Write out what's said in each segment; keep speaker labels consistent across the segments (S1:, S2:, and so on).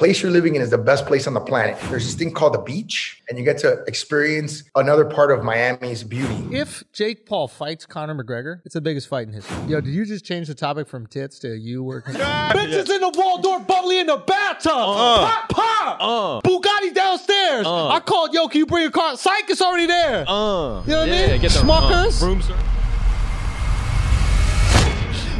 S1: place you're living in is the best place on the planet. There's this thing called the beach, and you get to experience another part of Miami's beauty.
S2: If Jake Paul fights Conor McGregor, it's the biggest fight in history. Yo, did you just change the topic from tits to you working?
S3: Bitches in the Waldorf bubbly in the bathtub. pop, pop.
S4: Uh.
S3: Bugatti's downstairs. I called, yo, can you bring your car? Psych is already there. You
S4: Uh,
S3: know what I
S4: yeah,
S3: mean?
S4: Get the,
S3: Schmuckers.
S4: Uh, room ser-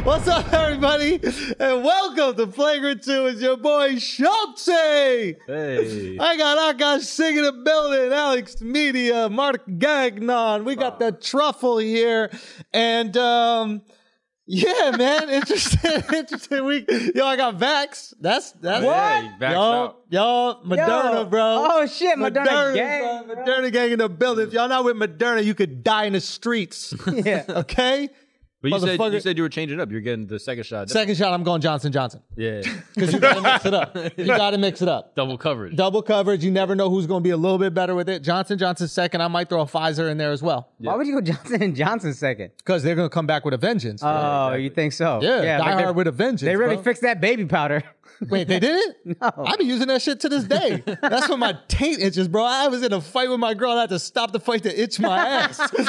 S3: What's up, everybody? And welcome to Flagrant 2. It's your boy, Schultze.
S4: Hey.
S3: I got Akash Singh in the building, Alex Media, Mark Gagnon. We got the truffle here. And um yeah, man, interesting, interesting week. Yo, I got Vax. That's that's
S4: What? Hey, Vaxxed
S3: Yo,
S4: out.
S3: yo, Moderna,
S5: Yo.
S3: bro.
S5: Oh, shit, Moderna gang,
S3: bro.
S5: bro.
S3: Moderna gang in the building. If y'all not with Moderna, you could die in the streets.
S5: Yeah.
S3: okay?
S4: But you said, you
S3: Motherfucker.
S4: said you were changing it up. You're getting the second shot.
S3: Second shot, I'm going Johnson Johnson.
S4: Yeah.
S3: Because you gotta mix it up. You gotta mix it up.
S4: Double coverage.
S3: double coverage. You never know who's going to be a little bit better with it. Johnson Johnson's second. I might throw a Pfizer in there as well
S5: Why would you go Johnson and Johnson second?
S3: because they're going to come back with a vengeance.
S5: Oh, you think so?
S3: yeah,
S5: but
S3: Die
S5: they-
S3: Hard with a vengeance.
S5: They really
S3: bro.
S5: fixed that baby powder.
S3: Wait, they did it?
S5: No.
S3: I've been using that shit to this day. That's when my taint itches, bro. I was in a fight with my girl. and I had to stop the fight to itch my ass. Bro,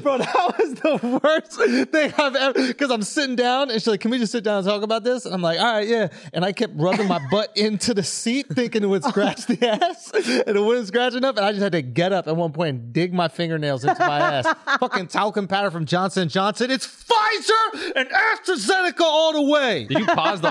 S3: bro, that was the worst thing I've ever. Because I'm sitting down and she's like, "Can we just sit down and talk about this?" And I'm like, "All right, yeah." And I kept rubbing my butt into the seat, thinking it would scratch the ass, and it wouldn't scratch enough. And I just had to get up at one point and dig my fingernails into my ass. Fucking talcum powder from Johnson Johnson. It's Pfizer and AstraZeneca all the way.
S4: Did you pause the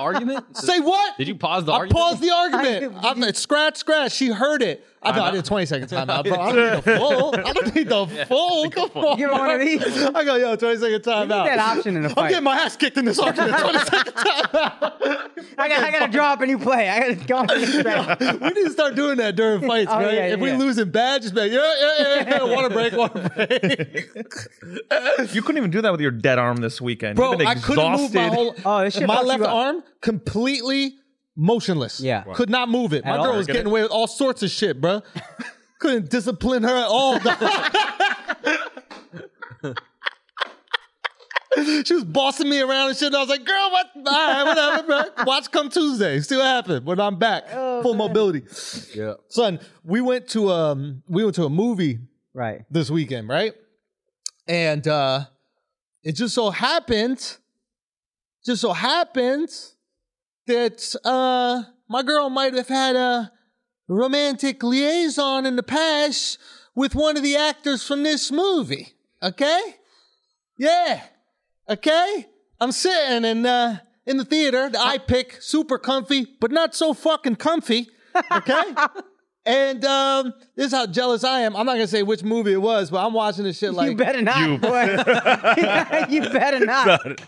S4: argument?
S3: Say what?
S4: Did you pause the
S3: I
S4: argument?
S3: paused the argument.
S5: I-
S3: I, am scratch, scratch. She heard it. I, know, I did a 20 second timeout, bro. I don't need the full. I don't need the full. Come on.
S5: Give him one of these. You
S3: I go, yo, 20 second timeout.
S5: need that option in a
S3: I'm
S5: fight.
S3: getting my ass kicked in this argument. 20 second
S5: I, got, I got to draw up a new play. I got to go.
S3: timeout. We need to start doing that during fights,
S5: Oh,
S3: right?
S5: yeah,
S3: if we
S5: yeah.
S3: losing bad, just be like, yeah, yeah, yeah, yeah. Water break, water break.
S6: You couldn't even do that with your dead arm this weekend.
S3: Bro,
S6: You've been
S3: I couldn't move my
S6: exhausted.
S3: whole
S5: Oh, this shit
S3: my
S5: fucks you
S3: left
S5: up.
S3: arm completely motionless.
S5: Yeah.
S3: Could not move it. my
S5: all.
S3: girl was getting away with all sorts of shit, bro. Couldn't discipline her at all. she was bossing me around and shit. And I was like, girl, what? All right, whatever, bro. Watch come Tuesday. See what happened when I'm back.
S5: Oh,
S3: Full mobility.
S4: Yeah.
S3: Son, we went to um we went to a movie
S5: Right.
S3: this weekend, right? And uh it just so happened, just so happened that uh my girl might have had a romantic liaison in the past with one of the actors from this movie. Okay? Yeah. Okay? I'm sitting in uh in the theater, the I pick, super comfy, but not so fucking comfy. Okay? And um, this is how jealous I am. I'm not gonna say which movie it was, but I'm watching this shit like
S5: you better not,
S6: you-
S5: boy. you better not.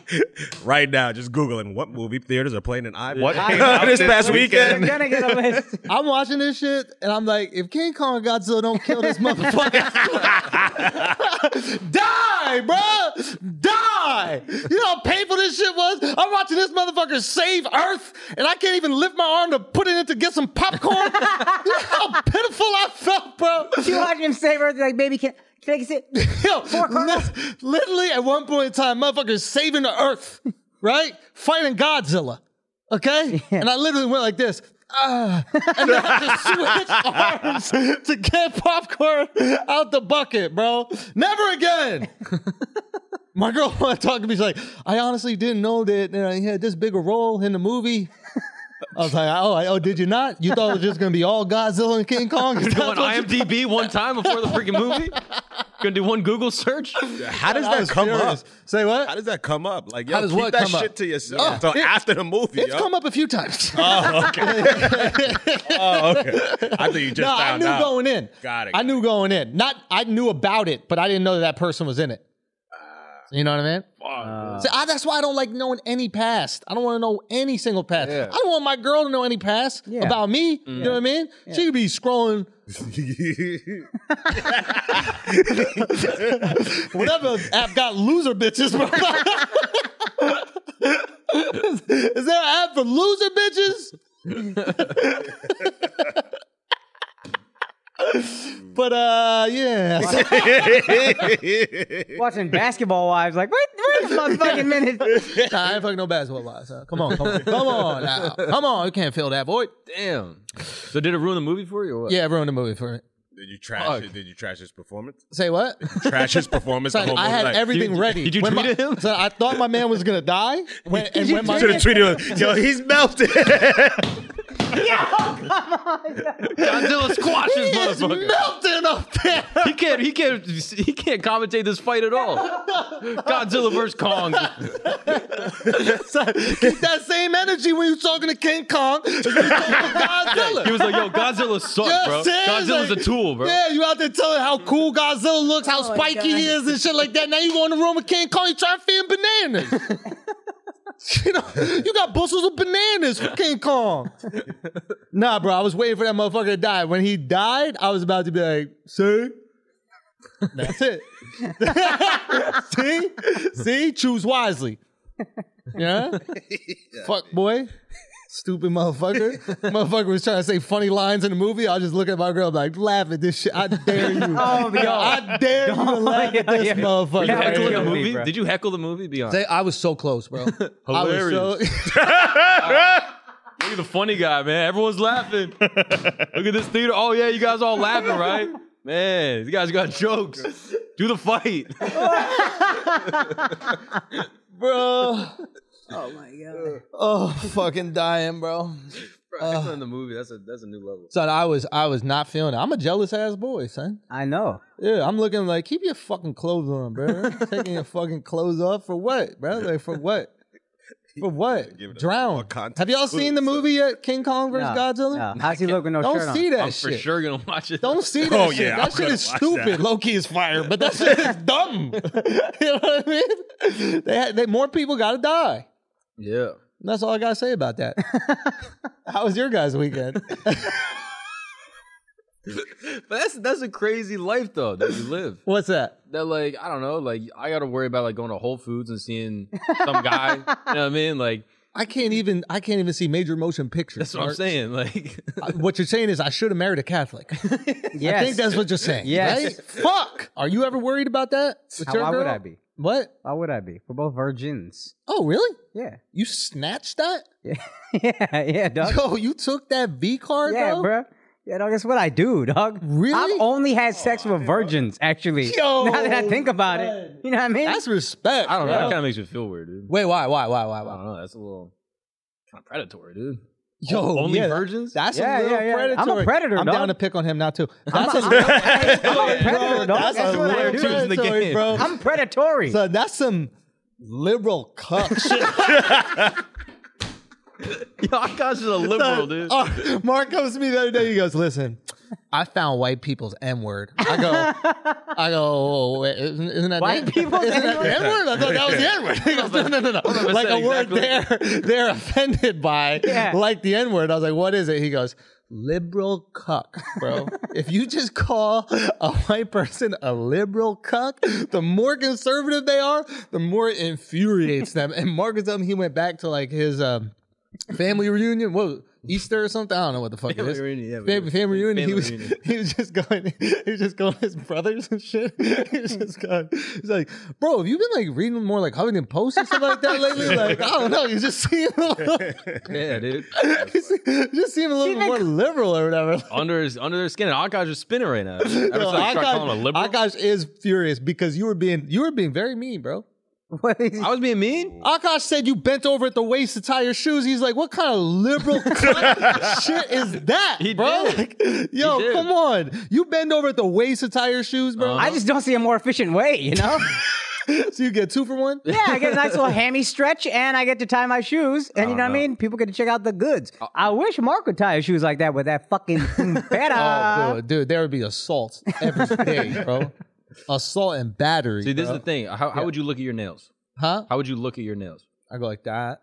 S7: right now, just googling what movie theaters are playing an iPod.
S6: What
S7: I
S6: came out
S7: this past
S5: You're
S7: weekend?
S5: going to get a list.
S3: I'm watching this shit, and I'm like, if King Kong and Godzilla don't kill this motherfucker, die, bro, die. You know how painful this shit was. I'm watching this motherfucker save Earth, and I can't even lift my arm to put it in to get some popcorn. you know how pitiful I felt, bro.
S5: You watching him save her. Like, baby, can, can I get it?
S3: Yo,
S5: corners.
S3: li- literally at one point in time, motherfuckers saving the earth, right? Fighting Godzilla, okay? And I literally went like this. ah, and then I just switched arms to get popcorn out the bucket, bro. Never again. My girl wanted to talk to me. She's like, I honestly didn't know that you know, he had this big a role in the movie. I was like, oh, I- oh, did you not? You thought it was just gonna be all Godzilla and King Kong? That's
S4: Doing
S3: what you-
S4: IMDb one time before the freaking movie? Gonna do one Google search?
S7: How does
S3: I
S7: that
S3: was
S7: come
S3: furious.
S7: up?
S3: Say what?
S7: How does that come up? Like,
S3: How
S7: yo,
S3: does
S7: keep
S3: what
S7: that
S3: come up?
S7: shit to yourself
S3: Oh,
S7: until
S3: it-
S7: after the movie.
S3: It's
S7: yo.
S3: come up a few times.
S7: Oh, okay. I thought you just
S3: no, I
S7: found
S3: knew
S7: out.
S3: going in.
S7: Got it,
S3: I
S7: got
S3: knew going in. Not I knew about it, but I didn't know that, that person was in it.
S7: Ah,
S3: You know what I mean? So I, that's why I don't like knowing any past. I don't want to know any single past. I don't want my girl to know any past
S5: Yeah.
S3: about me. You know what I mean? She could be scrolling whatever app got loser bitches. Bro. is, is there an app for loser bitches? but uh, yeah.
S5: Watching Basketball Wives. Like, where, where the motherfucking minutes.
S3: Nah, I ain't fucking no basketball laws. huh? Come on, come on, come on, now. come on. You can't fill that void.
S4: Damn. So did it ruin the movie for you? Or what?
S3: Yeah, ruin the movie for me.
S7: Did you trash?
S4: Fuck.
S7: it? Did you trash his performance?
S3: Say what?
S7: Trash his performance. the
S3: Son,
S7: whole
S3: I had
S7: movie, like,
S3: everything
S4: you-
S3: ready.
S4: did you
S3: When
S4: tweet
S3: my-
S4: at him?
S3: son, I thought my man was gonna die. When, and when my
S7: Should have treated him. Yo, he's melted.
S4: Godzilla squashes
S3: It's
S4: motherfucker.
S3: melting up there.
S4: He can't. He can't. He can't commentate this fight at all. Godzilla versus Kong.
S3: Son, keep that same energy when you're talking to King Kong. and you talking to Godzilla.
S4: He was like, "Yo, Godzilla sucks,
S3: Yeah,
S4: bro.
S3: seriously.
S4: Godzilla's a tool, bro."
S3: Yeah, you out there telling how cool Godzilla looks, how
S5: Oh,
S3: spiky he
S5: God.
S3: is, and shit like that. Now you go in the room with King Kong, you try to feed him bananas. you know, you got bushels of bananas for King Kong. nah, bro, I was waiting for that motherfucker to die. When he died, I was about to be like, see? That's it. See? See? Choose wisely. Yeah? Fuck boy. Stupid motherfucker. motherfucker was trying to say funny lines in the movie. I'll just look at my girl like, laugh at this shit. I dare you.
S5: Oh,
S3: Yo,
S5: yo.
S3: I dare you to laugh at this
S5: Yeah.
S3: motherfucker.
S5: Yeah,
S4: Heckle in the
S5: Yeah,
S4: movie?
S5: bro.
S4: Did you heckle the movie? Be honest.
S3: They- I was so close, bro. I was so,
S4: Hilarious. You're the funny guy, man. Everyone's laughing. Look at this theater. Oh yeah, you guys all laughing, right? Man, you guys got jokes. Do the fight.
S3: bro.
S5: Oh my god.
S3: Oh, fucking dying, bro.
S4: Heckling in the movie. That's a that's a new level.
S3: Son, I was I was not feeling it. I'm a jealous ass boy, son.
S5: I know.
S3: Yeah, I'm looking like keep your fucking clothes on, bro. Taking your fucking clothes off for what, bro? Like for what? For what?
S7: Give it a-
S3: Drown.
S7: a context
S3: Have y'all seen the
S7: clue,
S3: movie yet? King Kong versus
S5: No,
S3: Godzilla?
S5: no. How's he look with no
S3: Don't
S5: shirt on?
S3: see that
S4: I'm for
S3: shit.
S4: sure gonna watch it.
S3: Don't see that
S7: Oh,
S3: shit.
S7: yeah,
S3: that
S7: I'm
S3: shit
S7: gonna
S3: is
S7: watch
S3: stupid.
S7: that.
S3: Loki is fire, but that shit is dumb. you know what I mean? They, had, they more people got to die.
S4: Yeah.
S3: And that's all I gotta say about that. How was your guys' weekend?
S4: But that's that's a crazy life though that you live.
S3: What's that?
S4: That like I don't know. Like I got to worry about like going to Whole Foods and seeing some guy. you know what I mean? Like
S3: I can't even. I can't even see major motion pictures.
S4: that's what I'm
S3: Mark.
S4: saying. Like
S3: Uh, What you're saying is I should have married a Catholic.
S5: Yes.
S3: I think that's what you're saying.
S5: Yes.
S3: Right? Fuck. Are you ever worried about that? with
S5: How-
S3: your
S5: why would
S3: girl?
S5: I be?
S3: What?
S5: Why would I be? We're both virgins.
S3: Oh, really?
S5: Yeah.
S3: You snatched that?
S5: Yeah, yeah, dog.
S3: Yo, you took that V card,
S5: Yeah,
S3: bro?
S5: bro. Yeah, dog. That's what I do, dog.
S3: Really?
S5: I've only had sex with virgins, actually.
S3: Yo,
S5: now that I think about it, you know what I mean?
S3: That's respect.
S4: I don't know. That
S3: bro.
S4: kind of makes me feel weird, dude.
S3: Wait, why, why, why, why,
S4: I
S3: why?
S4: don't know. That's a little kind of predatory, dude.
S3: Yo,
S4: Only
S3: yeah,
S4: virgins.
S3: That's
S5: Yeah,
S3: a little
S5: yeah, yeah. I'm a
S3: predatory.
S5: predator,
S3: I'm
S5: dog.
S3: down to pick on him now too. That's
S5: I'm,
S3: a
S5: a, I'm a
S3: bro,
S5: predator, dog. That's,
S3: That's, a
S5: what I
S3: little
S5: do.
S4: dude. Choosing the
S3: predatory,
S4: game.
S3: bro.
S5: I'm predatory.
S3: So that's some liberal cuck shit.
S4: Yo, I got you a liberal, dude.
S3: Oh, Mark comes to me the other day. He goes, "Listen, I found white people's N word." I go, "I go, oh, wait, isn't, isn't that
S5: White
S3: the-
S5: people's
S3: isn't that the
S5: N-word?
S3: N word?" I thought that was the N word. He goes, "No, no, no, no.
S4: on,
S3: Like a
S4: that's
S3: word
S4: exactly-
S3: they're they're offended by,
S5: Yeah.
S3: like the N word." I was like, "What is it?" He goes. Liberal cuck, bro. if you just call a white person a liberal cuck, the more conservative they are, the more it infuriates them. And Marcus, um, he went back to like his um, family reunion. What Easter or something? I don't know what the fuck it
S4: Family
S3: is.
S4: reunion, yeah,
S3: Fam-
S4: we
S3: family,
S4: do.
S3: reunion. he
S4: Family
S3: was
S4: reunion.
S3: he was just going. He was just going to his brothers and shit. He was just going. He's like, bro, have you been like reading more like Huffington Post or something like that lately? Like, I don't know. You just seem a little,
S4: Yeah, dude.
S3: you see- you just seem a little bit more liberal or whatever.
S4: under his under their skin, and Akash is spinning right now. Ever since
S3: Yo,
S4: I started calling him a liberal,
S3: Akash, Akash is furious because you were being you were being very mean, bro.
S5: What is-
S4: I was being mean.
S3: Akash said you bent over at the waist to tie your shoes. He's like, what kind of liberal cunt shit is that,
S4: He
S3: bro?
S4: did.
S3: Like, yo,
S4: He did.
S3: come on. You bend over at the waist to tie your shoes, bro.
S5: I just don't see a more efficient way, you know?
S3: so you get two for one?
S5: yeah, I get a nice little hammy stretch and I get to tie my shoes. And you know, what I mean? People get to check out the goods. I wish Mark would tie his shoes like that with that fucking
S3: Uh,
S5: uh,
S3: Oh,
S5: better.
S3: dude, dude, there would be assaults every day, bro. Assault and battery.
S4: See, this
S3: bro.
S4: is the thing. How, how would you look at your nails?
S3: huh?
S4: How would you look at your nails?
S3: I go like that.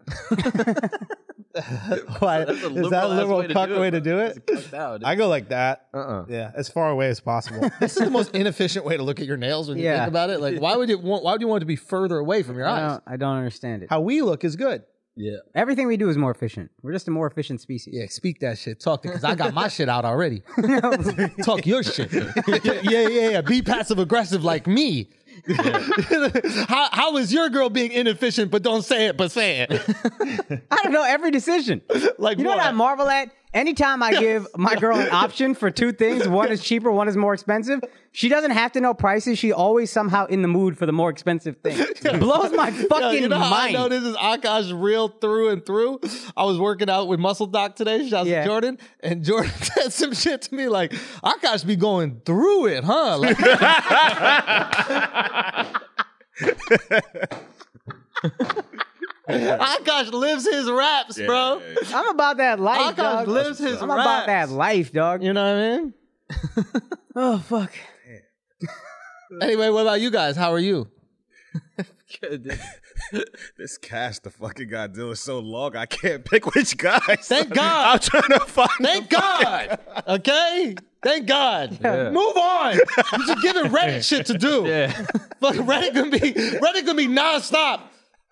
S3: Why,
S4: That's a
S3: is that a
S4: liberal-ass
S3: liberal
S4: way to do
S3: cuck
S4: it,
S3: way to do
S4: bro.
S3: it?
S4: Fucked out, dude.
S8: I go like that.
S4: Uh-uh.
S8: Yeah, as far away as possible.
S3: This is the most inefficient way to look at your nails when you
S5: Yeah.
S3: think about it. Like, why would you want? Why would you want it to be further away from your
S5: I
S3: eyes?
S5: don't, I don't understand it.
S3: How we look is good.
S4: Yeah.
S5: Everything we do is more efficient. We're just a more efficient species.
S3: Yeah, speak that shit. Talk it, cause I got my shit out already. Talk your shit. yeah, yeah, yeah. Be passive aggressive like me. how, how is your girl being inefficient? But don't say it. But say it.
S5: I don't know every decision.
S3: Like
S5: you know what? I
S3: what?
S5: marvel at? Anytime I give my girl an option for two things, one is cheaper, one is more expensive, she doesn't have to know prices. She always somehow in the mood for the more expensive thing. Blows my
S3: Yo,
S5: fucking
S3: you know how I
S5: mind.
S3: know this is Akash real through and through. I was working out with Muscle Doc today. Shout out
S5: Yeah.
S3: to Jordan, and Jordan said some shit to me like, "Akash be going through it, huh?" Like, Akash lives his raps, bro.
S5: I'm about that life,
S3: Akash
S5: dog.
S3: lives his
S5: I'm about that
S3: raps.
S5: life, dog.
S3: You know what I mean?
S5: Oh fuck.
S3: Anyway, what about you guys? How are you?
S7: This cast, the fucking Godzilla, is so long. I can't pick which guy.
S3: Thank
S7: I'm
S3: God.
S7: trying to find.
S3: Thank God. Okay? Thank God. Move on. You should give it Reddit shit to do.
S4: Yeah.
S3: But Reddit gonna be Reddit gonna be nonstop.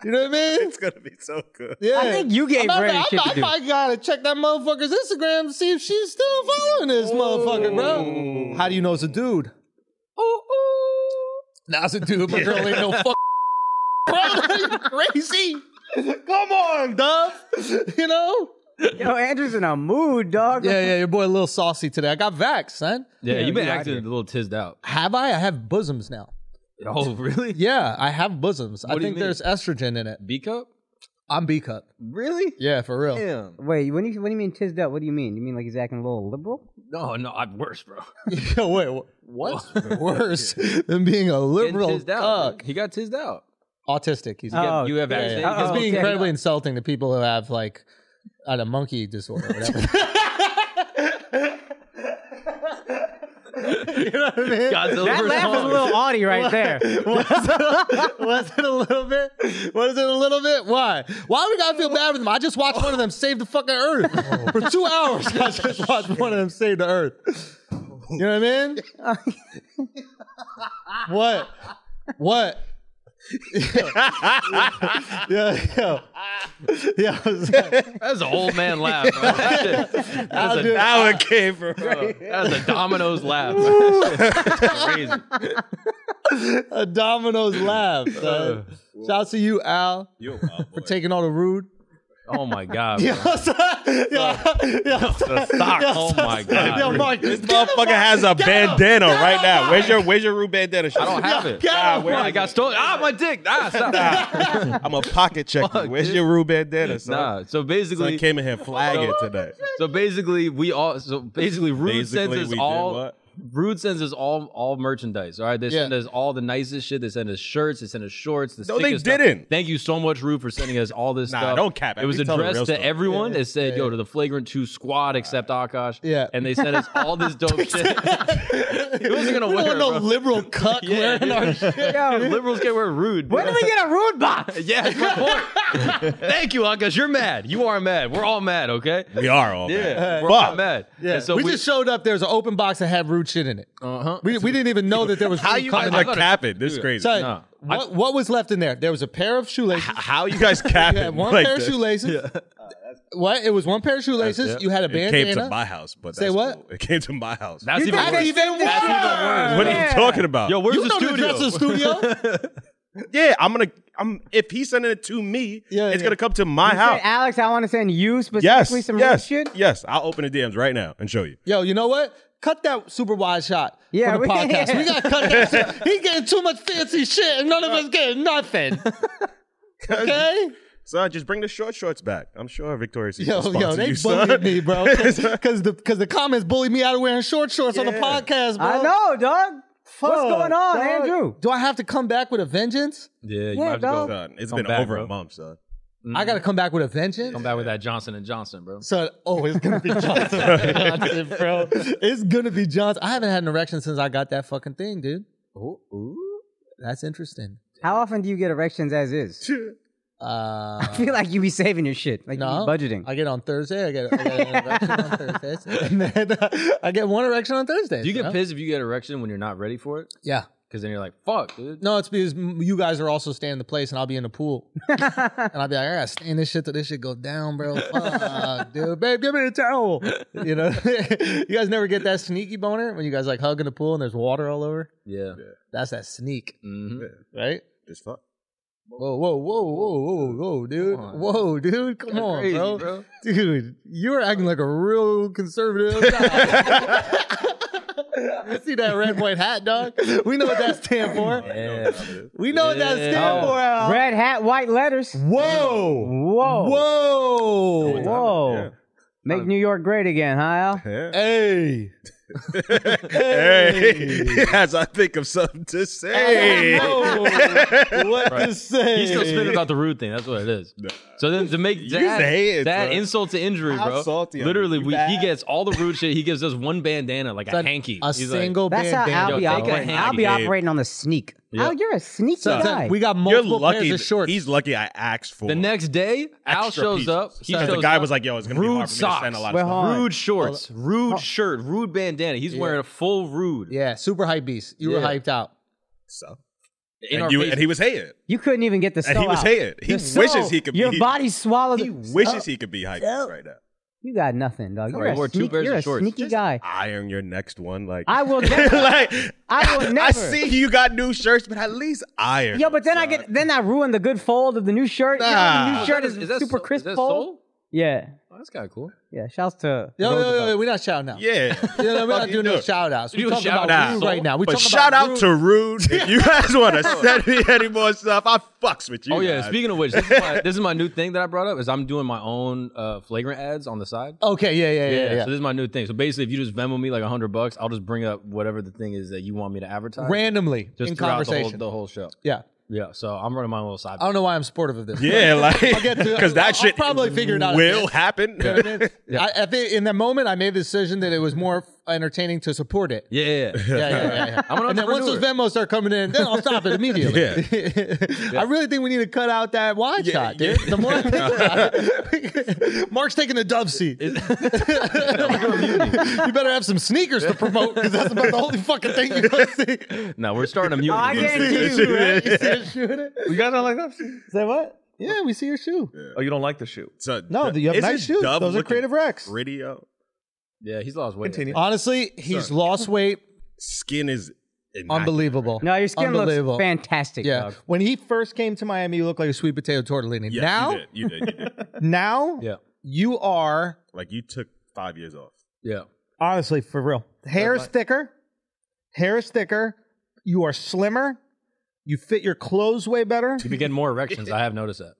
S3: You know what I mean?
S7: It's gonna be so good.
S3: Yeah.
S5: I think you gave
S3: I'm
S5: Reddit
S3: I,
S5: shit to
S3: I,
S5: do.
S3: probably gotta check that motherfucker's Instagram to see if she's still following this motherfucker, bro. How do you know it's a dude? Now it's a dude, but girl ain't no fuck. Bro, are you crazy? Come on, Dove. You know?
S5: Yo, Andrew's in a mood, dog.
S3: Yeah, yeah, your boy a little saucy today. I got vax, son.
S4: Yeah, you've been acting a little tizzed out.
S3: Have I? I have bosoms now.
S4: Oh, really?
S3: Yeah, I have bosoms. I
S4: What do you
S3: think
S4: mean?
S3: there's estrogen in it.
S4: B cup?
S3: I'm B cup.
S4: Really?
S3: Yeah, for real.
S4: Damn.
S5: Wait, when you when you mean tizzed up, what do you mean? You mean like he's acting a little liberal?
S4: No, no, I'm worse, bro.
S3: Yo, wait, wh- what's worse than being a
S4: Getting
S3: liberal
S4: tizzed out.
S3: cuck?
S4: dude. He got tizzed out.
S3: Autistic. He's
S5: Oh,
S4: you have
S5: yeah,
S4: accident.
S5: yeah.
S4: It's
S3: it's
S5: Oh,
S3: being
S5: okay.
S3: incredibly insulting to people who have like had a monkey disorder. or whatever. you know what I mean?
S4: Godzilla
S5: That
S4: versus
S5: laugh is a
S4: Kong.
S5: little Audi right there.
S3: was, it, was it a little bit? Was it a little bit? Why? Why we gotta feel bad for them? I just watched one of them save the fucking earth for two hours. I just watched one of them save the earth. You know what I mean? what? What? yo, yo, yo, yo.
S4: That's an old man laugh. Bro. That's a,
S3: I'll do it.
S7: How it came from.
S4: that's a Domino's laugh. bro. That's crazy.
S3: a Domino's laugh. son. Shout out to you, Al,
S7: You a wild
S3: for
S7: boy.
S3: taking all the rude.
S4: Oh my god. bro.
S3: Yo, son, yo, yo, son,
S4: Stock.
S3: yo,
S4: Oh
S3: son,
S4: my
S3: Yo,
S4: god.
S3: Mark,
S7: This
S3: get the
S7: motherfucker has a bandana right now. Where's your Where's your Rue bandana?
S4: I don't have it.
S3: Get
S4: Ah,
S3: him,
S4: where I got stolen. Ah, my dick. Ah, stop.
S7: I'm a pocket checker.
S4: Fuck,
S7: Where's
S4: dude.
S7: your Rue bandana? Son?
S4: Nah. So
S7: Son
S4: basically,
S7: came in here flagging today.
S4: so basically, we all. So basically, Rude sends us all. Rude sends us all all merchandise. All right, they send
S3: Yeah.
S4: us all the nicest shit. They send us shirts. They send us shorts. The
S7: No, they
S4: sickest stuff.
S7: didn't.
S4: Thank you so much, Rude, for sending us all this
S7: Nah,
S4: stuff.
S7: don't cap.
S4: It was
S7: At least tell the
S4: addressed to
S7: real stuff.
S4: everyone. it said, "Yo, to the flagrant two squad, except Akash."
S3: Yeah.
S4: and they sent us all this dope shit. It wasn't gonna
S3: We
S4: work.
S3: don't know
S4: bro.
S3: liberal cuck
S4: Yeah,
S3: wearing our shit.
S5: Yo,
S4: Liberals can wear rude.
S5: when
S4: bro.
S5: do we get a rude box?
S4: Yeah, good point. Thank you, Akash. You're mad. You are mad. We're all mad, okay?
S7: We are all
S4: Yeah,
S7: bad.
S4: we're all
S7: Fuck.
S4: mad.
S3: Yeah.
S4: And so
S3: we,
S4: we,
S3: just showed up. There's an open box that had rude shit in it.
S4: uh-huh.
S3: We, we didn't even know that there was
S7: How
S3: rude
S7: you
S3: cuck
S7: guys
S3: in
S7: are
S3: it.
S4: thought it-
S7: capping? This is crazy.
S3: Son,
S4: No.
S3: what, what was left in there? There was a pair of shoelaces.
S7: How you guys capping?
S3: You had one
S7: like
S3: pair
S7: this?
S3: of shoelaces. What? It was one pair of shoelaces.
S4: That's- yeah.
S3: You had a
S7: It
S3: bandana.
S7: came to my house, but
S3: Say
S7: that's
S3: what?
S7: cool. It came to my house.
S4: That's even
S3: That's
S4: worse.
S3: even worse.
S7: what are you talking about?
S4: Yo, where's
S3: You
S4: the
S3: know the
S4: studio?
S3: dress of the studio.
S7: yeah, I'm gonna. I'm if he's sending it to me,
S3: Yeah,
S7: it's
S3: yeah.
S7: gonna come to my
S5: Hey,
S7: house.
S5: Alex, I want to send you
S7: yes,
S5: specifically some
S7: yes,
S5: rude shit.
S7: yes. I'll open the DMs right now and show you.
S3: Yo, you know what? Cut that super wide shot
S5: Yeah,
S3: for the
S5: we-
S3: podcast. We gotta cut that. shit. He getting too much fancy shit, and none of us getting nothing. Okay.
S7: Son, just bring the short shorts back. I'm sure Victoria's Secret
S3: Yo,
S7: will
S3: yo,
S7: sponsor
S3: they
S7: you, son.
S3: bullied me, bro. Because the because the comments bullied me out of wearing short shorts on the
S7: Yeah.
S3: podcast, bro.
S5: I know, dog. What's
S3: Fuck,
S5: going on,
S3: dog.
S5: Andrew?
S3: Do I have to come back with a vengeance?
S4: Yeah, you
S5: Yeah,
S4: might have to
S5: dog.
S4: go.
S7: Son, it's
S4: Come
S7: been
S4: back,
S7: over
S4: bro.
S7: a month, son.
S3: I gotta
S7: Mm.
S3: come back with a vengeance.
S4: Come back with that Johnson and Johnson, bro.
S3: So, oh, it's gonna be Johnson, Johnson, bro. It's gonna be Johnson. I haven't had an erection since I got that fucking thing, dude.
S7: Oh,
S3: That's interesting.
S5: How often do you get erections as is?
S3: Uh,
S5: I feel like you be saving your shit, like
S3: no,
S5: you be budgeting.
S3: I get on Thursday. I get, I get an erection on Thursdays, and then uh, I get one erection on Thursdays.
S4: Do you get
S3: bro.
S4: pissed if you get erection when you're not ready for it?
S3: Yeah.
S4: Because then you're like, fuck, dude.
S3: No, it's because m- you guys are also staying in the place, and I'll be in the pool, and I'll be like, I gotta stay in this shit till this shit goes down, bro. Fuck, dude, babe, give me the towel. You know, you guys never get that sneaky boner when you guys like hug in the pool and there's water all over.
S4: Yeah.
S3: That's that sneak,
S4: Mhm.
S3: right?
S7: Just fuck.
S3: Whoa, whoa, whoa, whoa, whoa, whoa, dude, whoa, dude, come on,
S4: crazy,
S3: bro.
S4: bro.
S3: dude, you're acting like a real conservative. I see that red white hat, dog. We know what that stands for.
S4: Yeah.
S3: We know what that stands
S4: Yeah.
S3: for. Al.
S5: Red hat, white letters.
S3: Whoa.
S5: Whoa.
S3: Whoa.
S5: Whoa.
S7: Yeah.
S5: Make New York great again, huh? Al?
S7: Yeah.
S3: Hey.
S7: Hey, as I think of something to say.
S3: what to say?
S4: He's still spitting about the rude thing. That's what it is. So then to make
S7: You
S4: that,
S7: say it,
S4: that
S7: bro.
S4: insult to injury,
S7: How
S4: bro.
S7: salty are you?
S4: literally,
S7: You
S4: we, he
S7: bad.
S4: gets all the rude shit. He gives us one bandana, like a,
S3: a-
S4: hanky.
S3: a
S4: He's like,
S3: single
S5: That's how
S3: bandana.
S5: I'll be
S4: Yo, take a
S5: operating. I'll
S4: handy,
S5: be
S7: Abe.
S5: operating on the sneak. Al, you're a sneaky guy.
S3: we got
S7: You're
S3: multiple
S7: lucky.
S3: pairs of
S7: th-
S3: shorts.
S7: He's lucky I asked for
S4: the next day, Al
S7: extra
S4: shows
S7: pieces.
S4: up. He
S7: Because
S4: shows
S7: the guy
S4: up.
S7: was like, "Yo, it's gonna be
S4: rude
S7: hard for me to
S4: socks,
S7: send a lot
S5: Wait,
S7: of stuff."
S5: hold on.
S4: rude shorts, rude shirt, rude bandana. He's wearing a full rude.
S3: yeah, super hype beast. You were
S4: Yeah.
S3: hyped out.
S7: So,
S4: In our
S7: and, you,
S4: face.
S7: and he was hated,
S5: You couldn't even get the
S7: and
S5: soul
S7: he was
S5: out.
S7: hated. He
S5: The soul.
S7: wishes he could.
S5: Your
S7: be,
S5: body swallowed.
S7: He
S5: the
S7: wishes
S5: soul.
S7: he could be hyped
S5: Oh.
S7: right now.
S5: You got nothing, dog. You're,
S4: he
S5: a,
S4: wore two
S5: sneak,
S4: pairs
S5: you're
S4: of
S5: a
S4: shorts.
S5: sneaky guy.
S7: Iron your next one, like
S5: I will never.
S7: like
S5: I will
S7: I
S5: never.
S7: see you got new shirts, but at least iron.
S5: Yo, but then I
S3: uh,
S5: get then I ruin the good fold of the new shirt. You know, the
S7: Nah.
S5: new shirt is, super
S4: so-
S5: crisp
S4: that
S5: fold.
S4: soul?
S5: Yeah,
S4: Oh, that's kind of cool.
S5: yeah. Shouts to
S3: Yo, yo, yo,
S5: Roosevelt.
S3: yo, we're not shouting out.
S7: yeah.
S3: You know, we're not
S7: Fuck you
S3: doing no
S7: doing?
S3: shout outs. We're
S4: You
S3: talking
S4: shout
S3: about
S4: out.
S3: rude
S4: So-
S3: right now. We're
S7: but
S3: talking
S7: shout
S3: about
S7: out
S3: rude.
S7: to Rude. If you guys want to send me any more stuff, I fucks with you.
S4: Oh yeah.
S7: guys.
S4: Speaking of which, this is, my, this is my new thing that I brought up. Is I'm doing my own uh, flagrant ads on the side.
S3: Okay, yeah, yeah, yeah. yeah,
S4: So this is my new thing. So basically, if you just Venmo me like a hundred bucks, I'll just bring up whatever the thing is that you want me to advertise.
S3: Randomly
S4: just
S3: in
S4: throughout
S3: conversation. Oh.
S4: the whole, the whole show.
S3: yeah.
S4: Yeah. So I'm running my little side.
S3: I don't know why I'm supportive of this.
S7: yeah, like
S3: get to-
S7: because
S3: I'll- I'll
S7: that shit
S3: probably figure it out at the
S7: will
S3: end.
S7: happen.
S3: You know what I mean? I, I think in that moment, I made the decision that it was more entertaining to support it.
S4: yeah. yeah, yeah.
S3: Yeah, yeah, yeah. yeah.
S4: I'm an
S3: and then once those
S4: entrepreneur.
S3: Venmos start coming in, then I'll stop it immediately.
S7: Yeah.
S3: I really think we need to cut out that wide
S7: Yeah,
S3: shot, dude.
S7: yeah.
S3: The more I think about it- Mark's taking the dove seat. you better have some sneakers to promote because that's about the only fucking thing you're going to see.
S4: No, we're starting a mutiny.
S5: I guarantee you.
S3: Right? You see her shoe in it?
S9: You guys don't like that?
S10: Say what?
S3: Yeah, we see your shoe.
S9: Oh, you don't like the shoe.
S7: So,
S10: No, you have
S7: isn't
S10: nice shoes.
S7: Dove
S10: Those are
S7: looking
S10: creative wrecks.
S7: Pretty yo?
S4: Yeah, he's lost weight.
S9: Continue.
S3: Honestly, he's lost weight.
S7: Skin is immaculate.
S3: Unbelievable.
S5: No, your skin
S3: Unbelievable.
S5: looks fantastic.
S3: Yeah.
S5: dog.
S3: When he first came to Miami, you looked like a sweet potato tortellini.
S7: Yeah,
S3: now,
S7: you did, you did, you did.
S10: Now,
S4: Yeah.
S3: you are
S7: like you took five years off.
S4: Yeah.
S10: honestly, for real, hair is thicker. Hair is thicker. You are slimmer. You fit your clothes way better.
S4: You begin more erections. I have noticed that.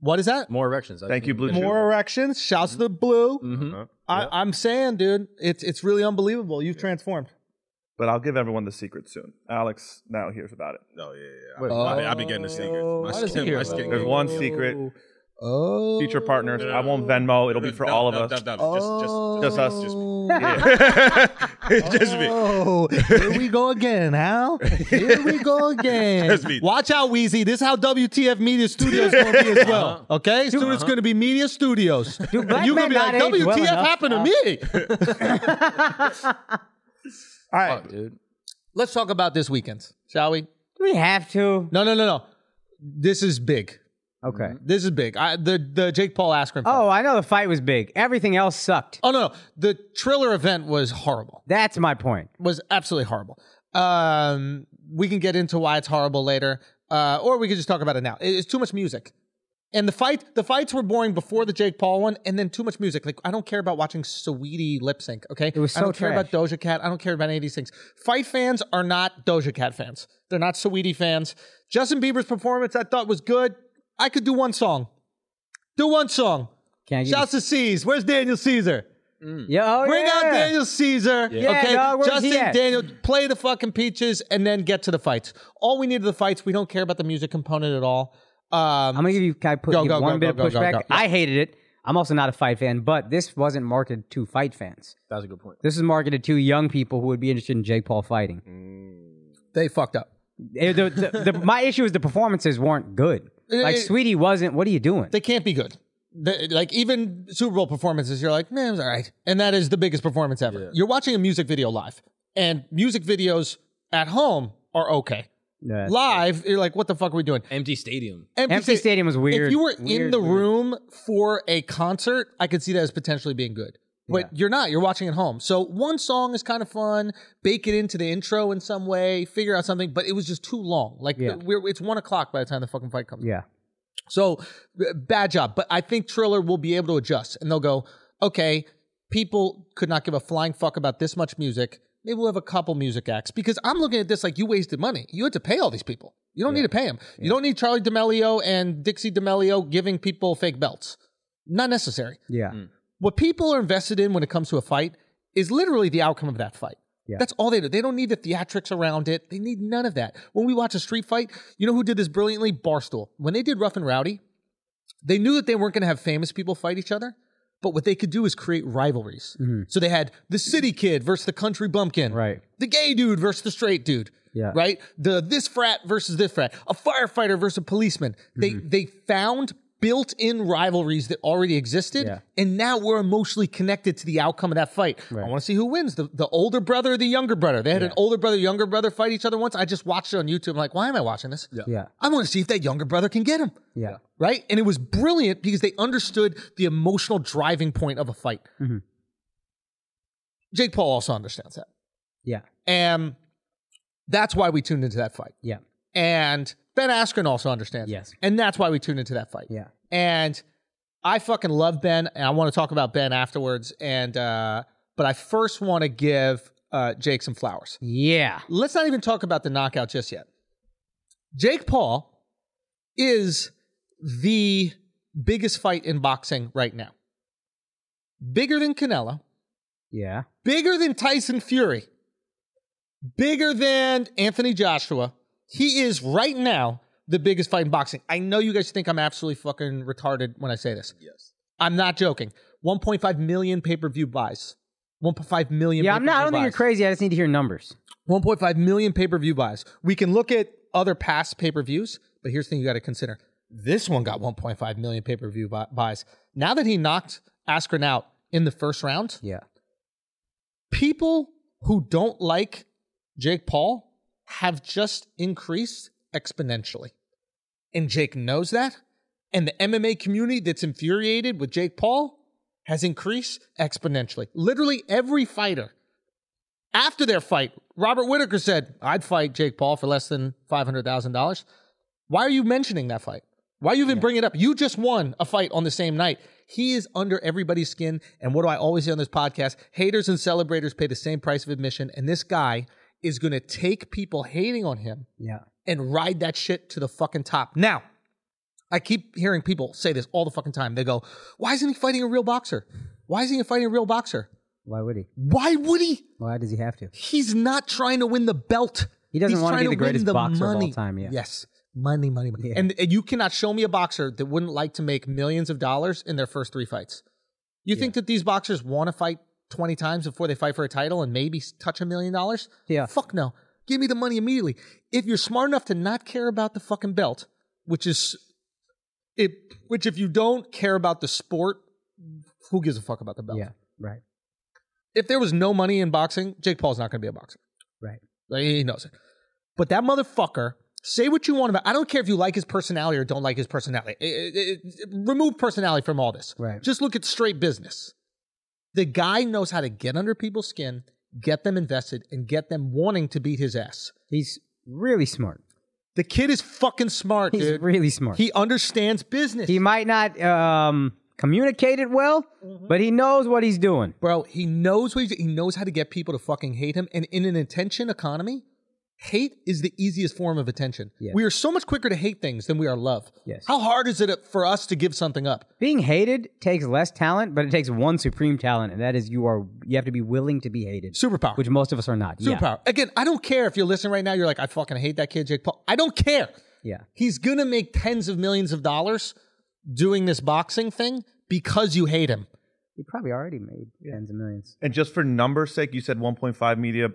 S3: what is that?
S4: More erections. I
S9: Thank you,
S4: think.
S9: Blue
S10: More erections.
S3: Shouts to the blue.
S4: Mhm.
S9: Uh-huh.
S10: I,
S3: I, I'm saying, dude, it's it's really unbelievable. You've transformed.
S9: But I'll give everyone the secret soon. Alex now hears about it.
S7: No, yeah, yeah. I've been- I've been getting the secrets. My
S4: does he
S7: skin,
S4: hear
S7: my
S4: about
S7: skin.
S4: it?
S9: There's one secret.
S3: Oh,
S9: Future partners. I won't Venmo. It'll be for
S7: No,
S9: all
S7: no,
S9: of us.
S7: no, no, Just, just,
S9: us.
S7: Just
S5: Oh.
S7: me.
S9: Yeah.
S7: just me.
S3: Oh, here we go again, Hal. Here we go again.
S7: That's me.
S3: Watch out, Wheezy. This is how WTF Media Studios going to be as well. Okay, soon it's going to be Media Studios.
S5: Do black
S3: you
S5: men
S3: gonna be
S5: not
S3: like,
S5: age
S3: WTF
S5: well enough?
S3: happened to
S5: Uh,
S3: me?
S10: all right.
S4: dude.
S3: Let's talk about this weekend, shall we?
S5: Do we have to?
S3: No, no, no, no. This is big.
S5: Okay.
S4: Mm-hmm.
S3: This is big. I, the the Jake Paul Askren. fight.
S5: Oh, I know the fight was big. Everything else sucked.
S3: Oh no, no. The Triller event was horrible.
S5: That's my point.
S3: Was absolutely horrible. Um, we can get into why it's horrible later, uh, or we could just talk about it now. It- It's too much music, and the fight. The fights were boring before the Jake Paul one, and then too much music. Like I don't care about watching Saweetie lip sync. Okay,
S5: was
S3: I don't
S5: so
S3: care about
S5: trash.
S3: Doja Cat. I don't care about any of these things. Fight fans are not Doja Cat fans. They're not Saweetie fans. Justin Bieber's performance I thought was good. I could do one song. Do one song.
S5: Can I give
S3: Shouts to C's. Where's Daniel Caesar?
S5: you- Yo, oh,
S3: Bring
S5: yeah.
S3: out Daniel Caesar.
S5: Yeah,
S3: okay,
S5: dog, where's
S3: Justin
S5: he at?
S3: Daniel, play the fucking peaches and then get to the fights. All we need are the fights. We don't care about the music component at all.
S5: I'm
S3: Um,
S5: gonna give you can I put
S3: Go,
S5: give
S3: go,
S5: one
S3: go,
S5: bit
S3: go,
S5: of
S3: go, go,
S5: pushback.
S3: go.
S5: I hated it. I'm also not a fight fan, but this wasn't marketed to fight fans.
S4: That's a good point.
S5: This is marketed to young people who would be interested in Jake Paul fighting.
S3: they fucked up.
S5: Eh, the- the- the- my issue is the performances weren't good. Like
S3: eh.
S5: Sweetie wasn't. What are you doing?
S3: They can't be good. The- like even Super Bowl performances, you're like, man, it was all right, and that is the biggest performance ever. You're watching a music video live, and music videos at home are okay.
S5: Yeah.
S3: Live, you're like, what the fuck are we doing?
S4: Empty stadium.
S5: Empty
S3: sta-
S5: stadium was weird.
S3: If you were in
S5: Weird,
S3: the
S5: weird.
S3: room for a concert, I could see that as potentially being good. But you're not. You're watching at home. So one song is kind of fun. Bake it into the intro in some way. Figure out something. But it was just too long. Like
S5: Yeah.
S3: we're, it's one o'clock by the time the fucking fight comes.
S5: yeah.
S3: So b- bad job. But I think Triller will be able to adjust and they'll go, okay, people could not give a flying fuck about this much music. Maybe we'll have a couple music acts because I'm looking at this like you wasted money. You had to pay all these people. You don't need to pay them. You don't need Charlie D'Amelio and Dixie D'Amelio giving people fake belts. Not necessary.
S5: Yeah.
S3: What people are invested in when it comes to a fight is literally the outcome of that fight.
S5: Yeah.
S3: That's all they do. They don't need the theatrics around it. They need none of that. When we watch a street fight, you know who did this brilliantly? Barstool. When they did Rough and Rowdy, they knew that they weren't going to have famous people fight each other, but what they could do is create rivalries. So they had the city kid versus the country bumpkin.
S5: Mm-hmm. Right.
S3: The gay dude versus the straight dude.
S5: Yeah.
S3: Right? The this frat versus this frat. A firefighter versus a policeman. They
S5: Mm-hmm.
S3: they found built-in rivalries that already existed
S5: Yeah.
S3: and now we're emotionally connected to the outcome of that fight. I want to see who wins, the, the older brother or the younger brother. They had an older brother, younger brother fight each other once. I just watched it on YouTube. I'm like, why am I watching this?
S5: Yeah.
S3: I want to see if that younger brother can get him
S5: Yeah.
S3: right? And it was brilliant because they understood the emotional driving point of a fight.
S5: Mhm.
S3: Jake Paul also understands that.
S5: Yeah.
S3: And that's why we tuned into that fight.
S5: Yeah.
S3: And Ben Askren also understands. it.
S5: Yes.
S3: And that's why we tuned into that fight.
S5: Yeah.
S3: And I fucking love Ben, and I want to talk about Ben afterwards. And uh, but I first want to give uh, Jake some flowers
S5: Yeah.
S3: let's not even talk about the knockout just yet. Jake Paul is the biggest fight in boxing right now. Bigger than Canelo,
S5: Yeah.
S3: bigger than Tyson Fury, bigger than Anthony Joshua. He is right now the biggest fight in boxing. I know you guys think I'm absolutely fucking retarded when I say this. Yes. I'm not joking. 1.5 million pay-per-view buys. 1.5 million
S5: Yeah. I'm not. I don't
S3: pay-per-view
S5: think you're
S3: buys.
S5: crazy. I just need to hear numbers.
S3: 1.5 million pay per view buys. We can look at other past pay per views, but here's the thing you got to consider this one got 1.5 million pay per view buys. Now that he knocked Askren out in the first round,
S5: Yeah.
S3: people who don't like Jake Paul have just increased exponentially. And Jake knows that. And the MMA community that's infuriated with Jake Paul has increased exponentially. Literally every fighter after their fight, Robert Whitaker said, I'd fight Jake Paul for less than $500,000. Why are you mentioning that fight? Why are you even bringing it up? You just won a fight on the same night. He is under everybody's skin. And what do I always say on this podcast? Haters and celebrators pay the same price of admission. And this guy is going to take people hating on him
S5: Yeah.
S3: and ride that shit to the fucking top. Now, I keep hearing people say this all the fucking time. They go, Why isn't he fighting a real boxer? Why isn't he fighting a real boxer?
S5: Why would he?
S3: Why would he?
S5: Why does he have to?
S3: He's not trying to win the belt.
S5: He doesn't
S3: He's
S5: want to
S3: trying
S5: be the
S3: win
S5: greatest boxer of all
S3: money.
S5: time, yeah.
S3: Yes. Money, money, money. And, and you cannot show me a boxer that wouldn't like to make millions of dollars in their first three fights. You think that these boxers want to fight 20 times before they fight for a title and maybe s- touch a million dollars?
S5: Yeah.
S3: Fuck no. Give me the money immediately. If you're smart enough to not care about the fucking belt, which is it which if you don't care about the sport, who gives a fuck about the belt?
S5: Yeah. Right.
S3: if there was no money in boxing, Jake Paul's not going to be a boxer.
S5: Right.
S3: Like, he knows it. But that motherfucker, say what you want about. I don't care if you like his personality or don't like his personality. It- it- it- remove personality from all this.
S5: Right.
S3: Just look at straight business. The guy knows how to get under people's skin, get them invested, and get them wanting to beat his ass.
S5: He's really smart.
S3: The kid is fucking smart,
S5: He's
S3: dude.
S5: really smart.
S3: he understands business.
S5: He might not um, communicate it well,
S3: Mm-hmm.
S5: but he knows what he's doing.
S3: Bro, he knows what he's, he knows how to get people to fucking hate him. And in an attention economy, hate is the easiest form of attention.
S5: Yeah.
S3: We are so much quicker to hate things than we are love.
S5: Yes.
S3: How hard is it for us to give something up?
S5: Being hated takes less talent, but it takes one supreme talent, and that is you are you have to be willing to be hated.
S3: Superpower.
S5: Which most of us are not. Yeah.
S3: Superpower. Again, I don't care if you're listening right now. You're like, I fucking hate that kid, Jake Paul. I don't care.
S5: Yeah.
S3: He's gonna make tens of millions of dollars doing this boxing thing because you hate him.
S5: He probably already made tens of millions.
S9: And just for numbers' sake, you said 1.5 media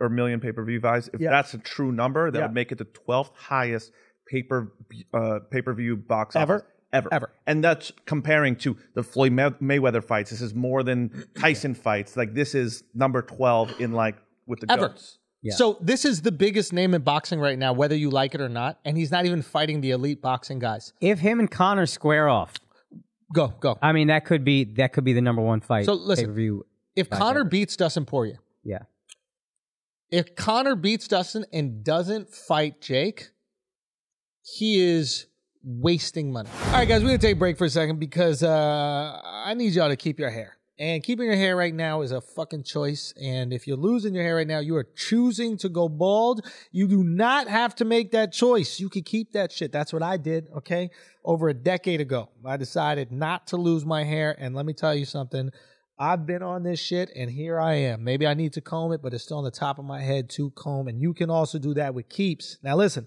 S9: or million pay per view buys. If that's a true number, that
S11: Yeah.
S9: would make it the 12th highest pay per uh, pay per view box
S11: Ever?
S9: office Ever.
S3: Ever.
S9: And that's comparing to the Floyd May- Mayweather fights. This is more than Tyson fights. Like this is number 12 in like with the
S3: Ever.
S9: goats.
S3: So this is the biggest name in boxing right now, whether you like it or not. And he's not even fighting the elite boxing guys.
S5: If him and Connor square off,
S3: Go, go.
S5: I mean that could be that could be the number one fight.
S3: So, listen.
S5: pay-per-view.
S3: If Connor beats Dustin Poirier,
S5: Yeah.
S3: if Connor beats Dustin and doesn't fight Jake, he is wasting money. All right, guys, we're gonna take a break for a second because uh, I need y'all to keep your hair. And keeping your hair right now is a fucking choice. And if you're losing your hair right now, you are choosing to go bald. You do not have to make that choice. You can keep that shit. That's what I did, okay? Over a decade ago, I decided not to lose my hair. And let me tell you something. I've been on this shit and here I am. Maybe I need to comb it, but it's still on the top of my head to comb. And you can also do that with Keeps. Now, listen,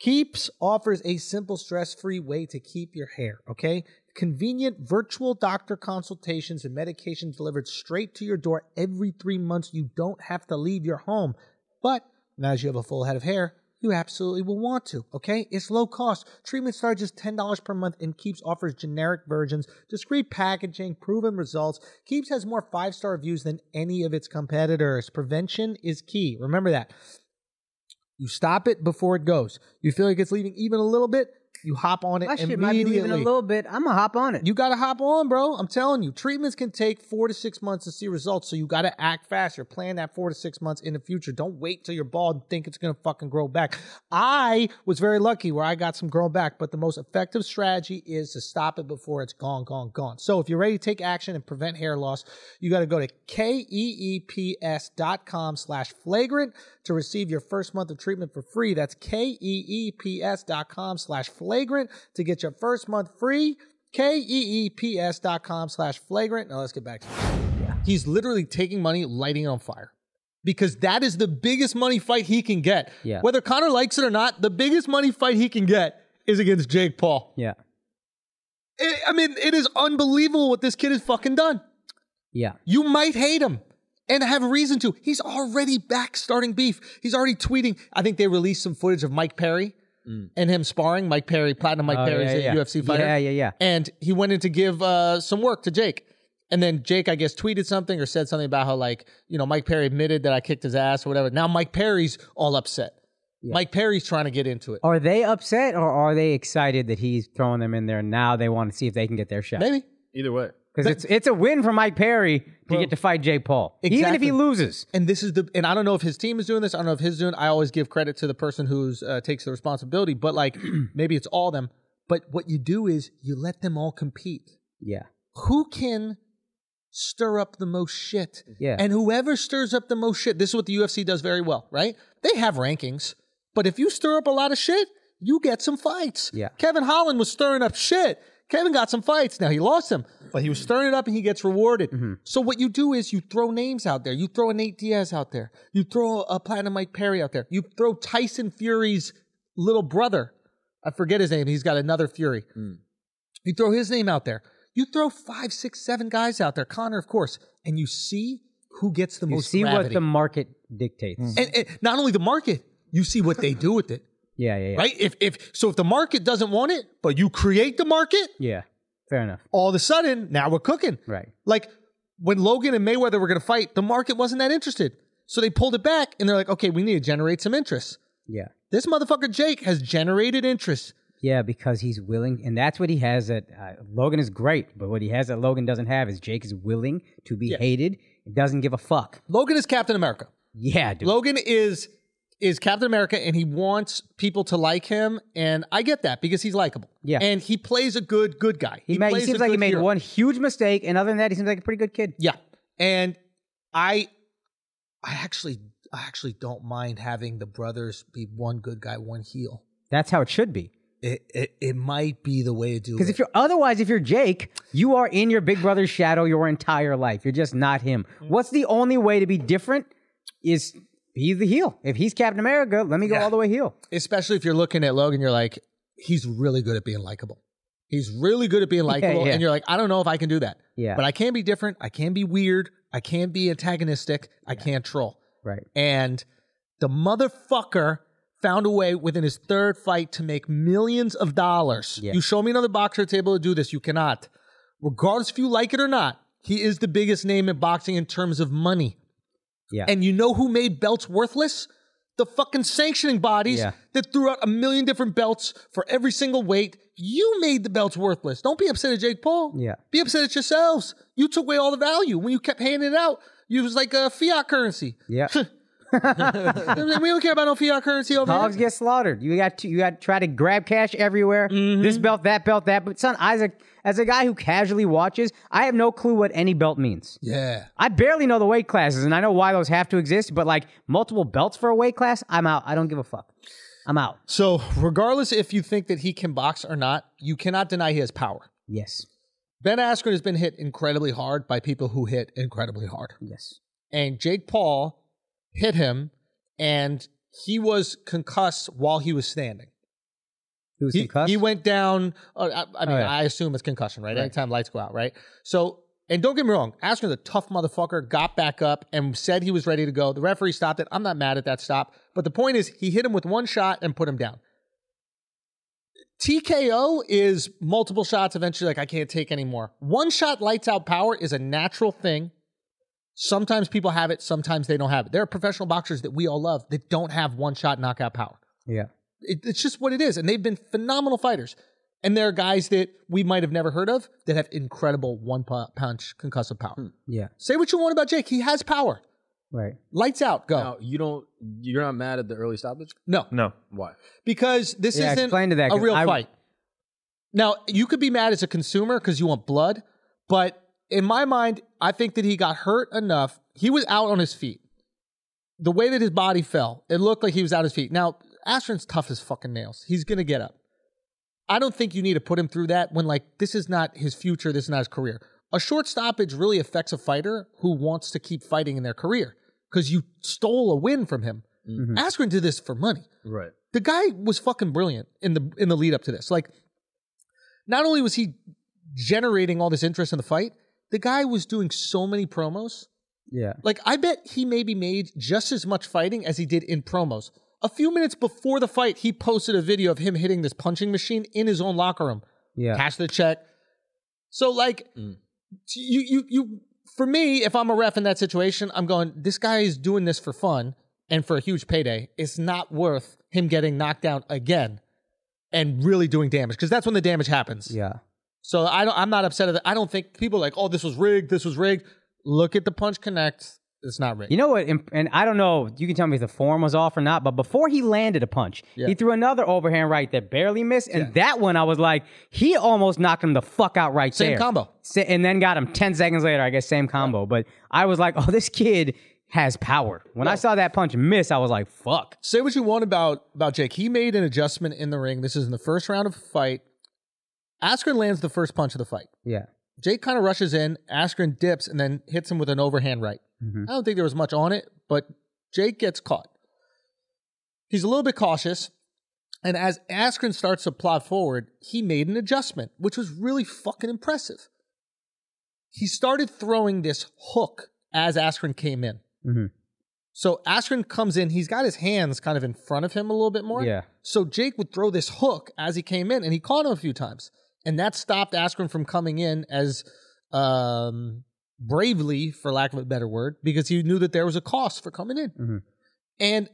S3: Keeps offers a simple, stress free way to keep your hair, okay? Convenient virtual doctor consultations and medication delivered straight to your door every three months. You don't have to leave your home. But now that you have a full head of hair, you absolutely will want to, okay? It's low cost. Treatment starts just $10 per month and Keeps offers generic versions, discreet packaging, proven results. Keeps has more five star reviews than any of its competitors. Prevention is key. Remember that. You stop it before it goes. You feel like it's leaving even a little bit, you hop on it
S5: That shit might be
S3: immediately.
S5: leaving a little bit. I'm gonna hop on it.
S3: You gotta hop on, bro. I'm telling you, treatments can take four to six months to see results, so you gotta act faster. Plan that four to six months in the future. Don't wait till you're bald and think it's gonna fucking grow back. I was very lucky where I got some growing back, but the most effective strategy is to stop it before it's gone, gone, gone. So if you're ready to take action and prevent hair loss, you gotta go to E K-E-E-P-S dot com slash flagrant to receive your first month of treatment for free. That's E K-E-E-P-S dot com slash flagrant to get your first month free. E K-E-E-P-S dot com slash flagrant. Now let's get back to it. He's literally taking money, lighting it on fire. Because that is the biggest money fight he can get.
S5: Yeah.
S3: Whether Connor likes it or not, the biggest money fight he can get is against Jake Paul.
S5: yeah,
S3: I- I mean, it is unbelievable what this kid has fucking done.
S5: yeah.
S3: You might hate him and have reason to. He's already back starting beef. He's already tweeting. I think they released some footage of Mike Perry and him sparring. Mike Perry, platinum Mike
S5: Mm. Oh,
S3: Perry,
S5: yeah,
S3: is a
S5: yeah.
S3: UFC fighter.
S5: Yeah, yeah, yeah.
S3: And he went in to give uh, some work to Jake. And then Jake, I guess, tweeted something or said something about how, like, you know, Mike Perry admitted that I kicked his ass or whatever. Now Mike Perry's all upset. Mike Perry's trying to get into it.
S5: Are they upset or are they excited that he's throwing them in there? Now they want to see if they can get their shot.
S3: Maybe.
S4: Either way.
S5: Because it's it's a win for Mike Perry to get to fight Jake Paul, even if
S3: Exactly.
S5: he loses.
S3: and this is the and I don't know if his team is doing this. I don't know if his doing. I always give credit to the person who's uh, takes the responsibility, but like maybe it's all them. But what you do is you let them all compete.
S5: Yeah,
S3: Who can stir up the most shit?
S5: Yeah.
S3: And whoever stirs up the most shit, this is what the UFC does very well, right? They have rankings, but if you stir up a lot of shit, you get some fights.
S5: Yeah.
S3: Kevin Holland was stirring up shit. Kevin got some fights. Now he lost them, but he was stirring it up and he gets rewarded.
S5: Mm-hmm.
S3: So what you do is you throw names out there. You throw a Nate Diaz out there. You throw a Platinum Mike Perry out there. You throw Tyson Fury's little brother. I forget his name. He's got another Fury. You throw his name out there. You throw five, six, seven guys out there. Connor, of course, and you see who gets the
S5: you
S3: most.
S5: see what
S3: gravity.
S5: the market dictates.
S3: and, and not only the market, you see what they do with it,
S5: Yeah, yeah, yeah.
S3: right? If if so, if the market doesn't want it, but you create the market,
S5: Yeah, fair enough.
S3: all of a sudden now we're cooking.
S5: Right.
S3: Like when Logan and Mayweather were going to fight, the market wasn't that interested, so they pulled it back, and they're like, okay, we need to generate some interest.
S5: Yeah,
S3: This motherfucker Jake has generated interest.
S5: yeah, because he's willing, and that's what he has. That uh, Logan is great, but what he has that Logan doesn't have is Jake is willing to be hated. and doesn't give a fuck.
S3: Logan is Captain America.
S5: Yeah, dude.
S3: Logan is is Captain America and he wants people to like him and I get that because he's likable.
S5: Yeah.
S3: And he plays a good good guy.
S5: he, made, he
S3: plays
S5: seems
S3: a
S5: like he
S3: good
S5: made
S3: hero.
S5: one huge mistake, and other than that, he seems like a pretty good kid.
S3: Yeah. And I I actually I actually don't mind having the brothers be one good guy, one heel.
S5: That's how it should be.
S3: It it, it might be the way to do it.
S5: Because if you're otherwise, if you're Jake, you are in your big brother's shadow your entire life. You're just not him. What's the only way to be different is be the heel. If he's Captain America, let me go all the way heel.
S3: especially if you're looking at Logan, you're like, he's really good at being likable. He's really good at being likable.
S5: yeah.
S3: And you're like, I don't know if I can do that.
S5: Yeah.
S3: But I can be different. I can be weird. I can be antagonistic. I can troll.
S5: Right.
S3: And the motherfucker found a way within his third fight to make millions of dollars.
S5: Yeah.
S3: You show me another boxer that's able to do this. You cannot. Regardless if you like it or not, he is the biggest name in boxing in terms of money.
S5: Yeah.
S3: And you know who made belts worthless? The fucking sanctioning bodies
S5: Yeah.
S3: that threw out a million different belts for every single weight. You made the belts worthless. Don't be upset at Jake Paul.
S5: Yeah.
S3: Be upset at yourselves. You took away all the value when you kept handing it out. You was like a fiat currency.
S5: Yeah.
S3: we don't care about no fiat currency over
S5: Hogs
S3: here.
S5: get slaughtered. You got to, you got to try to grab cash everywhere.
S3: Mm-hmm.
S5: This belt, that belt, that. But son, Isaac, as a guy who casually watches, I have no clue what any belt means.
S3: Yeah.
S5: I barely know the weight classes, and I know why those have to exist. But like multiple belts for a weight class, I'm out. I don't give a fuck. I'm out.
S3: So regardless if you think that he can box or not, you cannot deny he has power.
S5: Yes.
S3: Ben Askren has been hit incredibly hard by people who hit incredibly hard.
S5: Yes.
S3: And Jake Paul hit him, and he was concussed while he was standing.
S5: He was
S3: He,
S5: concussed?
S3: he went down. Uh, I, I mean,
S5: Oh, yeah.
S3: I assume it's concussion, right? Anytime lights go out, right? So, and don't get me wrong, Askren's a tough motherfucker, got back up and said he was ready to go. The referee stopped it. I'm not mad at that stop. But the point is, he hit him with one shot and put him down. TKO is multiple shots eventually, like, I can't take anymore. One shot lights out power is a natural thing. Sometimes people have it, sometimes they don't have it. There are professional boxers that we all love that don't have one shot knockout power.
S5: Yeah.
S3: It, it's just what it is. And they've been phenomenal fighters. And there are guys that we might have never heard of that have incredible one pu- punch concussive power.
S5: Yeah.
S3: Say what you want about Jake. He has power.
S5: Right.
S3: Lights out, go.
S4: Now, you don't. You're not mad at the early stoppage.
S3: No,
S9: No.
S4: Why?
S3: because this
S5: Yeah,
S3: isn't
S5: explain to that,
S3: a
S5: 'cause
S3: real
S5: I-
S3: fight. Now, you could be mad as a consumer because you want blood, but in my mind, I think that he got hurt enough. He was out on his feet. The way that his body fell, it looked like he was out his feet. Now, Astron's tough as fucking nails. He's going to get up. I don't think you need to put him through that when, like, this is not his future, this is not his career. A short stoppage really affects a fighter who wants to keep fighting in their career because you stole a win from him.
S5: Mm-hmm.
S3: Askren did this for money
S4: Right.
S3: the guy was fucking brilliant in the in the lead up to this. Like, not only was he generating all this interest in the fight, the guy was doing so many promos.
S5: Yeah.
S3: Like, I bet he maybe made just as much fighting as he did in promos. A few minutes before the fight, he posted a video of him hitting this punching machine in his own locker room.
S5: Yeah.
S3: Cash the check. So like
S4: Mm.
S3: you you you for me, if I'm a ref in that situation, I'm going, this guy is doing this for fun and for a huge payday. It's not worth him getting knocked down again and really doing damage. Because that's when the damage happens.
S5: Yeah.
S3: So I don't I'm not upset at that. I don't think people are like, oh, this was rigged, this was rigged. Look at the punch connect. It's not rigged.
S5: You know what? imp- And I don't know. You can tell me if the form was off or not. But before he landed a punch,
S3: Yeah.
S5: he threw another overhand right that barely missed. And that one, I was like, he almost knocked him the fuck out right
S3: Same
S5: there.
S3: combo.
S5: Sa- And then got him ten seconds later. I guess same combo. But I was like, oh, this kid has power. When I saw that punch miss, I was like, fuck.
S3: say what you want about about Jake. He made an adjustment in the ring. This is in the first round of the fight. Askren lands the first punch of the fight.
S5: Yeah.
S3: Jake kind of rushes in. Askren dips and then hits him with an overhand right. I don't think there was much on it, but Jake gets caught. He's a little bit cautious. And as Askren starts to plod forward, he made an adjustment, which was really fucking impressive. He started throwing this hook as Askren came in.
S5: Mhm.
S3: So Askren comes in. He's got his hands kind of in front of him a little bit more.
S5: Yeah.
S3: So Jake would throw this hook as he came in, and he caught him a few times, and that stopped Askren from coming in as um, bravely, for lack of a better word, because he knew that there was a cost for coming in.
S5: Mhm.
S3: And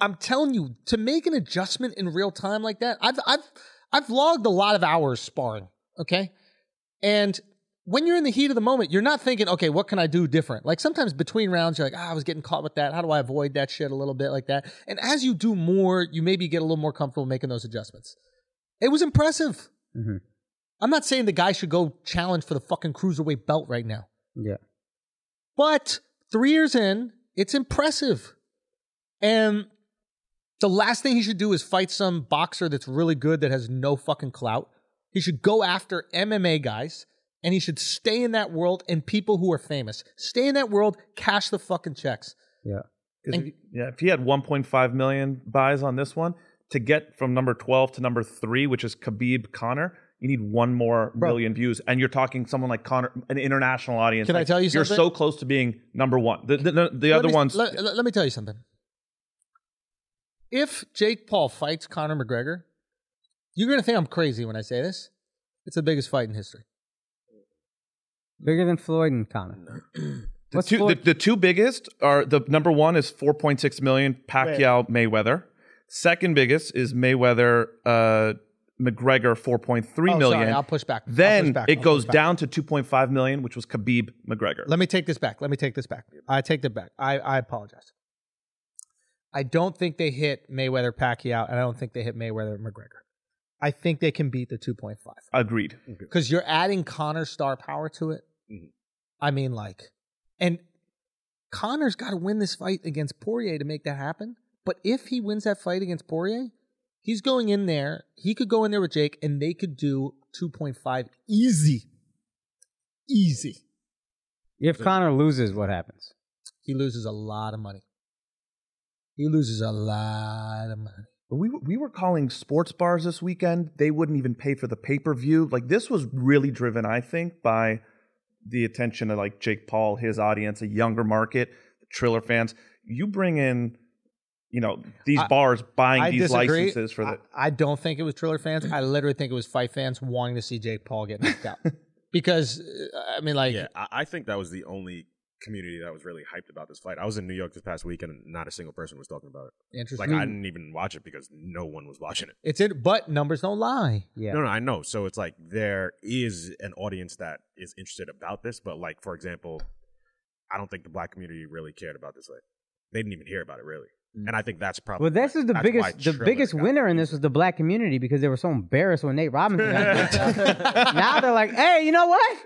S3: I'm telling you, to make an adjustment in real time like that, I've I've I've logged a lot of hours sparring. Okay, and when you're in the heat of the moment, you're not thinking, okay, what can I do different? Like sometimes between rounds, you're like, ah, I was getting caught with that. How do I avoid that shit a little bit like that? And as you do more, you maybe get a little more comfortable making those adjustments. It was impressive.
S5: Mhm.
S3: I'm not saying the guy should go challenge for the fucking cruiserweight belt right now.
S5: Yeah.
S3: But three years in, it's impressive. And the last thing he should do is fight some boxer that's really good that has no fucking clout. He should go after MMA guys and he should stay in that world and people who are famous. Stay in that world, cash the fucking checks.
S9: 'Cause
S3: And-
S9: if, yeah, if he had 1.5 million buys on this one to get from number 12 to number three, which is Khabib Connor, you need one more million views, and you're talking someone like Connor, an international audience.
S3: Can I
S9: Like,
S3: tell you
S9: You're
S3: something?
S9: so close to being number one. The, the, the, the
S3: Let
S9: other
S3: me-
S9: ones,
S3: Let, let- let me tell you something. If Jake Paul fights Conor McGregor, you're going to think I'm crazy when I say this. It's the biggest fight in history.
S5: Bigger than Floyd and Connor.
S9: The two, the, the two biggest are the number one is 4.6 million Pacquiao Mayweather. Second biggest is Mayweather uh, McGregor 4.3 million.
S3: Oh, Sorry, I'll push back. I'll push
S9: Then
S3: back.
S9: it
S3: I'll
S9: goes
S3: push back.
S9: down to 2.5 million, which was Khabib McGregor.
S3: Let me take this back. Let me take this back. I take that back. I, I apologize. I don't think they hit Mayweather Pacquiao, and I don't think they hit Mayweather McGregor. I think they can beat the 2.5
S9: Agreed.
S3: because you're adding Connor star power to it. I mean, like, and Connor's got to win this fight against Poirier to make that happen. But if he wins that fight against Poirier, he's going in there. He could go in there with Jake, and they could do 2.5 easy, easy.
S5: If Connor loses, what happens?
S3: he loses a lot of money. He loses a lot of money.
S9: But we, we were calling sports bars this weekend. They wouldn't even pay for the pay per view. Like, this was really driven, I think, by the attention of like Jake Paul, his audience, a younger market, Triller fans. You bring in, you know, these
S3: I-
S9: bars buying
S3: I
S9: these
S3: disagree.
S9: licenses for the.
S3: I, I don't think it was Triller fans. I literally think it was fight fans wanting to see Jake Paul get knocked out. because uh, I mean,
S9: Oh.
S3: like,
S7: Yeah, I, I think that was the only community that was really hyped about this fight. I was in New York this past weekend, and not a single person was talking about it.
S3: interesting.
S7: Like I didn't even watch it because no one was watching it.
S3: it's in, but numbers don't lie.
S5: Yeah.
S7: No, no, I know. So it's like there is an audience that is interested about this, but like for example, I don't think the black community really cared about this. Like they didn't even hear about it really, and I think that's probably
S5: Mm. Well, this is the
S7: that's why
S5: biggest the
S7: Triller
S5: biggest
S7: got-
S5: winner in this was the black community because they were so embarrassed when Nate Robinson. got picked. now they're like, hey, you know what?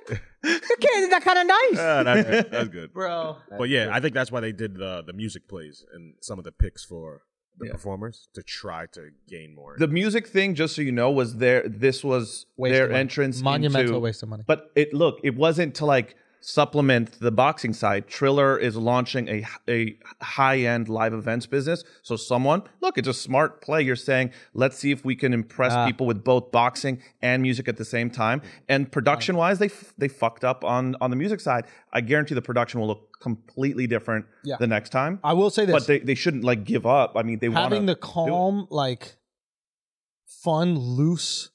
S5: The kid is that kind of nice.
S7: Ah, that's good. That's good,
S3: Bro.
S7: But yeah, I think that's why they did the the music plays and some of the picks for the performers to try to gain more.
S9: The music thing, just so you know, was their this was
S3: Waste of
S9: their
S3: money.
S9: entrance
S3: Monumental
S9: into-
S3: waste of money.
S9: But it look, it wasn't to like supplement the boxing side. Triller is launching a a high end live events business. So someone look, it's a smart play. You're saying let's see if we can impress
S3: Ah.
S9: people with both boxing and music at the same time.
S3: Ah.
S9: And production wise, they f- they fucked up on on the music side. I guarantee the production will look completely different
S3: Yeah.
S9: the next time.
S3: I will say this.
S9: But they, they shouldn't like give up. I mean, they want
S3: having the calm, like fun, loose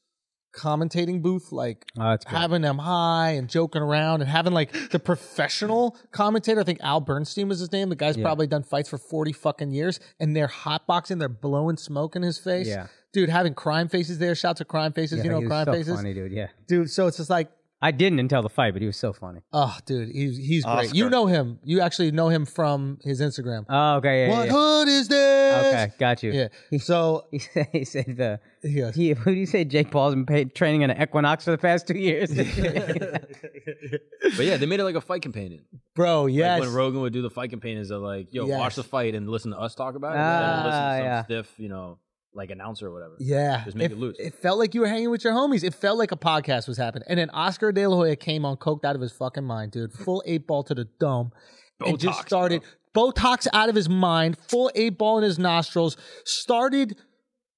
S3: commentating booth, like
S5: Oh, that's good.
S3: having them high and joking around and having like the professional commentator. I think Al Bernstein was his name. The guy's
S5: Yeah.
S3: probably done fights for 40 fucking years and they're hotboxing, they're blowing smoke in his face.
S5: Yeah.
S3: Dude, having crime faces there, shots of crime faces,
S5: Yeah,
S3: you know,
S5: he was
S3: crime
S5: so
S3: faces.
S5: funny, dude. Yeah,
S3: Dude, so it's just like,
S5: I didn't until the fight, but he was so funny.
S3: oh, dude, he's, he's great.
S9: Oscar.
S3: You know him. You actually know him from his Instagram.
S5: Oh, okay, yeah,
S3: what
S5: yeah,
S3: hood is
S5: yeah.
S3: this?
S5: Okay, got you.
S3: Yeah. So,
S5: He said, he said the
S3: yeah.
S5: he who do you say Jake Paul's been paid, training in an Equinox for the past two years?
S4: But yeah, they made it like a fight companion.
S3: bro,
S4: Like
S3: yes.
S4: when Rogan would do the fight companions, they're like, "Yo,
S3: Yes.
S4: watch the fight and listen to us talk about it."
S5: Ah,
S4: and listen to some
S5: yeah.
S4: stiff, you know, like announcer or whatever.
S3: Yeah.
S4: Just make
S3: it,
S4: it loose.
S3: It felt like you were hanging with your homies. It felt like a podcast was happening. And then Oscar De La Hoya came on coked out of his fucking mind, dude. Full eight ball to the dome. and just
S4: Botox,
S3: started Botox out of his mind, full eight ball in his nostrils, started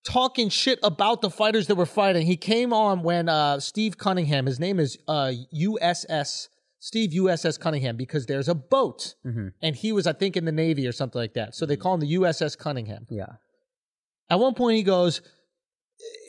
S3: talking shit about the fighters that were fighting. He came on when uh, Steve Cunningham, his name is uh, USS, Steve USS Cunningham, because there's a boat.
S4: Mm-hmm.
S3: And he was, I think, in the Navy or something like that. So they call him the USS Cunningham.
S5: yeah,
S3: At one point, he goes,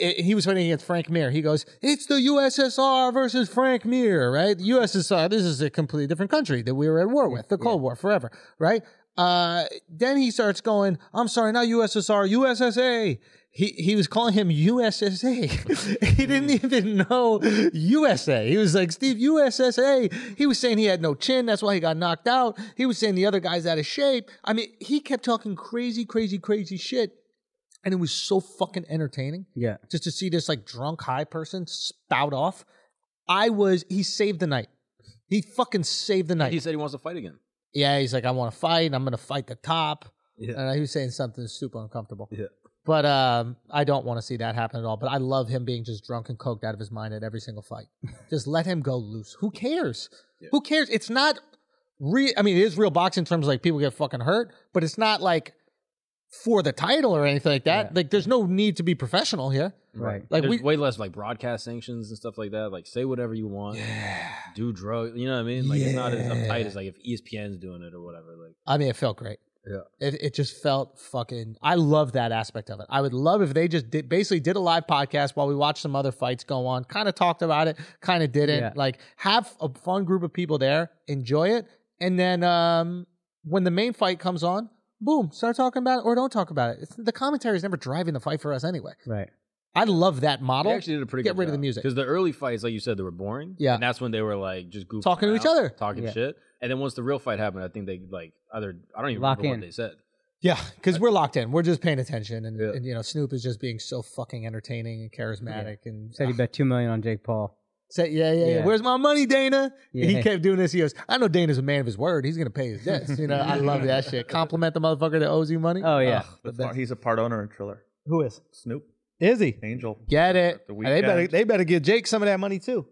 S3: i- he was fighting against Frank Mir. He goes, it's the USSR versus Frank Mir, right? The USSR, this is a completely different country that we were at war with, the Cold War forever, right? Uh, then he starts going, I'm sorry, not USSR, USSA. He, he was calling him USSA. he didn't even know USA. He was like, Steve, USSA. He was saying he had no chin. That's why he got knocked out. He was saying the other guy's out of shape. I mean, he kept talking crazy, crazy, crazy shit and it was so fucking entertaining
S5: yeah.
S3: just to see this like drunk high person spout off. I was he saved the night. He fucking saved the night.
S4: He said he wants to fight again.
S3: yeah, he's like, I want to fight. and I'm gonna fight the top.
S4: Yeah.
S3: And he was saying something super uncomfortable.
S4: Yeah.
S3: But um, I don't want to see that happen at all. But I love him being just drunk and coked out of his mind at every single fight. just let him go loose. Who cares? Who cares? It's not real. I mean, it is real boxing in terms of like people get fucking hurt, but it's not like for the title or anything like that. Like, there's no need to be professional here.
S5: Right.
S3: Like
S4: There's
S3: we,
S4: way less like broadcast sanctions and stuff like that. Like say whatever you want, do drug. You know what I mean? Like it's not as uptight as like if E ESPN's doing it or whatever. Like
S3: I mean, it felt great.
S4: Yeah.
S3: It, it just felt fucking. I love that aspect of it. I would love if they just did, basically did a live podcast while we watched some other fights go on, kind of talked about it, kind of didn't.
S5: Yeah.
S3: Like, have a fun group of people there, enjoy it, and then um, when the main fight comes on, boom, start talking about it or don't talk about it. It's, the commentary is never driving the fight for us anyway.
S5: Right.
S3: I love that
S4: They
S3: model.
S4: actually did a pretty
S3: Get
S4: good
S3: rid of the music.
S4: because the early fights, like you said, they were boring.
S3: Yeah.
S4: and that's when they were like just goofing
S3: Talking to
S4: around,
S3: each other.
S4: talking
S5: Yeah.
S4: shit. And then once the real fight happened, I think they like either I don't even
S5: Lock
S4: remember
S5: in.
S4: what they said.
S3: Yeah, because we're locked in. We're just paying attention, and,
S4: Yeah.
S3: and you know Snoop is just being so fucking entertaining and charismatic. And
S5: Said he bet two million on Jake Paul.
S3: Said, yeah, yeah, yeah,
S5: Yeah.
S3: Where's my money, Dana? And
S5: Yeah.
S3: He kept doing this. He goes, I know Dana's a man of his word. He's gonna pay his debts. You know, I love that shit. Compliment the motherfucker that owes you money.
S5: Oh yeah.
S3: Ugh, the
S9: That's why
S3: best.
S9: He's a part owner in Triller.
S3: Who is?
S9: Snoop,
S11: Is he?
S9: Angel.
S3: Get it?
S9: The
S3: And they better
S9: weekend.
S3: they better give Jake some of that money too.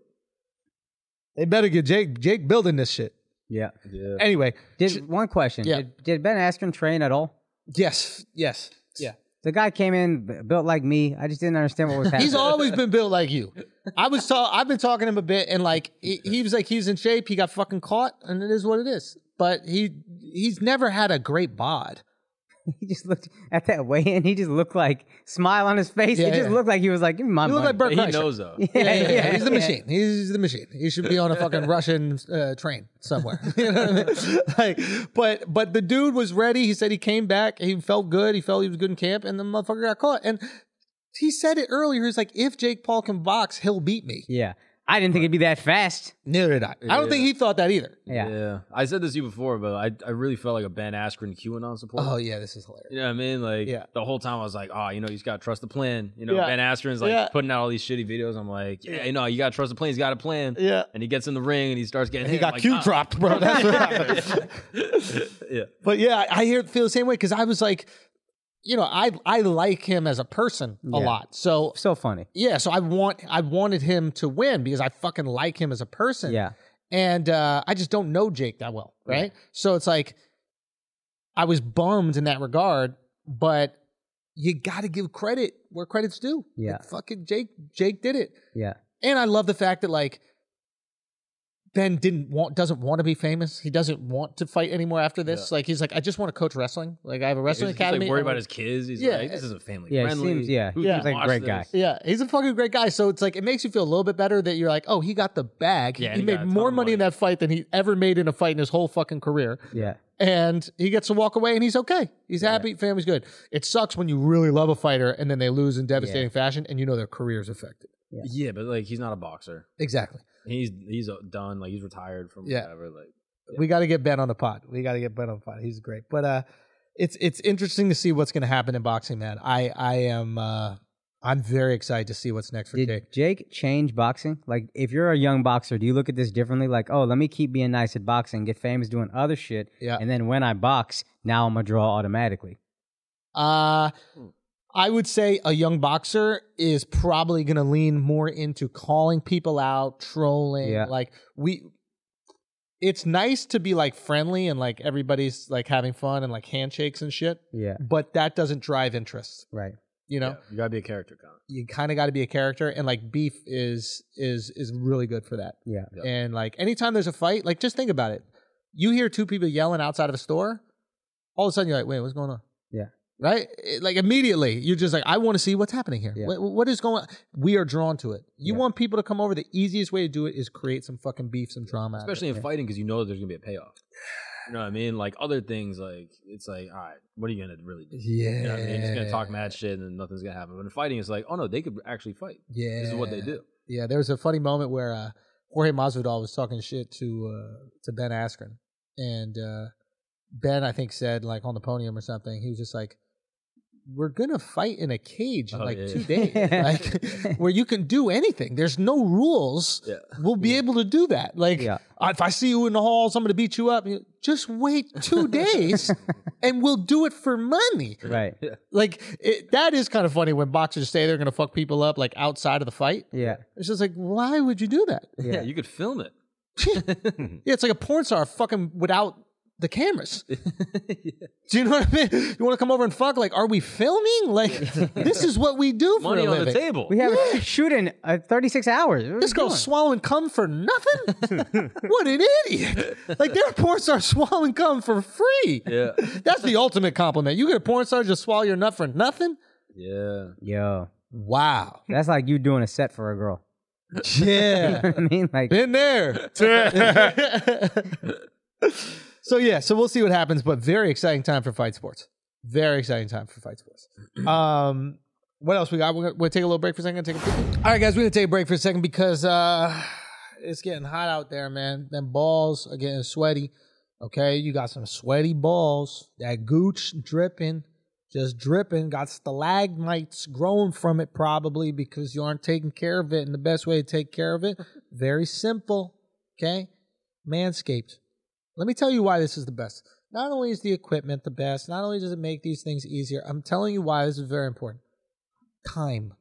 S3: They better get Jake Jake building this shit.
S5: yeah.
S4: Yeah,
S3: Anyway,
S5: Did one question?
S3: Yeah.
S5: Did, did Ben Askren train at all?
S3: yes, yes, yeah.
S5: The guy came in b- built like me. I just didn't understand what was happening.
S3: He's always been built like you. I was ta- I've been talking to him a bit, and like he, he was like he's in shape. He got fucking caught, and it is what it is. But he he's never had a great bod.
S5: he just looked at that weigh-in. He just looked like smile on his face.
S3: Yeah,
S5: it just
S3: yeah.
S5: looked like he was like, "Give me my
S3: You look
S5: money."
S3: like Bert
S4: he
S3: Kreischer.
S4: knows though.
S5: yeah,
S3: Yeah, yeah, yeah. He's the
S5: yeah.
S3: machine. He's the machine. He should be on a fucking Russian uh, train somewhere. You know what I mean? Like, but but the dude was ready. He said he came back. He felt good. He felt he was good in camp, and the motherfucker got caught. And he said it earlier. He's like, if Jake Paul can box, he'll beat me.
S5: Yeah. I didn't think it'd be that fast.
S3: Neither did I. I don't think he thought that either.
S5: Yeah.
S4: I said this to you before, but I, I really felt like a Ben Askren QAnon supporter.
S3: Oh yeah, this is hilarious.
S4: You know what I mean? Like
S3: Yeah.
S4: the whole time I was like, oh, you know, you just gotta trust the plan. You know,
S3: Yeah.
S4: Ben Askren's like
S3: Yeah.
S4: putting out all these shitty videos. I'm like, yeah, you know, you gotta trust the plan. He's got a plan.
S3: Yeah.
S4: And he gets in the ring and he starts getting.
S3: He
S4: hit. I'm
S3: got
S4: like,
S3: Q
S4: "Ah."
S3: dropped, bro. That's what happened.
S4: yeah.
S3: But yeah, I I hear feel the same way because I was like, you know, I I like him as a person a
S5: Yeah.
S3: lot. So
S5: So funny.
S3: yeah, so I want I wanted him to win because I fucking like him as a person.
S5: Yeah.
S3: And uh, I just don't know Jake that well, right? So it's like I was bummed in that regard, but you got to give credit where credit's due.
S5: Yeah.
S3: Like, fucking Jake Jake did it.
S5: Yeah.
S3: And I love the fact that like Ben didn't want doesn't want to be famous. He doesn't want to fight anymore after this. Like he's like, I just want to coach wrestling. Like I have a
S4: He's
S3: wrestling
S4: just,
S3: academy.
S4: like
S3: I
S4: worried about
S3: wanna-
S4: his kids. He's
S3: Yeah.
S4: like, this isn't family
S5: Yeah, he
S4: friendly.
S5: seems- yeah.
S4: Who can
S5: Yeah. He's like a
S4: watch
S5: great
S4: this?
S5: guy.
S3: Yeah, he's a fucking great guy. So it's like it makes you feel a little bit better that you're like, oh, he got the bag.
S4: Yeah,
S3: he
S4: he
S3: made
S4: got a ton
S3: more
S4: of
S3: money in
S4: money.
S3: that fight than he ever made in a fight in his whole fucking career.
S5: Yeah.
S3: And he gets to walk away and he's okay. He's happy, family's good. It sucks when you really love a fighter and then they lose in devastating fashion and you know their career's affected.
S4: Yeah. but like he's not a boxer.
S3: Exactly.
S4: He's he's done. Like he's retired from
S3: Yeah.
S4: whatever. Like
S3: We got to get Ben on the pod. We got to get Ben on the pod. He's great. But uh it's it's interesting to see what's going to happen in boxing, man. I I am uh I'm very excited to see what's next for Jake.
S5: Did Jake change boxing? Like, if you're a young boxer, do you look at this differently? Like, oh, let me keep being nice at boxing, get famous doing other shit,
S3: Yeah.
S5: and then when I box, now I'm a draw automatically.
S3: Uh,
S5: Hmm.
S3: I would say a young boxer is probably going to lean more into calling people out, trolling.
S5: Yeah.
S3: Like we, it's nice to be like friendly and like everybody's like having fun and like handshakes and shit,
S5: Yeah.
S3: but that doesn't drive interest.
S5: Right.
S3: You know,
S4: yeah, you gotta be a character. Con.
S3: you kind of got to be a character, and like beef is is is really good for that.
S5: Yeah.
S4: Yeah.
S3: And like anytime there's a fight, like just think about it. You hear two people yelling outside of a store, all of a sudden you're like, wait, what's going on?
S5: Yeah.
S3: Right? It- like immediately, you're just like, I want to see what's happening here.
S5: Yeah.
S3: What, what is going on? We are drawn to it. You
S5: Yeah.
S3: want people to come over. The easiest way to do it is create some fucking beef, some drama. out of it.
S4: especially in fighting because you know there's gonna be a payoff. You know what I mean? Like other things, like it's like, all right, what are you gonna really do?
S3: Yeah.
S4: You know what I mean? You're just gonna talk mad shit and then nothing's gonna happen. But in fighting, it's like, oh no, they could actually fight.
S3: Yeah.
S4: This is what they do.
S3: Yeah, there was a funny moment where uh, Jorge Masvidal was talking shit to uh, to Ben Askren, and uh, Ben I think said like on the podium or something, he was just like, "We're gonna fight in a cage in
S4: Oh,
S3: like
S4: yeah,
S3: two
S4: yeah.
S3: days, like where you can do anything. There's no rules.
S4: Yeah.
S3: We'll be able to do that. Like
S5: Yeah.
S3: "Uh, if I see you in the halls, I'm gonna beat you up. You- Just wait two days, and we'll do it for money.
S5: Right.
S3: Like it, that is kind of funny when boxers say they're gonna fuck people up like outside of the fight.
S5: Yeah.
S3: It's just like, why would you do that?
S4: Yeah, you could film it. Mm.
S3: Yeah, it's like a porn star fucking without the cameras. Do you know what I mean? You want to come over and fuck? Like, are we filming? Like, this is what we do for
S4: Money
S3: a
S4: on the
S3: living.
S4: table.
S5: We have a shoot in uh, 36 hours. What are
S3: This
S5: we
S3: girl's
S5: doing?
S3: swallowing cum for nothing. what an idiot! Like there are porn stars swallowing cum for free.
S4: Yeah.
S3: That's the ultimate compliment. You get a porn star to just swallow your nut for nothing.
S4: Yeah.
S5: Yo,
S3: Wow.
S5: that's like you doing a set for a girl.
S3: Yeah.
S5: I mean, like,
S3: Been there. so yeah, so we'll see what happens, but very exciting time for fight sports. Very exciting time for fight sports. Um, what else we got? We're gonna, we're gonna take a little break for a second. Take a All right, guys, we're gonna take a break for a second because uh, it's getting hot out there, man. Them balls are getting sweaty. Okay, you got some sweaty balls. That gooch dripping, just dripping. Got stalagmites growing from it probably because you aren't taking care of it. And the best way to take care of it, very simple. Okay, Manscaped. Let me tell you why this is the best. Not only is the equipment the best, not only does it make these things easier, I'm telling you why this is very important. Time.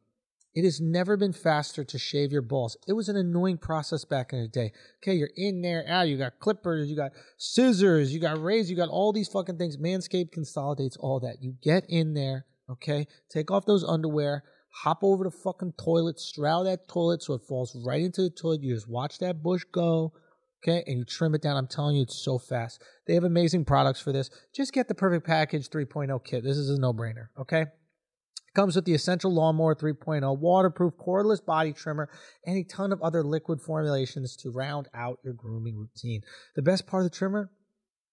S3: It has never been faster to shave your balls. It was an annoying process back in the day. Okay, you're in there, out, you got clippers, you got scissors, you got razors, you got all these fucking things. Manscaped consolidates all that. You get in there, okay, take off those underwear, hop over the fucking toilet, straddle that toilet so it falls right into the toilet. You just watch that bush go okay, and you trim it down. I'm telling you, it's so fast. They have amazing products for this. Just get the Perfect Package 3.0 kit. This is a no brainer, okay? It comes with the Essential Lawnmower 3.0, waterproof cordless body trimmer, and a ton of other liquid formulations to round out your grooming routine. The best part of the trimmer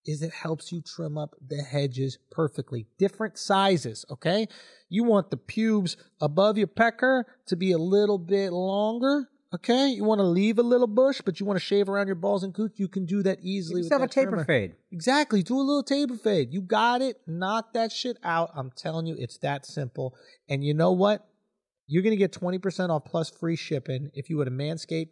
S3: is it helps you trim up the hedges perfectly. Different sizes, okay? You want the pubes above your pecker to be a little bit longer Okay, you want to leave a little bush, but you want to shave around your balls and cooch. You can do that easily.
S5: Just have a
S3: that
S5: taper
S3: trimmer.
S5: fade.
S3: Exactly. Do a little taper fade. You got it. Knock that shit out. I'm telling you, it's that simple. And you know what? You're gonna get 20% off plus free shipping if you go to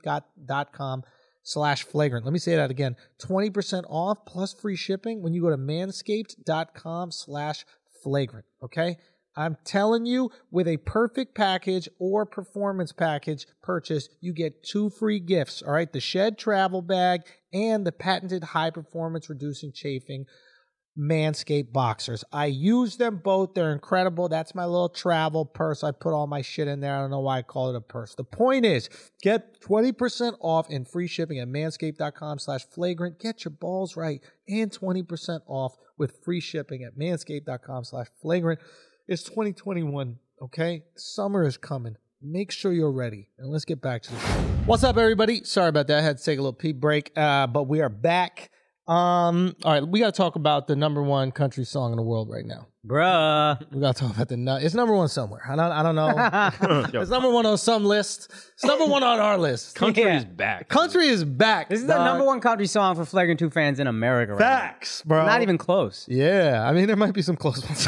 S3: manscaped.com slash flagrant. Let me say that again. 20% off plus free shipping when you go to manscaped.com slash flagrant. Okay? I'm telling you, with a perfect package or performance package purchase, you get two free gifts. All right, the shed travel bag and the patented high performance reducing chafing Manscaped boxers. I use them both. They're incredible. That's my little travel purse. I put all my shit in there. I don't know why I call it a purse. The point is, get 20% off and free shipping at manscaped.com slash flagrant. Get your balls right and 20% off with free shipping at manscaped.com slash flagrant. It's 2021, okay? Summer is coming. Make sure you're ready. And let's get back to the show. What's up, everybody? Sorry about that. I had to take a little pee break, uh, but we are back. Um, all right, we got to talk about the number one country song in the world right now.
S5: Bruh.
S3: We got to talk about the nu- it's number one somewhere. I don't, I don't know. it's number one on some list. It's number one on our list.
S4: Country
S5: Yeah.
S4: is back.
S3: Country is back.
S5: This is the
S3: dog.
S5: number one country song for Flagrant 2 fans in America right now.
S3: Facts, bro.
S5: Not even close.
S3: Yeah, I mean there might be some close ones.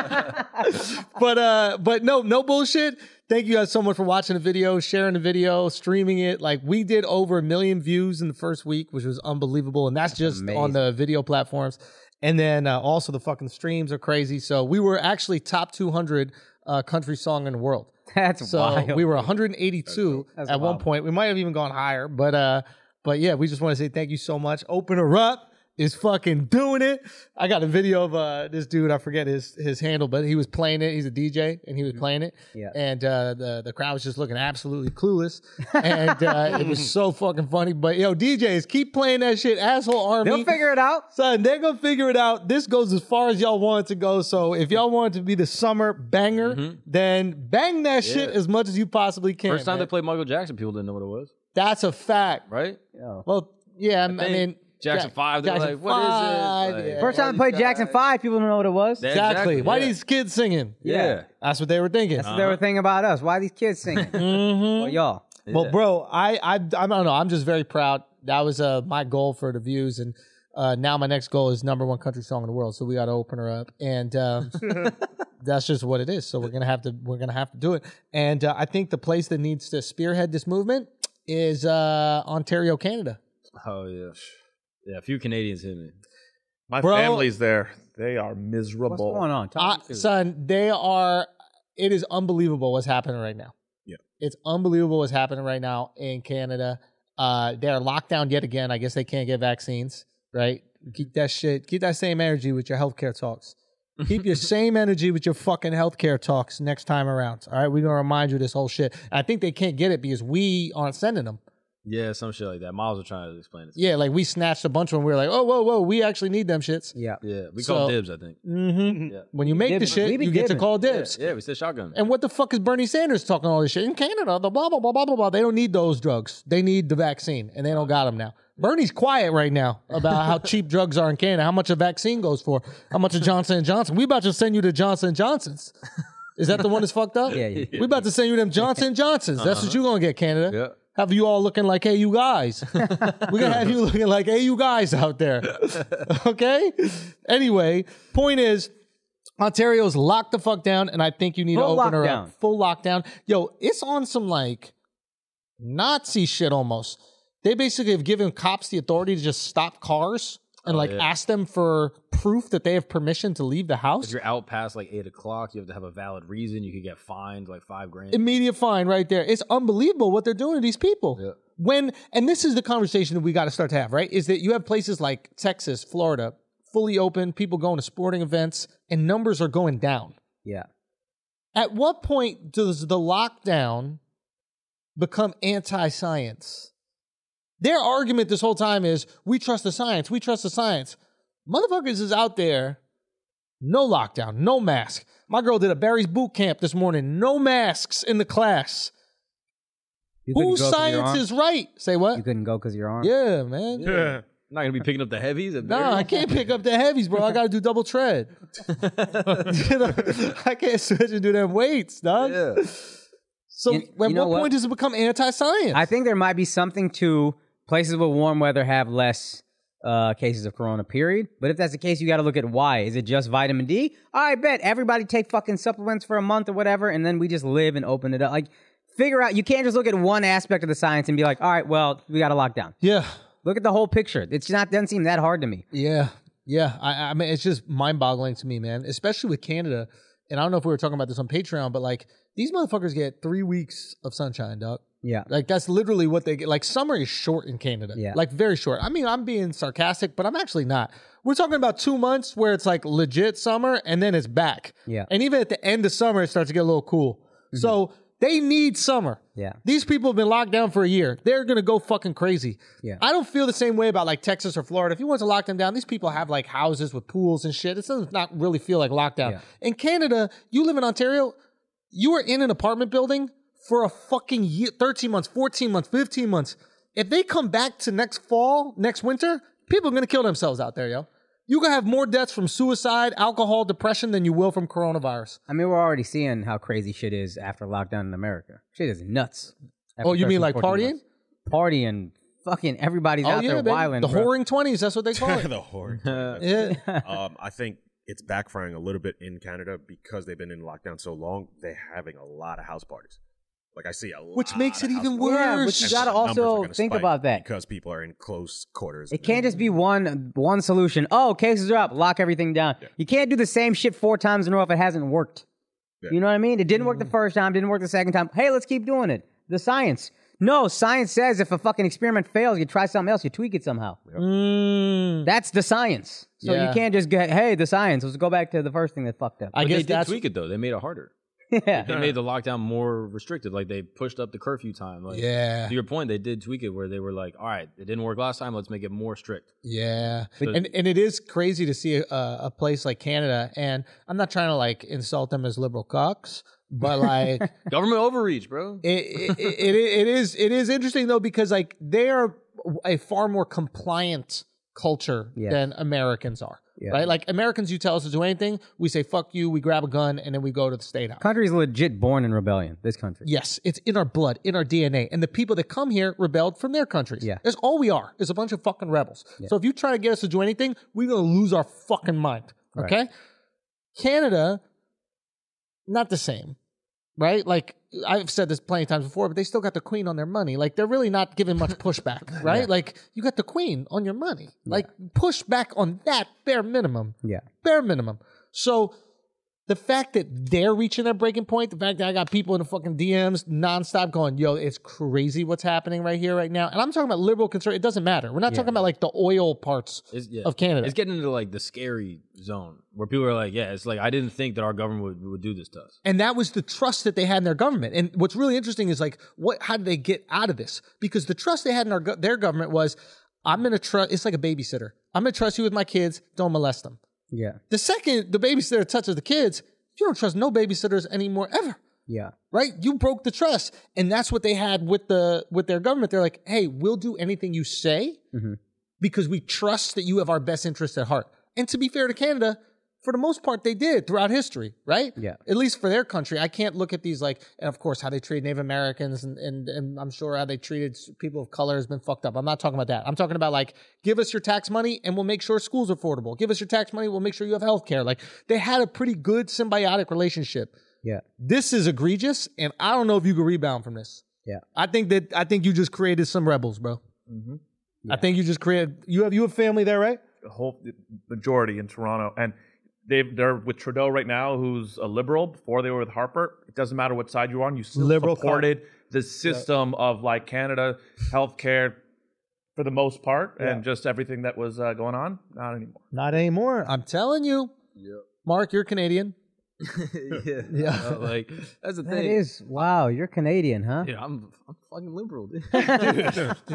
S3: but uh but no no bullshit. Thank you guys so much for watching the video, sharing the video, streaming it. Like we did over a million views in the first week, which was unbelievable and that's, just on the video platforms. And then uh, also the fucking streams are crazy. So we were actually top 200 uh, country song in the world.
S5: That's
S3: So
S5: wild.
S3: we were 182
S5: That's
S3: at one
S5: wild.
S3: point. We might have even gone higher, but uh, but yeah, we just want to say thank you so much. Open her up is fucking doing it. I got a video of uh this dude. I forget his his handle, but he was playing it. He's a DJ and he was playing it.
S5: Mm-hmm. Yeah.
S3: And uh, the the crowd was just looking absolutely clueless, and uh, it was so fucking funny. But yo, DJs, keep playing that shit, asshole army.
S5: They'll figure it out.
S3: Son, they're gonna figure it out. This goes as far as y'all want it to go. So if y'all want it to be the summer banger, then bang that shit as much as you possibly can.
S4: Mm-hmm. First time
S3: man.
S4: they played Michael Jackson, people didn't know what it was,
S3: That's a fact.
S4: right?
S3: Well, yeah, I, m- I
S4: think
S3: mean
S4: Jackson
S3: Jack-
S4: Five, they're
S3: Jackson
S4: like, what is it?
S3: Five,
S4: Like-
S3: yeah.
S5: First time I played Jackson 5, people don't know what it was.
S4: That-
S3: Exactly. Why
S4: yeah.
S3: these kids singing?
S4: Yeah.
S3: That's what they were thinking.
S5: That's what they were thinking about us. Why these kids singing? Well, y'all.
S3: Well, bro, I, I I don't know. I'm just very proud. That was uh, my goal for the views, and uh, now my next goal is number one country song in the world. So we got to open her up, and um, that's just what it is. So we're gonna have to we're gonna have to do it. And uh, I think the place that needs to spearhead this movement is uh, Ontario, Canada.
S4: Oh yeah. Yeah, a few Canadians hit me.
S9: My
S3: Bro.
S9: family's there. They are
S5: What's
S9: miserable.
S5: going on?
S3: Uh,
S5: Talk me through it.
S3: son, they are. It is unbelievable what's happening right now.
S7: Yeah.
S3: it's unbelievable what's happening right now in Canada. Uh, they are locked down yet again. I guess they can't get vaccines. Right? Keep that shit. Keep that same energy with your healthcare talks. Keep your same energy with your fucking healthcare talks next time around. All right, we're gonna remind you of this whole shit. I think they can't get it because we aren't sending them.
S4: Yeah, some shit like that. Miles was trying to explain it.
S3: Yeah, like we snatched a bunch when we were like, oh, whoa, whoa, we actually need them shits.
S5: Yeah.
S4: Yeah, we
S3: So-
S4: call dibs, I think.
S3: Mm-hmm.
S4: Yeah.
S3: When you make the
S5: Dibbing. We
S3: shit,
S5: be
S3: you get to
S5: dibbing.
S3: call dibs.
S4: Yeah, yeah, we said shotgun.
S3: And what the fuck is Bernie Sanders talking all this shit? In Canada, the blah, blah, blah, blah, blah, blah. They don't need those drugs. They need the vaccine, and they don't got them now. Bernie's quiet right now about how cheap drugs are in Canada, how much a vaccine goes for, how much a Johnson & Johnson. We about to send you to Johnson & Johnson's. Is that the one that's fucked up?
S5: Yeah, yeah.
S3: We about to send you them Johnson & Johnson's. That's what you're going to get, Canada.
S4: Yeah.
S3: Have you all looking like, hey, you guys. We're going to have you looking like, hey, you guys out there. Okay? Anyway, point is, Ontario's locked the fuck down, and I think you need
S5: Full
S3: to open her
S5: lockdown.
S3: up. Full lockdown. Yo, it's on some like Nazi shit almost. They basically have given cops the authority to just stop cars and like
S4: Oh, yeah.
S3: ask them for proof that they have permission to leave the
S4: If
S3: house.
S4: you're out past like eight o'clock, you have to have a valid reason. You could get fined like five grand.
S3: Immediate fine right there. It's unbelievable what they're doing to these people.
S4: Yeah.
S3: When and this is the conversation that we got to start to have, right? Is that you have places like Texas, Florida, fully open, people going to sporting events, and numbers are going down.
S5: Yeah.
S3: At what point does the lockdown become anti science? Their argument this whole time is we trust the science, we trust the science. Motherfuckers is out there, no lockdown, no mask. My girl did a Barry's boot camp this morning, no masks in the class.
S5: You couldn't
S3: Whose
S5: go 'cause of your
S3: science
S5: arm?
S3: is right? Say what?
S5: You couldn't go because of your arm.
S3: Yeah, man.
S4: Yeah. I'm not gonna be picking up the heavies. at
S3: No, I
S4: Barry's.
S3: can't pick up the heavies, bro. I got to do double tread. You know, I can't switch and do them weights, dog.
S4: Yeah.
S3: So,
S5: You-
S3: at
S5: you know
S3: what,
S5: what?
S3: point does it become anti-science?
S5: I think there might be something to places with warm weather have less uh, cases of corona, period. But if that's the case, you got to look at why. Is it just vitamin D? I bet everybody take fucking supplements for a month or whatever, and then we just live and open it up. Like, figure out, you can't just look at one aspect of the science and be like, all right, well, we got to lock down.
S3: yeah,
S5: Look at the whole picture. It's not, doesn't seem that hard to me.
S3: yeah, yeah. I, I mean, it's just mind-boggling to me, man. Especially with Canada, and I don't know if we were talking about this on Patreon, but like these motherfuckers get three weeks of sunshine, dog.
S5: Yeah.
S3: Like that's literally what they get. Like summer is short in Canada.
S5: Yeah.
S3: Like very short. I mean, I'm being sarcastic, but I'm actually not. We're talking about two months where it's like legit summer and then it's back.
S5: Yeah. Mm-hmm.
S3: And even at the end of summer, it starts to get a little cool. So they need summer.
S5: Yeah.
S3: These people have been locked down for a year. They're gonna go fucking crazy.
S5: Yeah.
S3: I don't feel the same way about like Texas or Florida. If you want to lock them down, these people have like houses with pools and shit. It doesn't not really feel like lockdown.
S5: Yeah.
S3: In Canada, you live in Ontario, you were in an apartment building for a fucking year 13 months 14 months 15 months if they come back to next fall next winter people are going to kill themselves out there yo you're going to have more deaths from suicide alcohol depression than you will from coronavirus
S5: I mean, we're already seeing how crazy shit is after lockdown in America. Shit is nuts.
S3: oh you mean like
S5: 13,
S3: partying
S5: 14 months. Partying. Fucking everybody's
S3: oh
S5: out
S3: yeah
S5: there
S3: baby.
S5: wilding.
S3: the
S5: bro.
S3: whoring 20s that's what they call it
S7: the horror.
S3: yeah
S7: um, I think it's backfiring a little bit in Canada because they've been in lockdown so long. They're having a lot of house parties. Like I see a
S3: which
S7: lot
S3: makes
S7: of
S3: it
S7: house
S3: even
S7: parties.
S3: worse
S5: Yeah, but you
S7: And
S5: gotta
S7: the numbers are
S5: also
S7: gonna
S5: think
S7: spike
S5: about that.
S7: because people are in close quarters.
S5: It can't just be one one solution. Oh, cases are up, lock everything down. You can't do the same shit four times in a row if it hasn't worked.
S7: Yeah.
S5: You know what I mean? It didn't work the
S3: Mm-hmm.
S5: first time, didn't work the second time. Hey, let's keep doing it. The science. No, science says if a fucking experiment fails, you try something else, you tweak it somehow. That's the science. So
S3: Yeah.
S5: you can't just get, hey, the science. Let's go back to the first thing that fucked up.
S3: i
S4: But
S3: guess
S4: they did
S3: that's
S4: tweak it though. They made it harder.
S5: yeah.
S4: They made the lockdown more restricted. Like they pushed up the curfew time. Like,
S3: yeah
S4: To your point, they did tweak it where they were like, "All right, it didn't work last time. Let's make it more strict."
S3: Yeah, and and it is crazy to see a, a place like Canada. And I'm not trying to like insult them as liberal cocks, but like it,
S4: Government overreach, bro.
S3: it, it it is it is interesting though because like they are a far more compliant culture
S5: Yeah.
S3: than Americans are.
S5: Yeah.
S3: Right, like Americans, you tell us to do anything, we say "fuck you," we grab a gun, and then we go to the state house.
S5: Country's legit born in rebellion, this country.
S3: Yes, it's in our blood, in our DNA. And the people that come here rebelled from their countries.
S5: Yeah.
S3: That's all we are, is a bunch of fucking rebels. So if you try to get us to do anything, we're going to lose our fucking mind. Okay? Canada, not the same, right? Like, I've said this plenty of times before, but they still got the queen on their money. Like, they're really not giving much pushback, right? Like, you got the queen on your money. Like, push back on that bare minimum
S5: Yeah.
S3: bare minimum. So The fact that they're reaching their breaking point, the fact that I got people in the fucking DMs nonstop going, yo, it's crazy what's happening right here, right now. And I'm talking about liberal concern. It doesn't matter. We're not talking about like the oil parts
S4: It's, yeah.
S3: of Canada.
S4: It's getting into like the scary zone where people are like, yeah, it's like I didn't think that our government would, would do this to us.
S3: and that was the trust that they had in their government. And what's really interesting is like, what? How did they get out of this? Because the trust they had in our, go- their government was, I'm gonna trust. It's like a babysitter. I'm gonna trust you with my kids. Don't molest them.
S5: Yeah.
S3: The second the babysitter touches the kids, you don't trust no babysitters anymore ever.
S5: Yeah.
S3: Right? You broke the trust. And that's what they had with the with their government. They're like, hey, we'll do anything you say because we trust that you have our best interest at heart. And to be fair to Canada, for the most part, they did throughout history, right?
S5: Yeah.
S3: At least for their country. I can't look at these like, and of course, how they treat Native Americans and, and, and I'm sure how they treated people of color has been fucked up. I'm not talking about that. I'm talking about like, give us your tax money and we'll make sure school's affordable. Give us your tax money, we'll make sure you have health care. Like, they had a pretty good symbiotic relationship.
S5: Yeah.
S3: This is egregious, and I don't know if you can rebound from this.
S5: Yeah.
S3: I think that I think you just created some rebels, bro. I think you just created you have you have family there, right?
S9: the whole the majority in Toronto, and they they're with Trudeau right now, who's a liberal. Before they were with Harper. It doesn't matter what side you're on. You still
S11: Liberal
S9: supported the system of like Canada healthcare for the most part, and just everything that was uh, going on. Not anymore.
S11: Not anymore.
S3: I'm telling you. Mark, you're Canadian.
S4: yeah. Uh, like that's the
S5: That
S4: thing.
S5: is wow. You're Canadian, huh?
S4: Dude, I'm I'm fucking liberal, dude.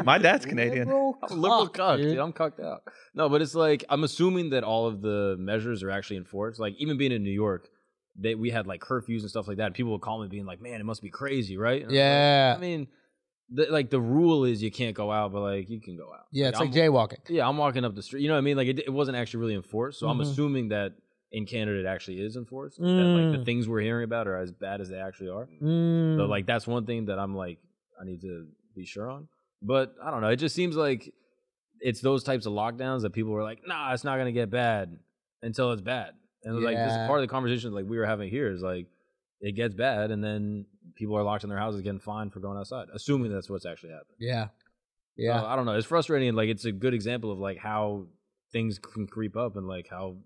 S9: My dad's Canadian.
S4: I'm a liberal
S3: Cuck,
S4: cuck,
S3: dude.
S4: dude. I'm cucked out. No, but it's like I'm assuming that all of the measures are actually enforced. Like even being in New York, they we had like curfews and stuff like that. And people would call me being like, "Man, it must be crazy, right?" And I'm like,
S3: Yeah.
S4: I mean, the, like the rule is you can't go out, but like you can go out.
S3: Yeah, it's like
S4: I'm-
S3: jaywalking.
S4: Yeah, I'm walking up the street. You know what I mean? Like it, it wasn't actually really enforced. So I'm
S3: Mm-hmm.
S4: assuming that in Canada it actually is enforced. That
S3: Mm.
S4: like the things we're hearing about are as bad as they actually are. So like that's one thing that I'm like I need to be sure on. But I don't know. It just seems like it's those types of lockdowns that people were like, nah, it's not gonna get bad until it's bad. And it was like this is
S3: Yeah.
S4: part of the conversation like we were having here is like it gets bad and then people are locked in their houses getting fined for going outside, assuming that's what's actually happening.
S3: Yeah.
S4: So,
S3: Yeah.
S4: I don't know. It's frustrating. and, Like it's a good example of like how things can creep up and like how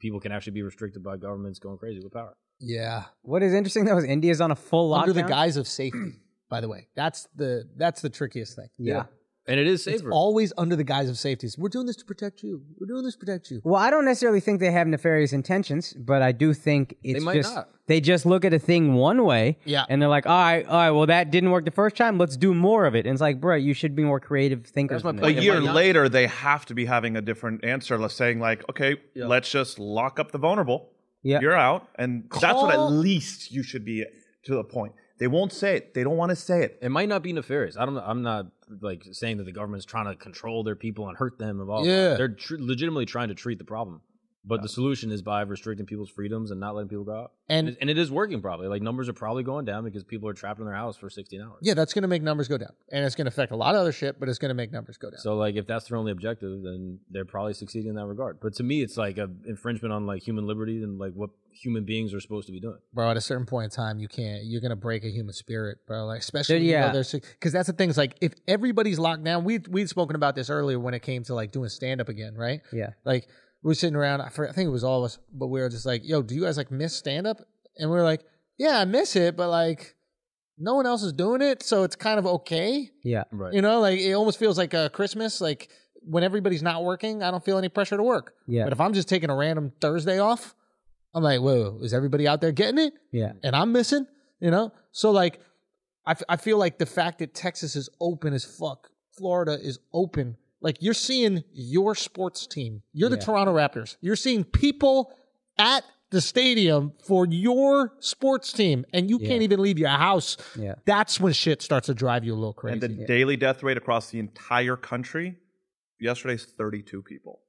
S4: people can actually be restricted by governments going crazy with power.
S3: yeah.
S5: What is interesting though is India's on a full lockdown.
S3: Under the guise of safety, by the way. That's the that's the trickiest thing.
S5: yeah.
S4: And it is
S3: It's
S4: safer.
S3: always under the guise of safety. We're doing this to protect you. We're doing this to protect you.
S5: Well, I don't necessarily think they have nefarious intentions, but I do think it's
S4: might
S5: just
S4: not.
S5: they just look at a thing one way,
S3: Yeah.
S5: and they're like, "All right, all right, well that didn't work the first time. Let's do more of it." And it's like, bro, you should be more creative thinkers.
S4: That's my
S5: than
S9: A
S5: that."
S4: point. It
S9: year
S4: might not-
S9: later, they have to be having a different answer, like saying like, "Okay, let's just lock up the vulnerable.
S5: Yeah.
S9: You're out," and that's what at
S3: Call-
S9: least you should be to the point. They won't say it. They don't want to say it.
S4: it might not be nefarious. I don't. know. I'm not like saying that the government's trying to control their people and hurt them and all.
S3: Yeah.
S4: they're tr- legitimately trying to treat the problem, but the solution is by restricting people's freedoms and not letting people go out.
S3: And-
S4: and it is working probably. Like numbers are probably going down because people are trapped in their house for 16 hours.
S3: Yeah, that's gonna make numbers go down. And it's gonna affect a lot of other shit, but it's gonna make numbers go down.
S4: So like if that's their only objective, then they're probably succeeding in that regard. But to me, it's like a infringement on like human liberty and like what human beings are supposed to be doing.
S3: bro. At a certain point in time, you can't. You're gonna break a human spirit, bro. Like especially,
S5: Dude, yeah.
S3: yeah, because that's the thing. Is like if everybody's locked down, we we'd spoken about this earlier when it came to like doing stand up again, right?
S5: Yeah.
S3: Like we were sitting around. I, forget, I think it was all of us, but we were just like, "Yo, do you guys like miss stand up?" And we were like, "Yeah, I miss it, but like." No one else is doing it, so it's kind of okay.
S5: yeah,
S4: Right.
S3: You know, like it almost feels like uh, Christmas. Like when everybody's not working, I don't feel any pressure to work.
S4: Oh,
S5: Yeah.
S3: But if I'm just taking a random Thursday off, I'm like, whoa, is everybody out there getting it?
S5: yeah,
S3: and I'm missing, you know? So, like, I, f- I feel like the fact that Texas is open as fuck, Florida is open. Like, you're seeing your sports team. You're the
S5: Yeah.
S3: Toronto Raptors. You're seeing people at the stadium for your sports team, and you can't even leave your house.
S5: Yeah.
S3: That's when shit starts to drive you a little crazy.
S9: And the daily death rate across the entire country yesterday's 32 people.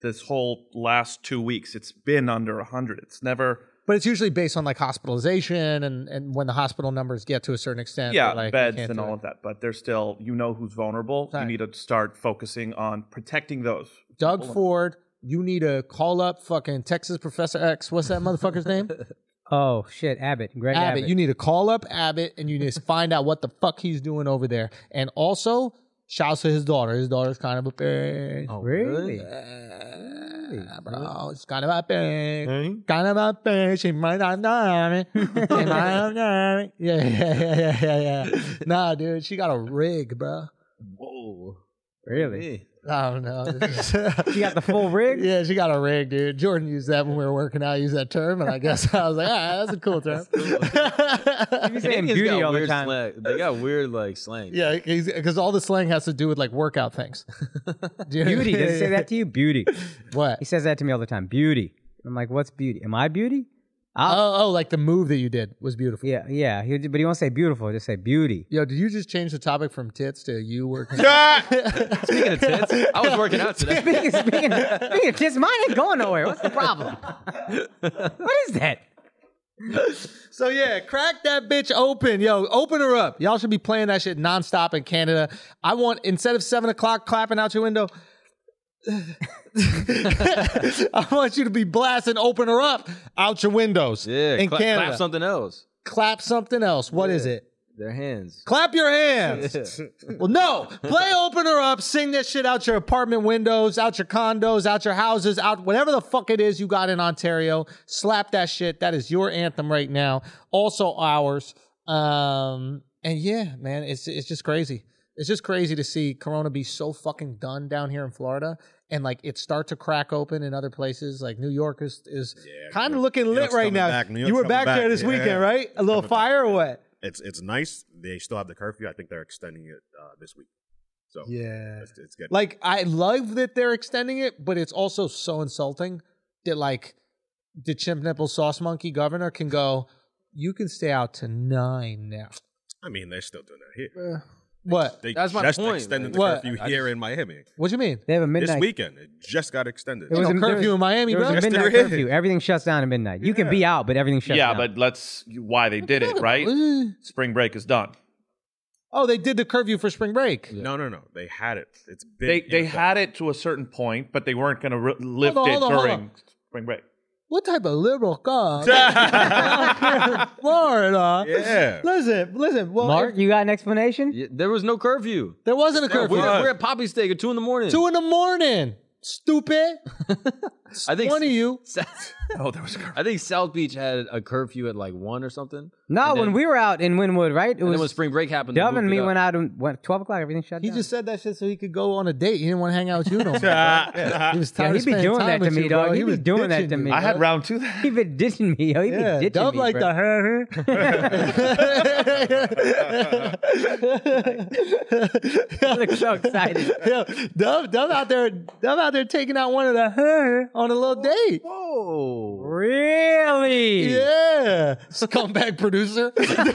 S9: This whole last two weeks, it's been under 100. It's never,
S3: but it's usually based on like hospitalization and, and when the hospital numbers get to a certain extent.
S9: yeah,
S3: they're like, you
S9: beds
S3: can't
S9: and
S3: do
S9: all
S3: it.
S9: of that, but there's still, you know who's vulnerable.
S3: Right.
S9: You need to start focusing on protecting those.
S3: Doug Ford, you need to call up fucking Texas Professor X. What's that motherfucker's name?
S5: Oh shit, Abbott, Greg Abbott.
S3: Abbott. You need to call up Abbott and you need to find out what the fuck he's doing over there. And also, shouts to his daughter. His daughter's kind of a bitch.
S5: really? opportunity.
S3: Bro, it's kind of a thing. Kind of a thing. She might not know me. She might not know me. Yeah, yeah, yeah, yeah, yeah, yeah. Nah, dude, she got a rig, bro.
S4: Whoa.
S5: Really?
S3: I don't know.
S5: She got the full rig?
S3: Yeah, she got a rig, dude. Jordan used that when we were working out. I used that term, and I guess I was like, ah, that's a cool term.
S5: He's saying
S4: Canadians
S5: beauty
S4: got
S5: all the
S4: weird
S5: time.
S4: slang. They got weird like slang.
S3: yeah, because all the slang has to do with like workout things. Do you-
S5: Beauty. Does he say that to you? Beauty.
S3: What?
S5: He says that to me all the time. Beauty. I'm like, what's beauty? Am I beauty?
S3: Oh, oh, like the move that you did was beautiful.
S5: Yeah, yeah. He, but he won't say beautiful. He'll just say beauty.
S3: Yo, did you just change the topic from tits to you working?
S4: Speaking of tits, I was working out today.
S5: speaking, speaking, speaking of tits, mine ain't going nowhere. What's the problem? what is that?
S3: So yeah, crack that bitch open, yo. Open her up. Y'all should be playing that shit nonstop in Canada. I want instead of seven o'clock clapping out your window, I want you to be blasting. Open her up out your windows.
S4: Yeah,
S3: in
S4: cla-
S3: Canada,
S4: clap something else.
S3: Clap something else. What is it?
S4: Their hands.
S3: Clap your hands. Well, no. Play opener up. Sing this shit out your apartment windows, out your condos, out your houses, out whatever the fuck it is you got in Ontario. Slap that shit. That is your anthem right now. Also ours. Um, and yeah, man, it's it's just crazy. It's just crazy to see Corona be so fucking done down here in Florida, and like it start to crack open in other places. Like New York is is kind of looking lit
S7: York's
S3: right
S7: coming
S3: now.
S7: back. New York's
S3: You were
S7: coming
S3: back,
S7: back.
S3: there this
S7: Yeah.
S3: weekend, right? A little
S7: Coming back.
S3: fire or what?
S7: It's it's nice. They still have the curfew. I think they're extending it uh, this week. So
S3: Yeah.
S7: it's, it's good.
S3: Like I love that they're extending it, but it's also so insulting that like the chimp nipple sauce monkey governor can go, you can stay out to nine now.
S7: I mean, they're still doing that here.
S3: What?
S7: They
S4: That's my
S7: just
S4: point.
S7: extended the
S3: What?
S7: curfew
S4: I
S7: here in Miami
S3: What do you mean?
S5: They have a
S7: this
S5: midnight.
S7: weekend. It just got extended.
S5: It was
S3: No
S5: a- there
S3: curfew
S5: was-
S3: in Miami,
S5: There was
S3: bro.
S5: a
S7: Yes,
S5: midnight
S7: there is.
S5: curfew. Everything shuts down at midnight. You can be out, but everything shuts
S9: yeah,
S5: down.
S9: but let's why they did it, right? Spring break is done.
S3: Oh, they did the curfew for spring break.
S7: No, no, no. They had it. It's been
S9: They
S7: in
S9: they
S7: effect.
S9: had it to a certain point, but they weren't going to re- lift
S3: on,
S9: it
S3: hold on, hold
S9: during
S3: on.
S9: spring break.
S3: What type of liberal god down here in Florida?
S7: Yeah.
S3: Listen, listen. Well,
S5: Mark, you got an explanation?
S4: Yeah, there was no curfew.
S3: there wasn't a
S4: We're,
S3: curfew.
S4: we're at Poppy Steak at two in the morning.
S3: Two in the morning. Stupid.
S4: I think
S3: One of you.
S4: oh, there was a curfew. I think South Beach had a curfew at like one or something.
S5: No,
S4: And
S5: when
S4: then-
S5: we were out in Wynwood, right? It
S4: And then when
S5: was
S4: spring break happened, they
S5: Dove and
S4: moved it
S5: me
S4: up.
S5: went out and went twelve o'clock. Everything shut
S3: He
S5: down.
S3: just said that shit so he could go on a date. He didn't want to hang out with you no more. bro. He was tired
S5: yeah,
S3: of
S5: he'd be
S3: spending
S5: doing
S3: time
S5: that to
S3: with
S5: me,
S3: you, bro.
S5: dog.
S3: He
S5: He'd be
S3: was
S5: doing that
S3: ditching
S5: to
S3: you.
S5: me.
S9: I had round two.
S5: He be ditching me. Yo, he
S3: Yeah,
S5: be ditching
S3: dub
S5: me.
S3: like
S5: bro.
S3: the
S5: I look so excited.
S3: Yo, Dub, Dub out there, Dub out there taking out one of the her on a little date.
S4: Whoa.
S5: Really?
S3: Yeah, scumbag producer. fucking
S5: Remember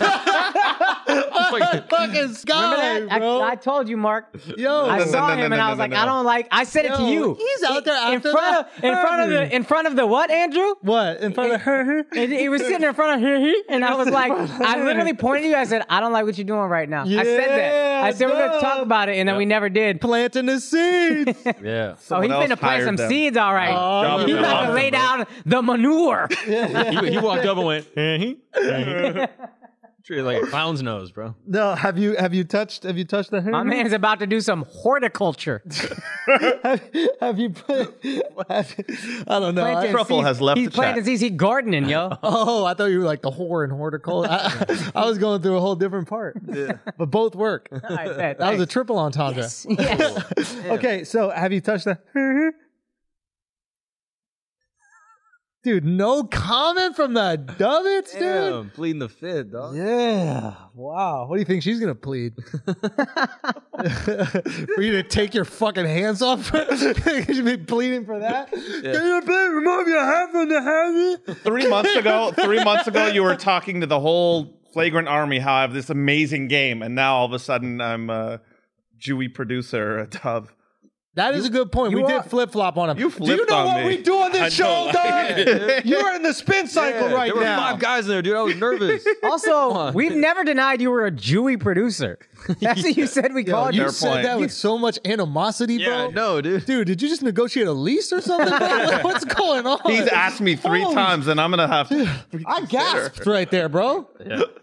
S3: sky,
S5: that?
S3: bro.
S5: I, I told you, Mark.
S3: Yo,
S5: I saw
S9: no, no,
S5: him and
S9: no,
S5: I
S9: no,
S5: was
S9: no,
S5: like,
S9: no.
S5: I don't like. I said it to
S3: Yo,
S5: you.
S3: he's out there
S5: in
S3: after
S5: front of
S3: the
S5: in front of the in front of the what, Andrew?
S3: what in front of her?
S5: And he was sitting in front of her, and I was like, I literally pointed at you. I said, I don't like what you're doing right now. I said that. I said we're gonna
S3: Yeah,
S5: talk
S3: dub.
S5: about it, and then we never did.
S3: Planting the seeds.
S4: Yeah.
S5: Oh, he's
S9: else
S5: gonna plant
S9: hired
S5: some
S9: them.
S5: seeds, all
S3: Oh,
S5: right.
S9: Job
S5: he's
S9: well
S5: about to
S9: done,
S5: lay
S9: bro.
S5: down the manure.
S4: he, he walked up and went, eh-hee, eh-hee." treated like a clown's nose, bro.
S3: no, have you have you touched have you touched the her?
S5: My man's about to do some horticulture.
S9: Uh,
S3: have, have you put? have- I don't know. I-
S5: Planting
S9: Truffle
S5: seeds.
S9: has left
S5: He's
S9: the
S5: planting
S9: chat.
S5: seeds. He's gardening, yo.
S3: oh, I thought you were like the whore and horticulture. I, I was going through a whole different part, but both work. That
S5: I bet.
S3: was a triple entendre.
S5: Yes.
S3: Okay, so have you touched the? Dude, no comment from the Dovitz, dude.
S4: Damn, pleading the fifth, dog.
S3: Yeah. Wow. What do you think she's gonna plead? for you to take your fucking hands off? She'd be pleading for that. Can you please remove your hand from the hand?
S9: Three months ago, three months ago, you were talking to the whole flagrant army how I have this amazing game, and now all of a sudden I'm a Jewy producer at Dove.
S3: That is a good point. We did flip flop on him. do you
S9: you flipped
S3: know
S9: on
S3: what we
S9: me.
S3: do on this
S9: I
S3: show,
S9: know.
S3: dog? You're in the spin cycle
S4: Yeah,
S3: right
S4: there were
S3: now.
S4: five guys in there, dude. I was nervous.
S5: Also, we've never denied you were a Jewy producer. That's what you said we
S3: Yo,
S5: called
S3: you
S5: you.
S9: Fair
S3: said
S9: point.
S3: that with so much animosity,
S4: yeah,
S3: bro.
S4: no, dude.
S3: Dude, did you just negotiate a lease or something? bro? What's going on?
S9: He's asked me three
S3: Holy
S9: times, and I'm gonna have to.
S3: I gasped right there, bro.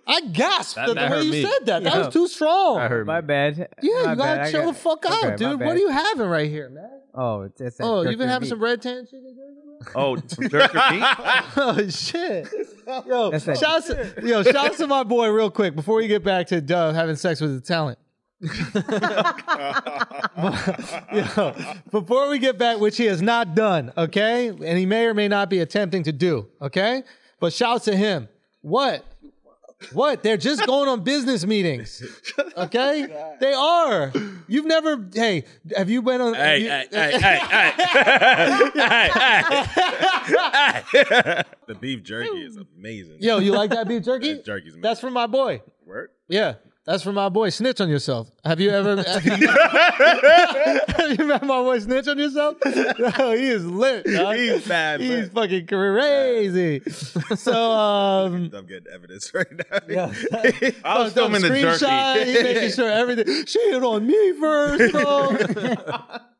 S3: I gasped
S4: That-
S3: at the
S4: that
S3: way
S4: hurt
S3: you
S4: me.
S3: said that. That
S5: Yeah.
S3: was too strong.
S4: I heard
S5: My bad.
S3: Yeah,
S5: My
S3: you
S5: bad.
S3: gotta
S5: I
S3: chill
S5: got-
S3: the fuck
S5: Okay,
S3: out,
S5: my
S3: dude.
S5: bad.
S3: What are you having right right here, man.
S5: Oh, it's, it's that
S3: Oh,
S5: jerk
S3: you've been
S5: your
S3: having
S5: meat.
S3: some red tan chicken jerky?
S9: Oh, jerk your meat?
S3: oh shit! Yo,
S5: That's that-
S3: shouts to, yo, shouts to my boy real quick before we get back to Dove having sex with the talent. Yo, before we get back, which he has not done, okay, and he may or may not be attempting to do, okay. But shouts to him. What? What? They're just going on business meetings, okay? They are. You've never. Hey, have you been on?
S7: Hey,
S3: you-
S7: hey, hey, hey, hey, hey, hey, hey. The beef jerky is amazing.
S3: Yo, you like that beef jerky?
S7: That jerky's amazing.
S3: That's from my boy.
S7: Word?
S3: Yeah, that's for my boy. Snitch on yourself. Have you ever? Have you, have you met my boy? Snitch on yourself? No, he is lit. dog.
S7: He's bad,
S3: He's
S7: man.
S3: fucking crazy. So, um,
S7: I'm getting evidence right now.
S9: I was filming the
S3: screenshot.
S9: jerky.
S3: He's making sure everything. She hit on me first. though.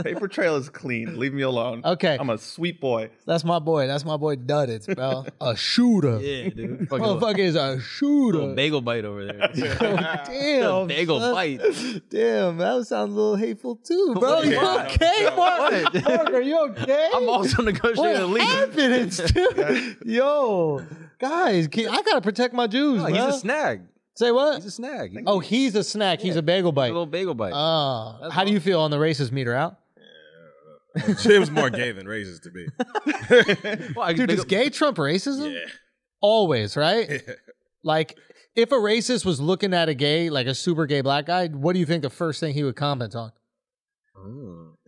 S9: Paper trail is clean. Leave me alone.
S3: Okay.
S9: I'm a sweet boy.
S3: that's my boy. That's my boy. Duddits, bro. A shooter.
S4: Yeah, dude. Fucking little-
S3: Motherfucker is a shooter.
S4: little bagel bite over there.
S3: Damn.
S4: bagel
S3: son.
S4: bite.
S3: Damn, that sounds a little hateful too, bro.
S4: What?
S3: You okay, Mark?
S4: What?
S3: Mark, are you okay?
S4: I'm also negotiating
S3: What
S4: the league.
S3: happened, dude? Yo, guys, can- I gotta protect my Jews.
S4: No, he's
S3: bruh.
S4: a snag.
S3: Say what?
S4: He's a snag. He's
S3: oh, he's a snack. He's a bagel
S4: a
S3: bite.
S4: little bagel bite.
S3: Uh, how do you feel on the racist meter out?
S7: it was more gay than racist to me.
S4: Why,
S3: Dude,
S4: bagel-
S3: is gay Trump racism?
S7: Yeah.
S3: Always, right? like, if a racist was looking at a gay, like a super gay black guy, what do you think the first thing he would comment on?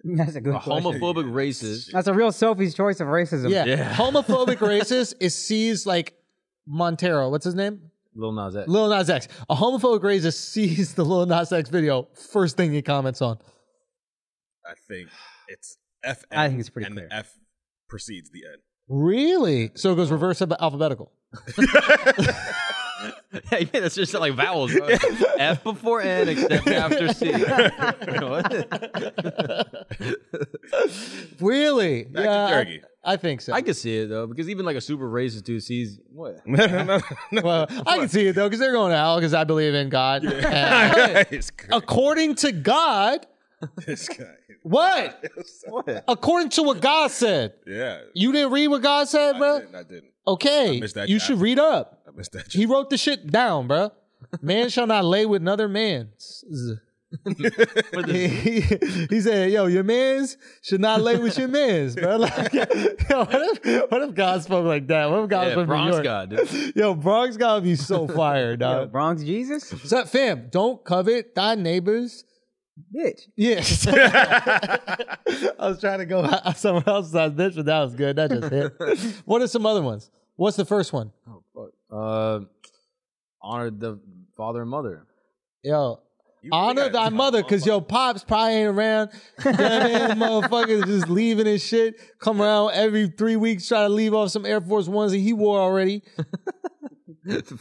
S5: That's a good
S4: a
S5: question.
S4: homophobic racist.
S5: That's a real Sophie's choice of racism.
S3: Yeah.
S4: Yeah.
S3: Homophobic racist is sees like Montero. What's his name?
S4: Lil Nas X.
S3: Lil Nas X. A homophobic racist sees the Lil Nas X video. First thing he comments on.
S7: I think it's F.
S5: I think it's pretty
S7: and
S5: clear.
S7: the F precedes the N.
S3: Really? So it goes reverse alpha- alphabetical.
S4: yeah, that's just like vowels. Bro. F before N, except after C. What?
S3: Really?
S7: Back
S3: yeah.
S7: to jerky.
S3: I, I think so.
S4: I can see it though, because even like a super racist dude sees what?
S3: well, I can see it though, because they're going to hell because I believe in God. And-
S7: this guy,
S3: according to God,
S7: this guy.
S3: what? According to what God said.
S7: Yeah.
S3: You didn't read what God said,
S7: I
S3: bro?
S7: didn't. I didn't.
S3: Okay.
S7: missed that
S3: You
S7: guy.
S3: should read up.
S7: I missed that.
S3: He wrote the shit down, bro. Man shall not lay with another man. he, he- he said, "Yo, your mans should not lay with your mans, bro." Like, yo, what, if, what if God spoke like that? What if God was
S4: Yeah,
S3: from New
S4: Bronx
S3: York?
S4: God, dude.
S3: Yo, Bronx God would be so fire,
S5: Yo,
S3: dog.
S5: Bronx Jesus?
S3: What's up, fam? Don't covet thy neighbor's.
S5: Bitch.
S3: Yes. I was trying to go somewhere else besides bitch, but that was good. That just hit. what are some other ones? What's the first one?
S4: Uh, honor the father and mother.
S3: Yo, honor thy mother, cause yo pops probably ain't around. Goddamn motherfuckers just leaving and shit. Come around every three weeks, try to leave off some Air Force Ones that he wore already.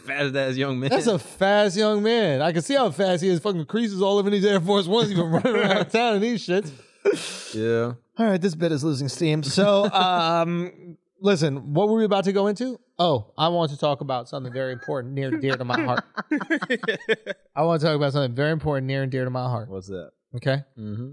S4: Fast ass young man.
S3: That's a fast young man. I can see how fast he is. Fucking creases all over these Air Force Ones. He been running around town in these shits.
S4: yeah.
S3: All right, this bit is losing steam. So, um, listen, what were we about to go into? Oh, I want to talk about something very important, near and dear to my heart. I want to talk about something very important, near and dear to my heart.
S4: What's that?
S3: Okay.
S4: Mm-hmm.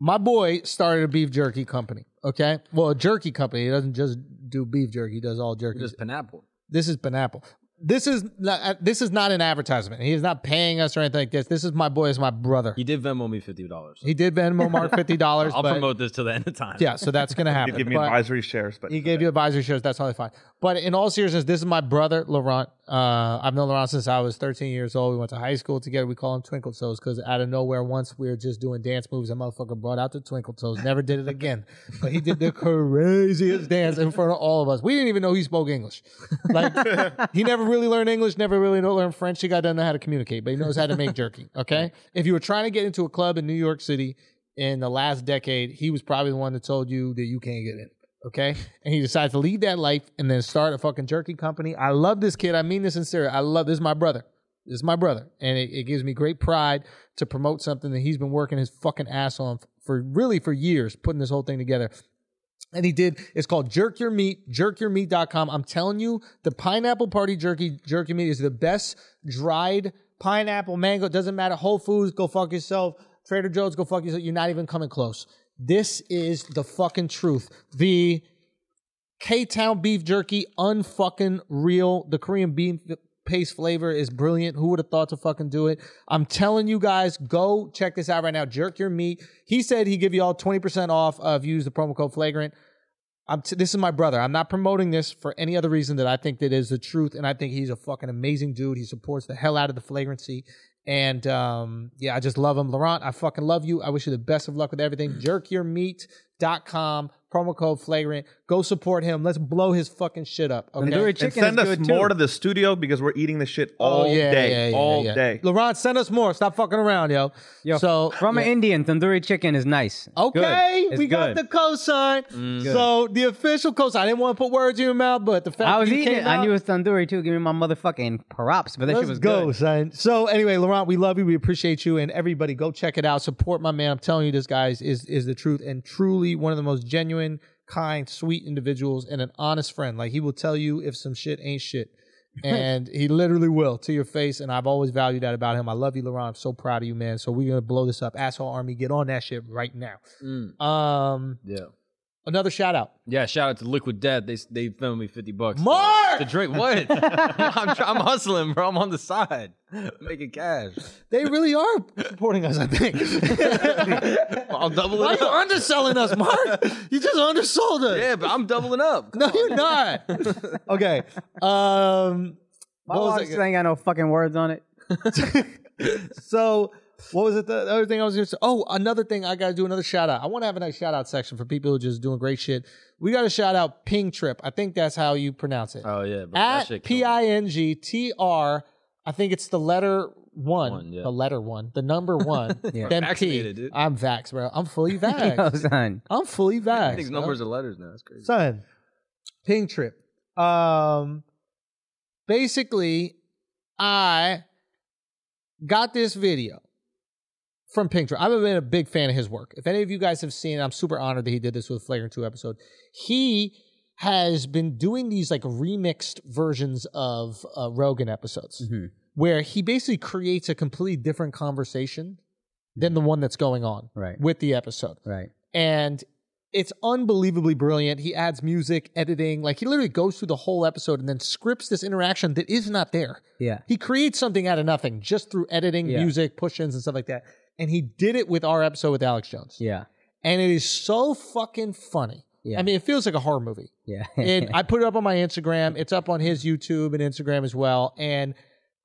S3: my boy started a beef jerky company. Okay, well, a jerky company. He doesn't just do beef jerky; he does all jerky.
S4: Just pineapple.
S3: this is pineapple. This is not, uh, this is not an advertisement. He is not paying us or anything like this. This is my boy. Is my brother.
S4: He did Venmo me fifty dollars.
S3: He did Venmo Mark fifty dollars.
S4: I'll
S3: but
S4: promote this till the end of time.
S3: Yeah, so that's gonna happen.
S9: You give me
S3: But-
S9: advisory shares, but
S3: he gave you advisory shows. That's totally fine. But in all seriousness, this is my brother, Laurent. Uh, I've known Laurent since I was 13 years old. We went to high school together. We call him Twinkle Toes because out of nowhere, once we were just doing dance moves, a motherfucker brought out the Twinkle Toes. Never did it again. But he did the craziest dance in front of all of us. We didn't even know he spoke English. Like, he never really learned English, never really know- learned French. He got doesn't know how to communicate, but he knows how to make jerky. Okay. If you were trying to get into a club in New York City in the last decade, he was probably the one that told you that you can't get in. Okay. And he decided to lead that life and then start a fucking jerky company. I love this kid. I mean this sincerely. I love this is my brother. This is my brother. And it, it gives me great pride to promote something that he's been working his fucking ass on for really for years, putting this whole thing together. And he did. It's called Jerk Your Meat, jerkyourmeat.com. I'm telling you, the pineapple party jerky, jerky meat is the best dried pineapple, mango. It doesn't matter. Whole Foods, go fuck yourself. Trader Joe's, go fuck yourself. You're not even coming close. This is the fucking truth. The K Town beef jerky, unfucking real. The Korean beef paste flavor is brilliant. Who would have thought to fucking do it? I'm telling you guys, go check this out right now. Jerk your meat. He said he'd give you all 20% off uh, if you use the promo code flagrant. I'm t- this is my brother. I'm not promoting this for any other reason that I think that is the truth, and I think he's a fucking amazing dude. He supports the hell out of the flagrancy, and um, yeah, I just love him, Laurent. I fucking love you. I wish you the best of luck with everything. Jerkyourmeat.com promo code flagrant. Go support him. Let's blow his fucking shit up. Okay.
S5: Tandoori
S9: And
S5: chicken
S9: send
S5: is
S9: us
S5: good
S9: more
S5: too.
S9: to the studio because we're eating this shit all
S3: Oh, yeah,
S9: day,
S3: yeah, yeah,
S9: all
S3: yeah.
S9: day.
S3: Laurent, send us more. Stop fucking around, yo.
S5: Yo,
S3: so
S5: from
S3: yeah. Oh,
S5: an Indian, tandoori chicken is nice. It's
S3: Okay,
S5: good. It's
S3: we got
S5: good. Mm,
S3: the cosign. So the official cosign. I didn't want to put words in your mouth, but the fact
S5: I was
S3: that you
S5: eating
S3: came
S5: it. I
S3: out-
S5: knew it was tandoori too. Give me my motherfucking props, but that shit
S3: Let's
S5: was
S3: go,
S5: good.
S3: son. So anyway, Laurent, we love you. We appreciate you, and everybody, go check it out. Support my man. I'm telling you, this guy's is is the truth, and truly one of the most genuine, kind, sweet individuals, and an honest friend. Like he will tell you if some shit ain't shit, and he literally will to your face. And I've always valued that about him. I love you, Laurent. I'm so proud of you, man. So we're gonna blow this up, asshole army. Get on that shit right now.
S5: Mm.
S3: Um,
S4: Yeah.
S3: another shout out.
S4: Yeah, shout out to Liquid Death. They they filmed me fifty bucks.
S3: Mark!
S4: to drink what? I'm, try- I'm hustling, bro. I'm on the side, making cash.
S3: They really are supporting us. I think.
S4: I'll double
S3: Why are
S4: it
S3: you
S4: up.
S3: underselling us, Mark? You just undersold us.
S4: Yeah, but I'm doubling up.
S3: No, you're not. okay. Um,
S5: My
S3: What was
S5: log
S3: it?
S5: still Oh, ain't got no fucking words on it.
S3: so what was it? The other thing I was going to say. Oh, another thing I got to do another shout out. I want to have a nice shout out section for people who are just doing great shit. We got to shout out Ping Trip. I think that's how you pronounce it.
S4: Oh yeah, bro. that
S3: At
S4: shit
S3: P I N G T R. I think it's the letter one,
S4: One, yeah.
S3: the letter one, the number one.
S5: Yeah.
S3: Then P.
S4: Vaccinated, dude.
S3: I'm vax, bro. I'm fully vax.
S5: Yo, son.
S3: I'm fully vax.
S4: I think
S3: bro.
S4: numbers are letters now. That's crazy.
S3: son ping trip um basically i got this video from ping trip i've been a big fan of his work if any of you guys have seen it, i'm super honored that he did this with flagrant 2 episode he has been doing these like remixed versions of uh, rogan episodes
S5: Mhm.
S3: where he basically creates a completely different conversation than the one that's going on
S5: Right.
S3: with the episode
S5: Right.
S3: and it's unbelievably brilliant. He adds music, editing, like he literally goes through the whole episode and then scripts this interaction that is not there.
S5: Yeah.
S3: He creates something out of nothing just through editing,
S5: Yeah.
S3: music, push-ins and stuff like that. And he did it with our episode with Alex Jones.
S5: Yeah.
S3: And it is so fucking funny.
S5: Yeah.
S3: I mean, it feels like a horror movie.
S5: Yeah.
S3: And I put it up on my Instagram. It's up on his YouTube and Instagram as well. And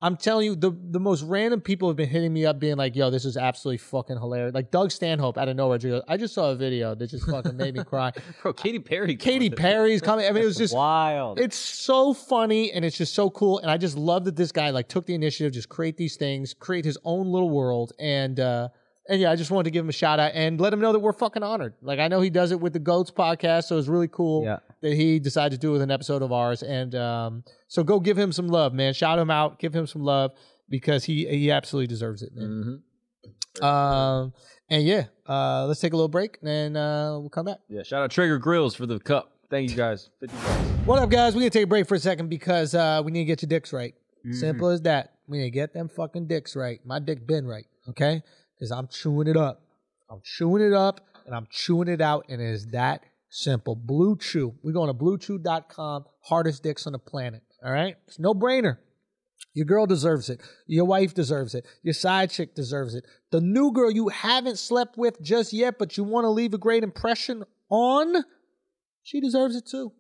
S3: I'm telling you, the the most random people have been hitting me up, being like, "Yo, this is absolutely fucking hilarious." Like Doug Stanhope out of nowhere, just goes, I just saw a video that just fucking made me cry.
S4: Bro, Katy Perry.
S3: Katy Perry's coming. I mean, it was just
S5: Wild.
S3: it's so funny and it's just so cool. And I just love that this guy like took the initiative, just create these things, create his own little world. And uh and yeah, I just wanted to give him a shout out and let him know that we're fucking honored. Like I know he does it with the Goats podcast, so it's really cool
S5: Yeah.
S3: that he decided to do it with an episode of ours. And um so go give him some love, man. Shout him out, give him some love because he he absolutely deserves it, man.
S4: Mm-hmm.
S3: Um and yeah, uh let's take a little break and then uh we'll come back.
S4: Yeah, shout out Trigger Grills for the cup. Thank you guys. Fifty bucks.
S3: What up, guys? We're gonna take a break for a second because uh, we need to get your dicks right. Simple as that. We need to get them fucking dicks right. My dick been right, okay? Because I'm chewing it up. I'm chewing it up and I'm chewing it out, and it is that simple. Blue Chew. We're going to bluechew.com, hardest dicks on the planet. All right? It's no brainer. Your girl deserves it. Your wife deserves it. Your side chick deserves it. The new girl you haven't slept with just yet, but you want to leave a great impression on, she deserves it too.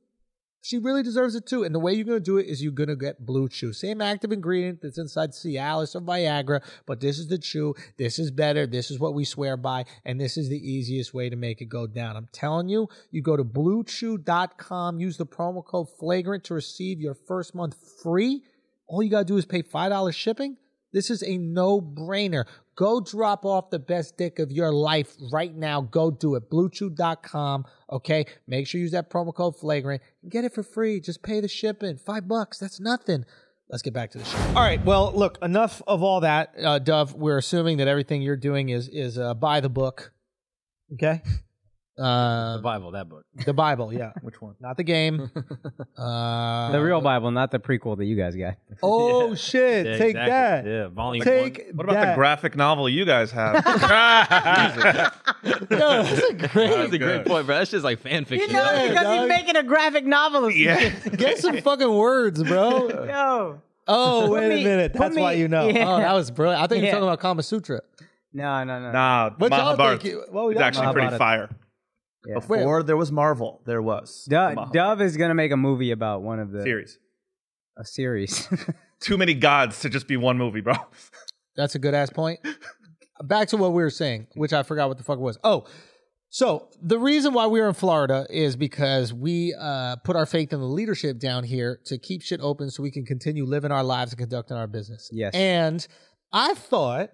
S3: She really deserves it too. And the way you're going to do it is you're going to get Blue Chew. Same active ingredient that's inside Cialis or Viagra, but this is the chew. This is better. This is what we swear by. And this is the easiest way to make it go down. I'm telling you, you go to bluechew.com, use the promo code flagrant to receive your first month free. All you got to do is pay $5 shipping. This is a no brainer. Go drop off the best dick of your life right now. Go do it. Bluechew.com. Okay. Make sure you use that promo code flagrant and get it for free. Just pay the shipping. Five bucks. That's nothing. Let's get back to the show. All right. Well, look, enough of all that, uh, Dove. We're assuming that everything you're doing is is uh, by the book. Okay. uh,
S4: The Bible, that book.
S3: the Bible. Yeah,
S9: Which one?
S3: not the game. Uh,
S5: The real Bible, not the prequel that you guys got.
S11: Oh shit!
S4: Yeah,
S11: Take
S4: exactly.
S11: that.
S4: Yeah, volume
S11: Take
S4: one.
S9: What about
S11: that.
S9: the graphic novel you guys have?
S3: Yo, that's a great.
S4: That's a great point, bro. That's just like fan fiction.
S11: Yeah, because he's dog.
S5: making a graphic novel.
S9: yeah.
S3: Get some fucking words, bro.
S5: No.
S3: Oh
S11: Wait
S3: wait.
S11: a
S5: me-
S11: minute.
S5: put
S11: That's why
S5: me-
S11: you know.
S5: yeah.
S3: Oh, that was brilliant. I think
S5: Yeah.
S3: you're talking about Kama Sutra.
S5: No, no, no.
S9: Nah,
S3: But y'all
S9: Mahabharata.
S3: think you- well, we
S9: it's
S3: don't-
S9: actually pretty
S5: Mahabharata.
S9: fire. Before there was Marvel, there was
S5: Do-
S9: the Mahabharata
S5: Dove is gonna make a movie about one of the
S9: series.
S5: a series.
S9: Too many gods to just be one movie, bro.
S3: That's a good ass point. Back to what we were saying, which I forgot what the fuck it was. Oh, so the reason why we were in Florida is because we uh, put our faith in the leadership down here to keep shit open so we can continue living our lives and conducting our business.
S5: Yes.
S3: And I thought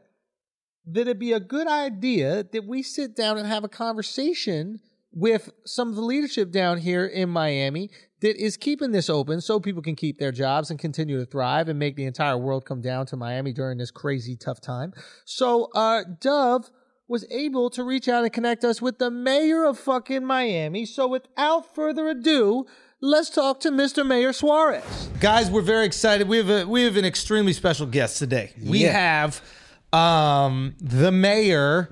S3: that it'd be a good idea that we sit down and have a conversation with some of the leadership down here in Miami that is keeping this open so people can keep their jobs and continue to thrive and make the entire world come down to Miami during this crazy tough time. So, uh, Dove was able to reach out and connect us with the mayor of fucking Miami. So, without further ado, let's talk to Mr. Mayor Suarez.
S12: Guys, we're very excited. We have a, we have an extremely special guest today. We have um, the mayor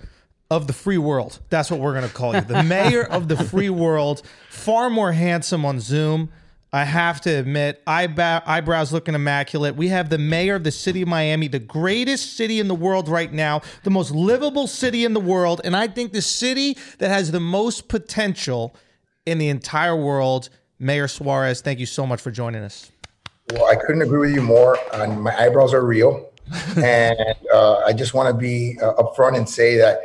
S12: of the free world. That's what we're going to call you. The mayor of the free world, far more handsome on Zoom. I have to admit, eyebrow, eyebrows looking immaculate. We have the mayor of the city of Miami, the greatest city in the world right now, the most livable city in the world, and I think the city that has the most potential in the entire world. Mayor Suarez, thank you so much for joining us.
S1: Well, I couldn't agree with you more. And my eyebrows are real, and uh, I just want to be uh, upfront and say that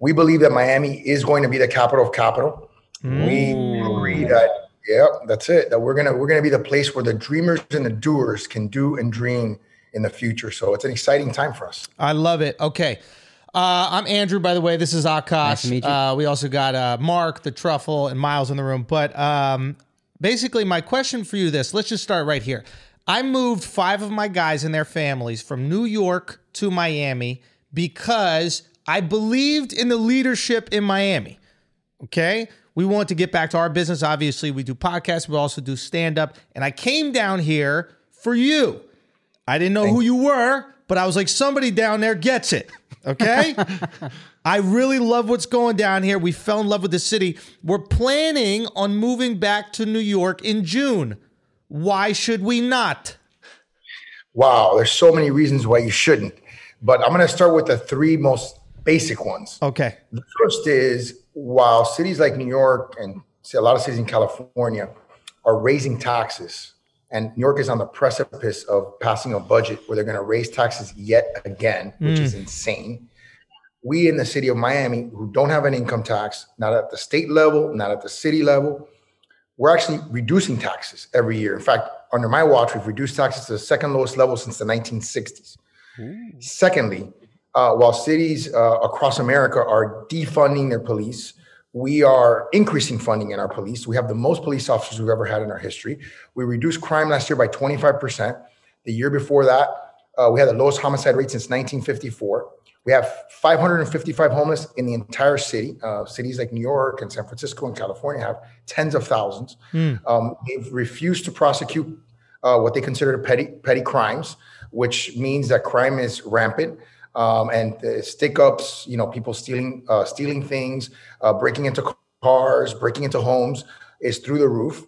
S1: we believe that Miami is going to be the capital of capital. We agree that. Yep, that's it. That we're gonna we're gonna be the place where the dreamers and the doers can do and dream in the future. So it's an exciting time for us.
S12: I love it. Okay. Uh, I'm Andrew, by the way. This is Akash.
S5: to meet you.
S12: Uh, we also got uh, Mark, the truffle, and Miles in the room. But um, basically, my question for you this let's just start right here. I moved five of my guys and their families from New York to Miami because I believed in the leadership in Miami. Okay. We want to get back to our business. Obviously, we do podcasts, we also do stand up. And I came down here for you. I didn't know who you were, but I was like, somebody down there gets it. Okay. I really love what's going down here. We fell in love with the city. We're planning on moving back to New York in June. Why should we not?
S1: Wow, there's so many reasons why you shouldn't. But I'm gonna start with the three most basic ones.
S12: Okay.
S1: The first is while cities like New York and say a lot of cities in California are raising taxes, and New York is on the precipice of passing a budget where they're going to raise taxes yet again, which is insane. We in the city of Miami, who don't have an income tax, not at the state level, not at the city level, we're actually reducing taxes every year. In fact, under my watch, we've reduced taxes to the second lowest level since the 1960s. Secondly, uh, while cities uh, across America are defunding their police, we are increasing funding in our police. We have the most police officers we've ever had in our history. We reduced crime last year by 25%. The year before that, uh, we had the lowest homicide rate since 1954. We have 555 homeless in the entire city. Uh, cities like New York and San Francisco and California have tens of thousands. Um, they've refused to prosecute uh, what they consider petty petty crimes, which means that crime is rampant. Um, and the stick-ups, you know, people stealing uh, stealing things, uh, breaking into cars, breaking into homes is through the roof.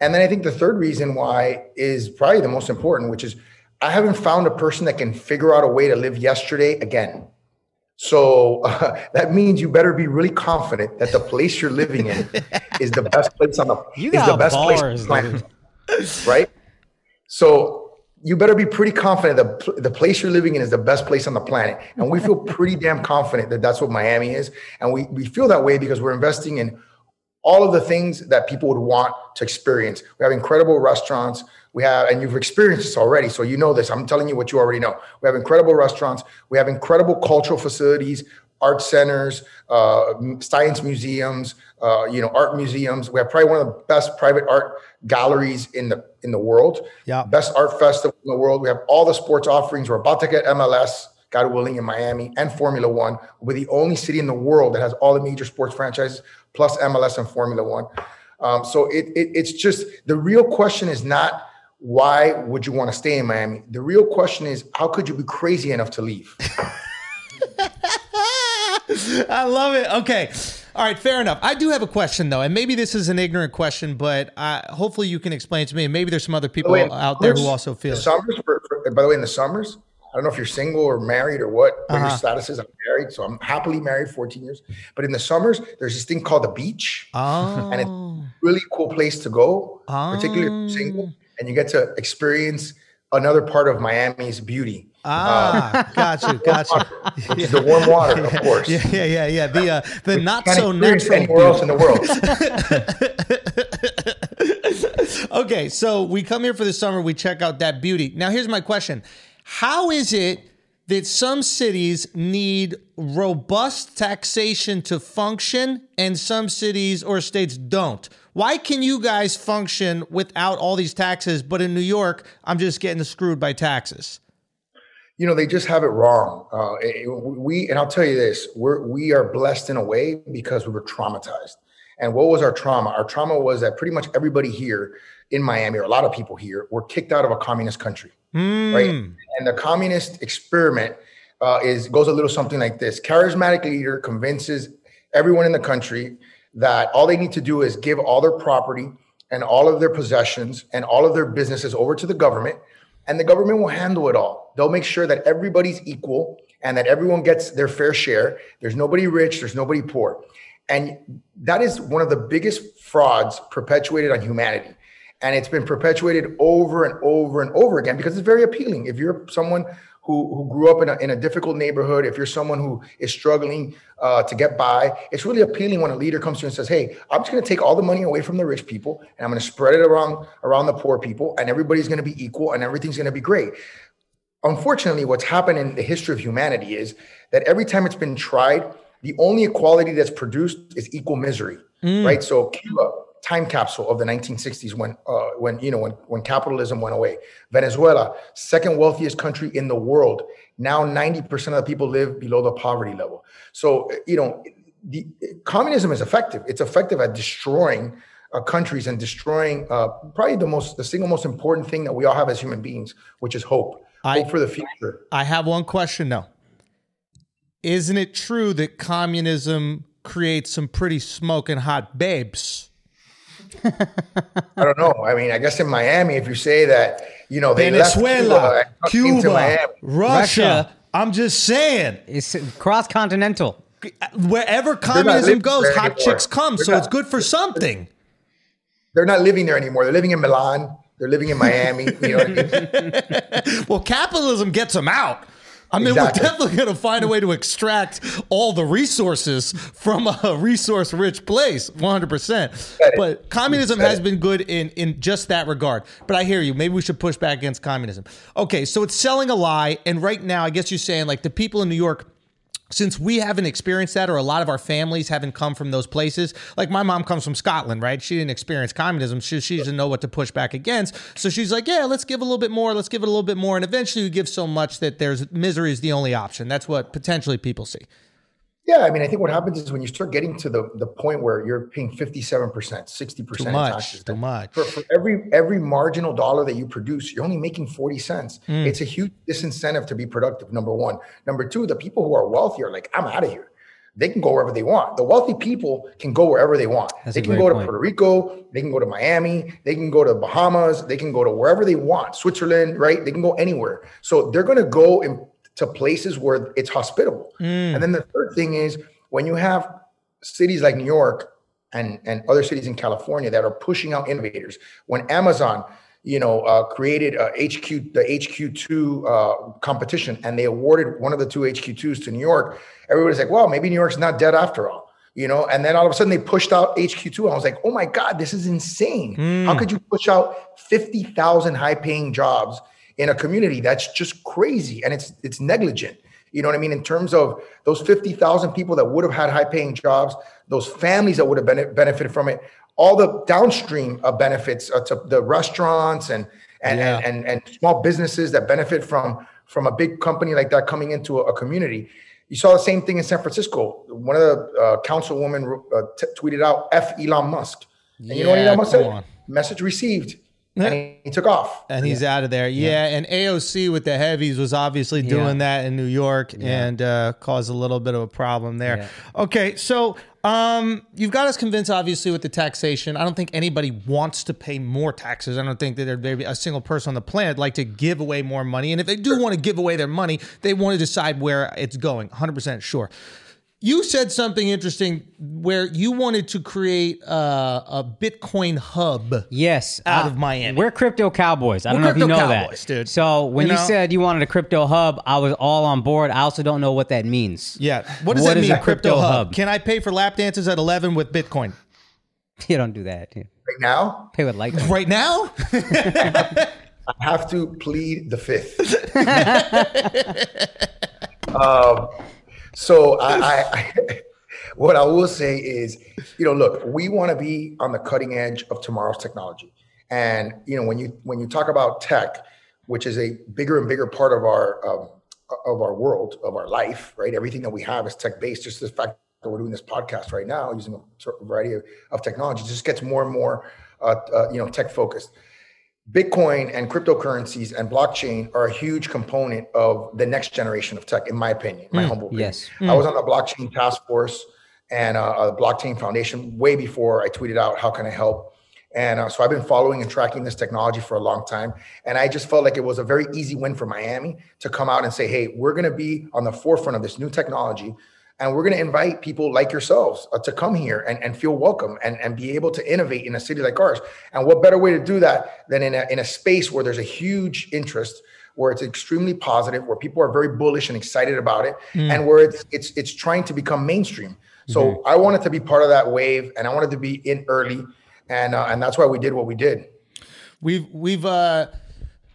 S1: And then I think the third reason why is probably the most important, which is I haven't found a person that can figure out a way to live yesterday again. So that means you better be really confident that the place you're living in is the best place on the
S5: You
S1: is the
S5: got
S1: best
S5: bars,
S1: place on the planet right? So you better be pretty confident that pl- the place you're living in is the best place on the planet. And we feel pretty damn confident that that's what Miami is. And we, we feel that way because we're investing in all of the things that people would want to experience. We have incredible restaurants. We have, and you've experienced this already, so you know this. I'm telling you what you already know. We have incredible restaurants. We have incredible cultural facilities, art centers, uh, m- science museums, uh, you know, art museums. We have probably one of the best private art galleries in the in the world.
S12: Yeah.
S1: best art festival in the world. We have all the sports offerings. We're about to get MLS God willing, in Miami and Formula One. We're the only city in the world that has all the major sports franchises plus MLS and Formula One. Um, so it, it it's just the real question is not why would you want to stay in Miami. The real question is how could you be crazy enough to leave.
S3: I love it. Okay. All right, fair enough. I do have a question though, and maybe this is an ignorant question, but uh, hopefully you can explain it to me. And maybe there's some other people
S1: By the way,
S3: out there who
S1: summers-
S3: also feel
S1: the
S3: it.
S1: summers. For, for- by the way, in the summers, I don't know if you're single or married or what, what your status is. I'm married, so I'm happily married, 14 years. But in the summers, there's this thing called the beach,
S3: Oh,
S1: and it's a really cool place to go, particularly if you're single,
S3: Ah.
S1: and you get to experience another part of Miami's beauty. Oh.
S3: ah, got you, got you.
S1: Which is the warm water, of course.
S3: Yeah, yeah, yeah, yeah. The uh, the not
S1: Can't
S3: so
S1: experience
S3: natural.
S1: anywhere else in the world.
S3: okay, so we come here for the summer, we check out that beauty. Now, here's my question How is it that some cities need robust taxation to function and some cities or states don't? Why can you guys function without all these taxes, but in New York, I'm just getting screwed by taxes?
S1: you know they just have it wrong uh, it- it- we and i'll tell you this we're we are blessed in a way because we were traumatized and what was our trauma our trauma was that pretty much everybody here in miami or a lot of people here were kicked out of a communist country
S3: Hmm.
S1: right and the communist experiment uh, is goes a little something like this charismatic leader convinces everyone in the country that all they need to do is give all their property and all of their possessions and all of their businesses over to the government and the government will handle it all. They'll make sure that everybody's equal and that everyone gets their fair share. There's nobody rich, there's nobody poor. And that is one of the biggest frauds perpetuated on humanity. And it's been perpetuated over and over and over again because it's very appealing. If you're someone who, who grew up in a, in a difficult neighborhood, if you're someone who is struggling uh, to get by, it's really appealing when a leader comes to you and says, "Hey, I'm just going to take all the money away from the rich people and I'm going to spread it around around the poor people, and everybody's going to be equal and everything's going to be great." Unfortunately, what's happened in the history of humanity is that every time it's been tried, the only equality that's produced is equal misery, right? So Cuba, time capsule of the 1960s when uh, when you know when when capitalism went away. Venezuela, second wealthiest country in the world, now 90% of the people live below the poverty level. So you know, the communism is effective. It's effective at destroying uh, countries and destroying uh, probably the most the single most important thing that we all have as human beings, which is hope. hope for the future.
S3: I have one question though. Isn't it true that communism creates some pretty smoking hot babes?
S1: I don't know. I mean, I guess in Miami, if you say that, you know, they left
S3: Venezuela,
S1: and came to
S3: Cuba,
S1: Miami.
S3: Russia. I'm just saying,
S5: It's cross continental.
S3: wherever communism
S1: living
S3: goes,
S1: there
S3: hot
S1: anymore.
S3: chicks come.
S1: They're
S3: so
S1: not-
S3: it's good for something.
S1: They're not living there anymore. They're living in Milan. They're living in Miami. You know what I mean?
S3: Well, capitalism gets them out. I mean,
S1: Exactly.
S3: we're definitely going to find a way to extract all the resources from a resource rich place, 100%.
S1: Said it.
S3: But communism
S1: You said
S3: has
S1: it.
S3: been good in, in just that regard. But I hear you. Maybe we should push back against communism. Okay, so it's selling a lie. And right now, I guess you're saying like the people in New York, since we haven't experienced that or a lot of our families haven't come from those places like my mom comes from scotland right she didn't experience communism she, she doesn't know what to push back against so she's like yeah let's give a little bit more let's give it a little bit more and eventually we give so much that there's misery is the only option that's what potentially people see
S1: Yeah, I mean, I think what happens is when you start getting to the, the point where you're paying 57%, 60%
S3: too
S1: in
S3: much
S1: taxes,
S3: too much
S1: for, for every every marginal dollar that you produce, you're only making 40 cents.
S5: Hmm.
S1: It's a huge disincentive to be productive, number one. Number two, the people who are wealthy are like, I'm out of here. They can go wherever they want. The wealthy people can go wherever they want. they
S5: a
S1: can
S5: great
S1: go to
S5: point.
S1: Puerto Rico, they can go to Miami, they can go to Bahamas, they can go to wherever they want, Switzerland, right? They can go anywhere. So they're gonna go in, to places where it's hospitable.
S5: Hmm.
S1: And then the third thing is when you have cities like New York and and other cities in California that are pushing out innovators. When Amazon, you know, uh, created uh, HQ the HQ2 uh, competition, and they awarded one of the two HQ2s to New York, everybody's like, "Well, maybe New York's not dead after all." You know, and then all of a sudden they pushed out HQ2. And I was like, oh my God, this is insane. How could you push out 50,000 high paying jobs in a community that's just crazy and it's it's negligent you know what i mean in terms of those 50,000 people that would have had high paying jobs those families that would have bene- benefited from it all the downstream uh, benefits uh, to the restaurants and and, and and and small businesses that benefit from from a big company like that coming into a, a community. You saw the same thing in San Francisco. One of the uh, councilwomen uh, t- tweeted out "F Elon Musk," and you know what
S13: Yeah,
S1: Elon Musk
S13: come
S1: said?
S13: on.
S1: Message received, and he, he took off.
S3: and he's out of there. Yeah. and AOC with the heavies was obviously doing that in New York and uh, caused a little bit of a problem there. Okay, so um, you've got us convinced, obviously, with the taxation. I don't think anybody wants to pay more taxes. I don't think that there'd be a single person on the planet like to give away more money. And if they do want to give away their money, they want to decide where it's going. 100% sure. You said something interesting where you wanted to create uh, a Bitcoin hub.
S5: Yes,
S3: Out
S5: uh,
S3: of Ah, Miami.
S5: We're crypto cowboys. I don't know if you know
S3: crypto cowboys,
S5: that,
S3: dude.
S5: So when
S3: You
S5: you,
S3: know?
S5: said you wanted a crypto hub, I was all on board. I also don't know what that means.
S3: Yeah. What does
S5: What
S3: that
S5: is
S3: mean?
S5: a crypto hub?
S3: Can I pay for lap dances at 11 with Bitcoin?
S5: you don't do that. You
S1: Right now,
S5: Pay with Litecoin.
S3: Right now?
S1: I have to plead the fifth. um, so I, I, I, what I will say is, you know, look, we want to be on the cutting edge of tomorrow's technology, and you know, when you when you talk about tech, which is a bigger and bigger part of our um, of our world of our life, right? Everything that we have is tech based. Just the fact that we're doing this podcast right now using a sort of variety of, of technology just gets more and more, uh, uh, you know, tech focused. Bitcoin and cryptocurrencies and blockchain are a huge component of the next generation of tech, in my opinion, my humble opinion.
S5: yes.
S1: I was on the blockchain task force and uh, uh, blockchain foundation way before I tweeted out, how can I help? And uh, so I've been following and tracking this technology for a long time. And I just felt like it was a very easy win for Miami to come out and say, hey, we're going to be on the forefront of this new technology. And we're going to invite people like yourselves uh, to come here and, and feel welcome and, and be able to innovate in a city like ours. And what better way to do that than in a, in a space where there's a huge interest, where it's extremely positive, where people are very bullish and excited about it, and where it's, it's, it's trying to become mainstream. So I wanted to be part of that wave and I wanted to be in early. And, uh, and that's why we did what we did.
S3: We've we've uh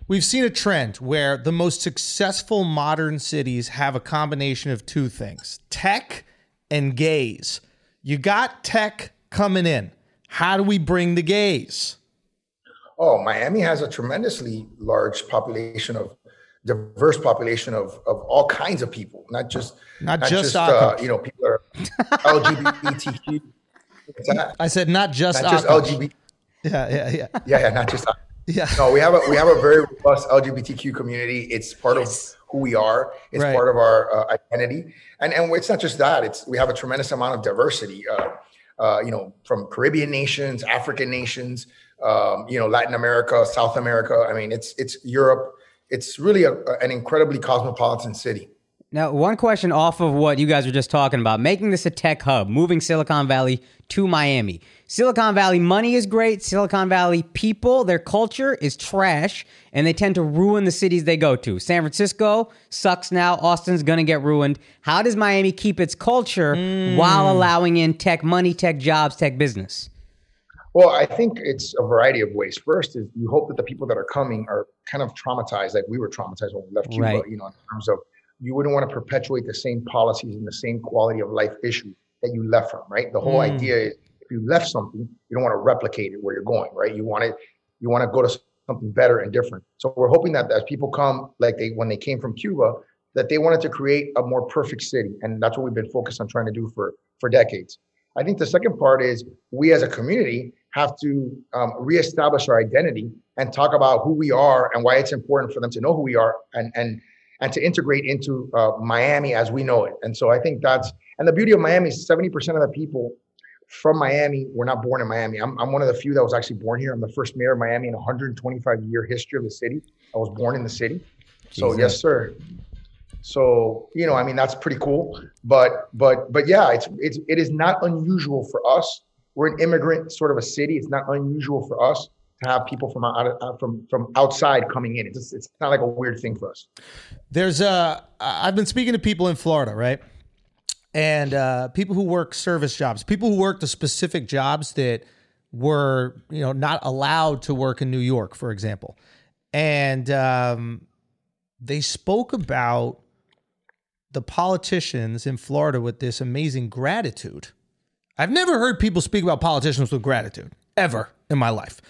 S3: we've seen a trend where the most successful modern cities have a combination of two things: tech and gays. You got tech coming in. How do we bring the gays?
S1: Oh, Miami has a tremendously large population of diverse population of, of all kinds of people, not just
S3: Not just
S1: uh,
S3: Akon.
S1: you know people are LGBTQ. What's that?
S3: I said not just,
S1: Not just
S3: Akon.
S1: LGBT.
S3: Yeah, yeah, yeah.
S1: Yeah, yeah, not just.
S3: Yeah.
S1: No, we have a we have a very robust LGBTQ community. It's part of who we are. It's
S3: Right.
S1: part of our uh, identity, and and it's not just that. It's we have a tremendous amount of diversity. Uh, uh, you know, from Caribbean nations, African nations, um, you know, Latin America, South America. I mean, it's it's Europe. It's really a, an incredibly cosmopolitan city.
S5: Now, one question off of what you guys were just talking about making this a tech hub, moving Silicon Valley to Miami. Silicon Valley money is great. Silicon Valley people, their culture is trash, and they tend to ruin the cities they go to. San Francisco sucks now. Austin's going to get ruined. How does Miami keep its culture
S1: Hmm.
S5: while allowing in tech money, tech jobs, tech business?
S1: Well, I think it's a variety of ways. First is you hope that the people that are coming are kind of traumatized, like we were traumatized when we left Cuba.
S5: Right.
S1: You know, in terms of you wouldn't want to perpetuate the same policies and the same quality of life issue that you left from. Right. The whole idea is if you left something, you don't want to replicate it where you're going. Right. You want it. You want to go to something better and different. So we're hoping that as people come, like they when they came from Cuba, that they wanted to create a more perfect city, and that's what we've been focused on trying to do for for decades. I think the second part is we as a community have to um, reestablish our identity and talk about who we are and why it's important for them to know who we are and and and to integrate into uh, Miami as we know it. And so I think that's and the beauty of Miami is seventy percent of the people from Miami were not born in Miami. I'm I'm one of the few that was actually born here. I'm the first mayor of Miami in 125 year history of the city. I was born in the city. So yes, sir. So you know, I mean, that's pretty cool. But but but yeah, it's it's it is not unusual for us. We're an immigrant sort of a city. It's not unusual for us to have people from out out- from from outside coming in. It's just, it's not like a weird thing for us.
S3: There's uh I- I've been speaking to people in Florida, right? And uh, people who work service jobs, people who work the specific jobs that were you know not allowed to work in New York, for example, and um, they spoke about the politicians in Florida with this amazing gratitude. I've never heard people speak about politicians with gratitude ever in my life,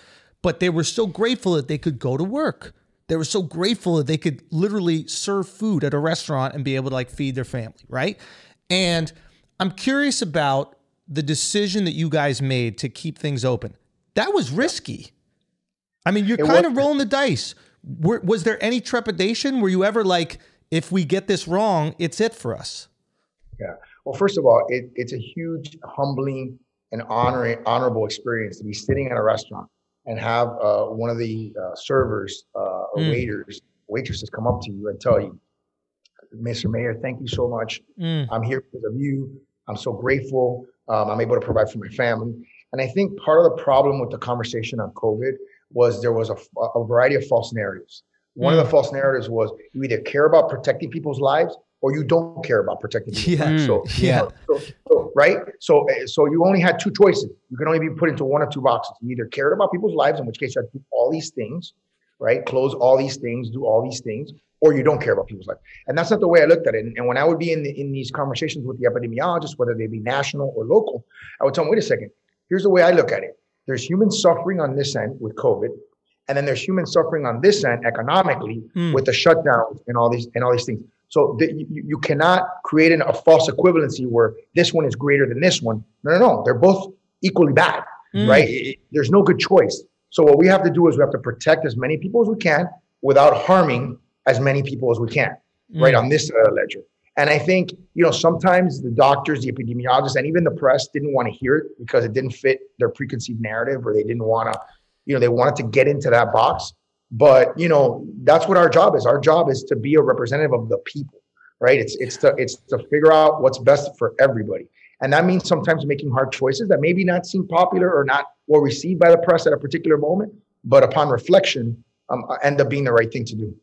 S3: but they were so grateful that they could go to work. they were so grateful that they could literally serve food at a restaurant and be able to like feed their family, right? And I'm curious about the decision that you guys made to keep things open. That was risky. I mean, you're
S1: It
S3: kind of
S1: was-
S3: rolling the dice. Were, was there any trepidation? Were you ever like, if we get this wrong, it's it for us?
S1: Yeah. Well, first of all, it, it's a huge, humbling, and honor, honorable experience to be sitting at a restaurant and have uh, one of the uh, servers uh, or
S3: Mm.
S1: waiters, waitresses come up to you and tell you, Mr. Mayor, thank you so much.
S3: Mm.
S1: I'm here because of you. I'm so grateful. Um, I'm able to provide for my family. And I think part of the problem with the conversation on COVID was there was a, f- a variety of false narratives. One of the false narratives was you either care about protecting people's lives or you don't care about protecting people's
S3: Yeah.
S1: lives. So, you know, so- so, right? So, uh, so you only had two choices. You can only be put into one of two boxes. You either cared about people's lives, in which case you had to do all these things, right? Close all these things, do all these things, or you don't care about people's lives. And that's not the way I looked at it. And, and when I would be in, the, in these conversations with the epidemiologists, whether they be national or local, I would tell them, wait a second, here's the way I look at it. There's human suffering on this end with COVID, and then there's human suffering on this end economically with the shutdowns and all these and all these things. So the, you, you cannot create an, a false equivalency where this one is greater than this one. No, no, no. They're both equally bad, right? It- it- there's no good choice. So what we have to do is we have to protect as many people as we can without harming as many people as we can,
S3: Mm.
S1: right? On this uh, ledger. And I think you know sometimes the doctors, the epidemiologists, and even the press didn't want to hear it because it didn't fit their preconceived narrative, or they didn't want to, you know, they wanted to get into that box. But you know that's what our job is. Our job is to be a representative of the people, right? It's it's to it's to figure out what's best for everybody, and that means sometimes making hard choices that maybe not seem popular or not well received by the press at a particular moment, but upon reflection, um, end up being the right thing to do.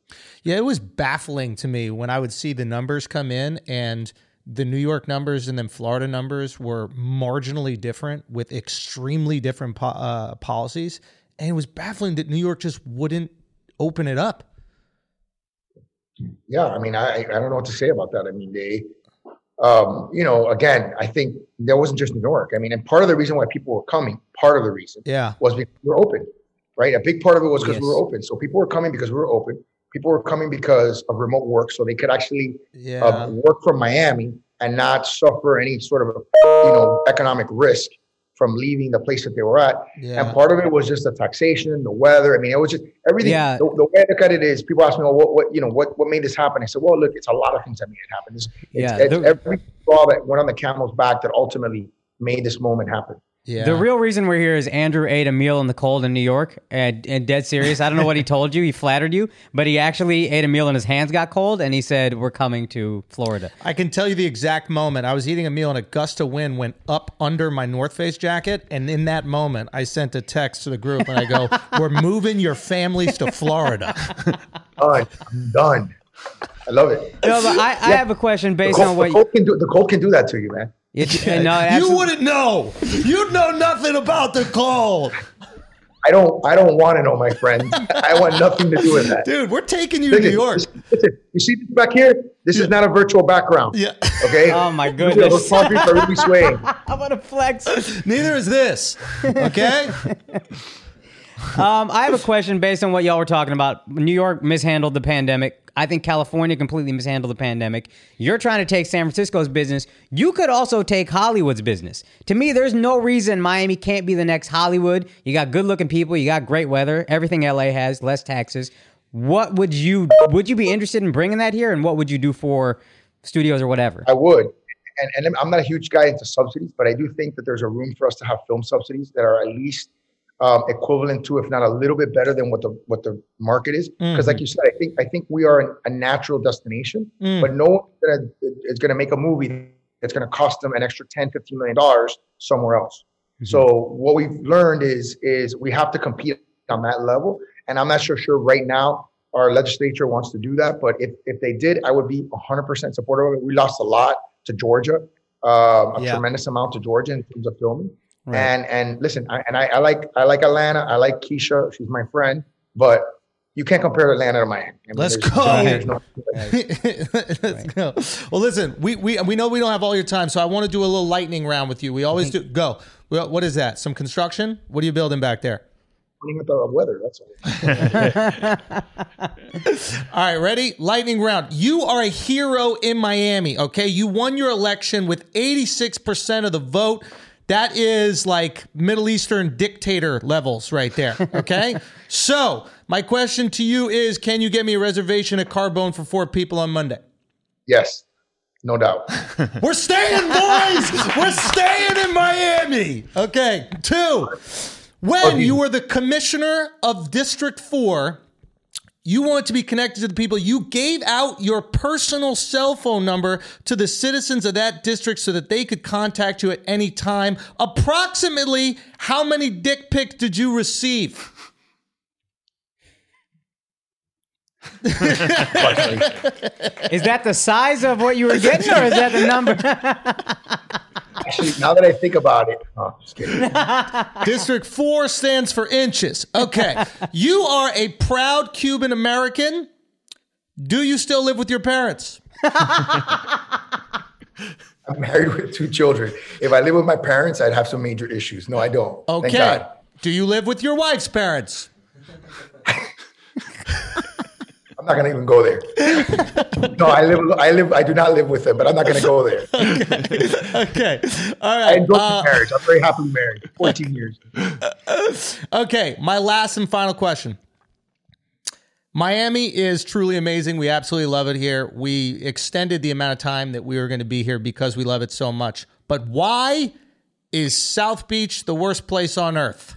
S3: Yeah, it was baffling to me when I would see the numbers come in and the New York numbers and then Florida numbers were marginally different with extremely different po- uh, policies. And it was baffling that New York just wouldn't open it up.
S1: yeah, I mean, I, I don't know what to say about that. I mean, they, um, you know, again, I think that wasn't just New York. I mean, and part of the reason why people were coming, part of the reason
S3: Yeah.
S1: was because we were open, right? A big part of it was because we
S3: Yes.
S1: were open. So people were coming because we were open. People were coming because of remote work, so they could actually
S3: Yeah.
S1: uh,
S5: Um,
S1: work from Miami and not suffer any sort of, you know, economic risk from leaving the place that they were at.
S3: yeah.
S1: And part of it was just the taxation, the weather. I mean, it was just everything.
S5: Yeah.
S1: The, the way I look at it is, people ask me, well, "What, what, you know, what, what made this happen?" I said, "Well, look, it's a lot of things that made it happen. It's, it's,
S5: Yeah,
S1: it's
S5: the-
S1: every straw that went on the camel's back that ultimately made this moment happen."
S3: yeah.
S5: The real reason we're here is Andrew ate a meal in the cold in New York, and, and dead serious. I don't know what he told you. He flattered you, but he actually ate a meal and his hands got cold, and he said, "We're coming to Florida."
S3: I can tell you the exact moment. I was eating a meal and a gust of wind went up under my North Face jacket. And in that moment, I sent a text to the group and I go, We're moving your families to Florida.
S1: Done, I'm done. I love it.
S5: No, but I, I have a question
S1: The
S5: based
S1: cold,
S5: on
S1: the
S5: what
S1: cold can do. The cold can do that to you, man.
S5: it, no,
S3: You
S5: absolutely-
S3: wouldn't know. You'd know nothing about the cold.
S1: I don't. I don't want to know, my friend. I want nothing to do with that.
S3: Dude, we're taking you to New
S1: Listen,
S3: York.
S1: Listen, listen, you see this back here? This is not a virtual background.
S3: Yeah.
S1: Okay.
S5: Oh my
S1: Look at Those
S5: goodness!
S1: palm trees are really swaying.
S5: I want to flex.
S3: Neither is this. Okay?
S5: Um, I have a question based on what y'all were talking about. New York mishandled the pandemic. I think California completely mishandled the pandemic. You're trying to take San Francisco's business. You could also take Hollywood's business. To me, there's no reason Miami can't be the next Hollywood. You got good looking people, you got great weather, everything LA has, less taxes. What would you would you be interested in bringing that here and what would you do for studios or whatever?
S1: I would. And, and I'm- I'm not a huge guy into subsidies, but I do think that there's a room for us to have film subsidies that are at least um, equivalent to, if not a little bit better than what the what the market is. Because, like you said, I think I think we are an, a natural destination,
S3: Hmm. Mm,
S1: but no one's gonna, is going to make a movie that's going to cost them an extra 10 15 million dollars somewhere else.
S3: Hmm.
S1: So what we've learned is is we have to compete on that level, and I'm not sure sure right now our legislature wants to do that. But if, if they did, I would be 100% supportive of it. We lost a lot to Georgia, um, a
S3: Yeah.
S1: tremendous amount to Georgia in terms of filming. And and listen, I, and I, I like I like Atlanta. I like Keisha. She's my friend, but you can't compare Atlanta to Miami. I mean,
S3: Let's
S1: there's-
S3: go.
S1: there's no-
S3: mm. Let's go. Well, listen, we, we we know we don't have all your time, so I want to do a little lightning round with you. We always do. Go. Well, what is that? Some construction? What are you building back there?
S1: pointing at the weather. That's all.
S3: All right, ready? Lightning round. You are a hero in Miami, okay? You won your election with 86% of the vote. That is like Middle Eastern dictator levels right there, okay? so, my question to you is can you get me a reservation at Carbone for four people on Monday?
S1: Yes, no doubt.
S3: We're staying, boys! We're staying in Miami! Okay, two. When you were the commissioner of District 4, you want to be connected to the people. You gave out your personal cell phone number to the citizens of that district so that they could contact you at any time. Approximately how many dick pics did you receive?
S5: Is that the size of what you were getting, or is that the number?
S1: Actually, now that I think about it, oh, just kidding.
S3: District 4 stands for inches. Okay. You are a proud Cuban American. Do you still live with your parents?
S1: I'm married with two children. If I live with my parents, I'd have some major issues. No, I don't. Thank
S3: Okay.
S1: God.
S3: Do you live with your wife's parents?
S1: I'm not gonna even go there. no, I live. I live. I do not live with them, but I'm not gonna go there.
S3: Okay. All
S1: I
S3: right. uh,
S1: enjoy my marriage. I'm very happily married. 14 years.
S3: Okay. My last and final question. Miami is truly amazing. We absolutely love it here. We extended the amount of time that we were going to be here because we love it so much. But why is South Beach the worst place on earth?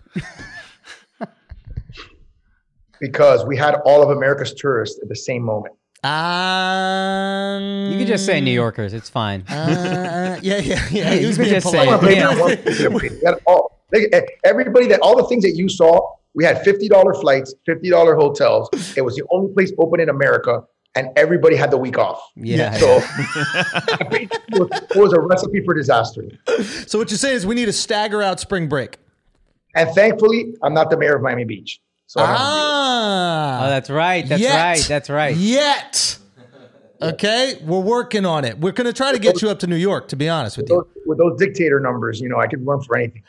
S1: Because we had all of America's tourists at the same moment.
S3: Um,
S5: you can just say New Yorkers. It's fine.
S3: uh, yeah, yeah, yeah.
S5: you
S3: He was
S5: could
S3: being
S5: just
S3: polite.
S5: say it.
S1: I'm blaming that one particular place. We had all- look at everybody that all the things that you saw. We had $50 flights, $50 hotels. It was the only place open in America, and everybody had the week off.
S5: Yeah.
S1: So it was- it was a recipe for disaster.
S3: So what you're saying is we need to stagger out spring break.
S1: And thankfully, I'm not the mayor of Miami Beach. So I don't have to deal with it.
S5: Oh,
S3: Ah,
S5: that's right. That's
S3: Yet.
S5: right. That's right.
S3: yet. Okay, we're working on it. We're going to try to get you up to New York. To be honest with you,
S1: those, with those dictator numbers, you know, I could run for anything.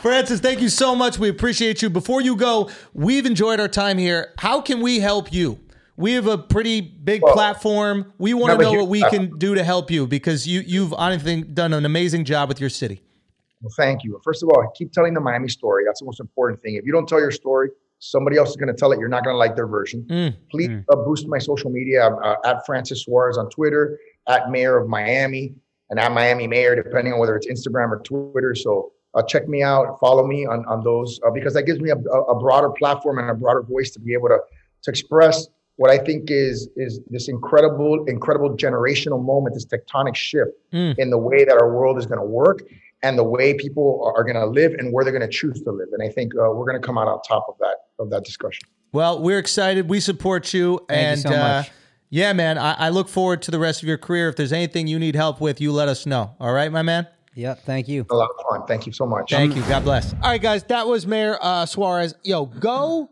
S3: Francis, thank you so much. We appreciate you. Before you go, we've enjoyed our time here. How can we help you? We have a pretty big
S1: Well,
S3: platform. We want
S1: have
S3: to
S1: a
S3: know
S1: huge
S3: what we
S1: platform.
S3: can do to help you because you you've honestly done an amazing job with your city.
S1: Well, thank you. First of all, keep telling the Miami story. That's the most important thing. If you don't tell your story, somebody else is going to tell it. You're not going to like their version. Please uh, boost my social media. I'm uh, at Francis Suarez on Twitter, at Mayor of Miami, and at Miami Mayor, depending on whether it's Instagram or Twitter. So uh, check me out, follow me on, on those uh, because that gives me a, a a broader platform and a broader voice to be able to, to express what I think is is this incredible, incredible generational moment, this tectonic shift in the way that our world is going to work and the way people are- are going to live and where they're going to choose to live. And I think uh, we're going to come out on top of that of that discussion.
S3: Well, we're excited. We support you.
S5: you
S3: and
S5: so much.
S3: Uh, yeah, man, I, I look forward to the rest of your career. If there's anything you need help with, you let us know. All right, my man?
S5: Yep. Thank you.
S1: A lot of fun. Thank you so much.
S3: Thank you. God bless. All right, guys, that was Mayor uh, Suarez. Yo, go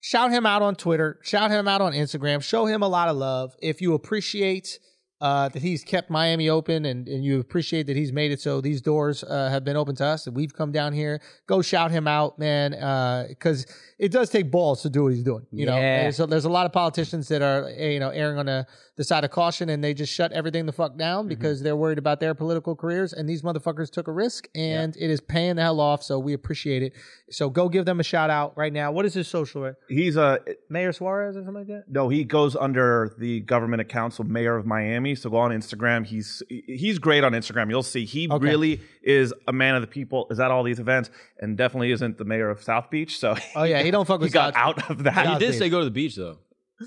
S3: shout him out on Twitter, shout him out on Instagram, show him a lot of love. If you appreciate uh, that he's kept Miami open and, and you appreciate that he's made it so these doors uh, have been open to us and we've come down here, go shout him out, man, because it does take balls to do what he's doing. You know,
S5: Yeah.
S3: And so there's a lot of politicians that are, eh, you know, erring on the, the side of caution and they just shut everything the fuck down because they're worried about their political careers. And these motherfuckers took a risk and it is paying the hell off. So we appreciate it. So go give them a shout out right now. What is his social? Right?
S9: He's a
S3: Mayor Suarez or something like that?
S9: no. He goes under the government account, so mayor of Miami. So go on Instagram. He's he's great on Instagram. You'll see. He really is a man of the people. Is at all these events, and definitely isn't the mayor of South Beach. So
S3: Oh yeah, he don't fuck
S9: he
S3: with
S9: got
S3: Scott.
S9: out of that.
S4: He did say go to the beach though.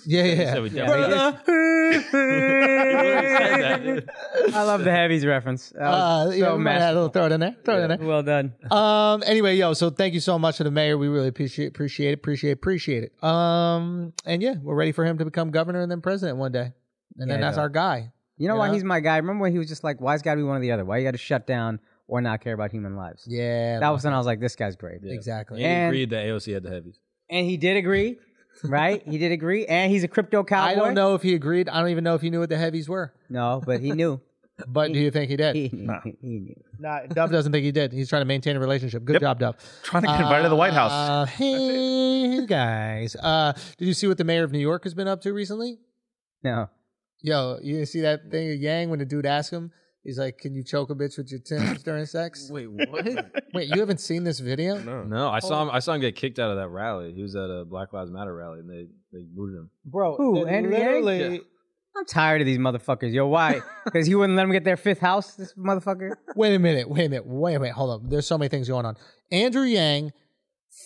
S3: Yeah,
S4: He
S3: yeah.
S4: said we
S5: Yeah,
S4: definitely-
S5: I love the heavies reference. That
S3: Uh,
S5: was
S3: yeah,
S5: so
S3: we might add a
S5: masterful.
S3: little throw it in there. Throw it in there.
S5: Well done.
S3: Um. Anyway, yo. So thank you so much to the mayor. We really appreciate, appreciate, appreciate, appreciate it. Um. And yeah, we're ready for him to become governor and then president one day. And then
S5: Yeah,
S3: that's
S5: though.
S3: our guy.
S5: You know
S3: You
S5: why
S3: know?
S5: he's my guy? Remember when he was just like, "Why's got to be one or the other? Why you got to shut down or not care about human lives?"
S3: Yeah.
S5: That was when I was like, "This guy's great."
S3: exactly.
S4: He
S5: And-
S4: agreed that AOC had the heavies.
S5: And he did agree, right? he did agree, and he's a crypto cowboy.
S3: I don't know if he agreed. I don't even know if he knew what the heavies were.
S5: No, but he knew.
S3: But do you think he did?
S5: He knew. He knew.
S3: Nah, Dove doesn't think he did. He's trying to maintain a relationship. Good
S9: Yep.
S3: job, Dove.
S9: Trying to get invited to the White House.
S3: Uh, hey guys, uh, did you see what the mayor of New York has been up to recently?
S5: No.
S3: Yo, you see that thing of Yang when the dude asked him? He's like, "Can you choke a bitch with your Timbs during sex?"
S4: Wait, what?
S3: Wait, you haven't seen this video?
S4: no, I saw him. I saw him get kicked out of that rally. He was at a Black Lives Matter rally, and they they booted him.
S11: Bro,
S5: Who,
S3: E
S11: it
S5: Andrew Yang?
S11: literally.
S5: I'm tired of these motherfuckers. Yo, why? Because he wouldn't let them get their fifth house, this motherfucker.
S3: wait a minute, wait a minute, wait a minute, hold up. There's so many things going on. Andrew Yang,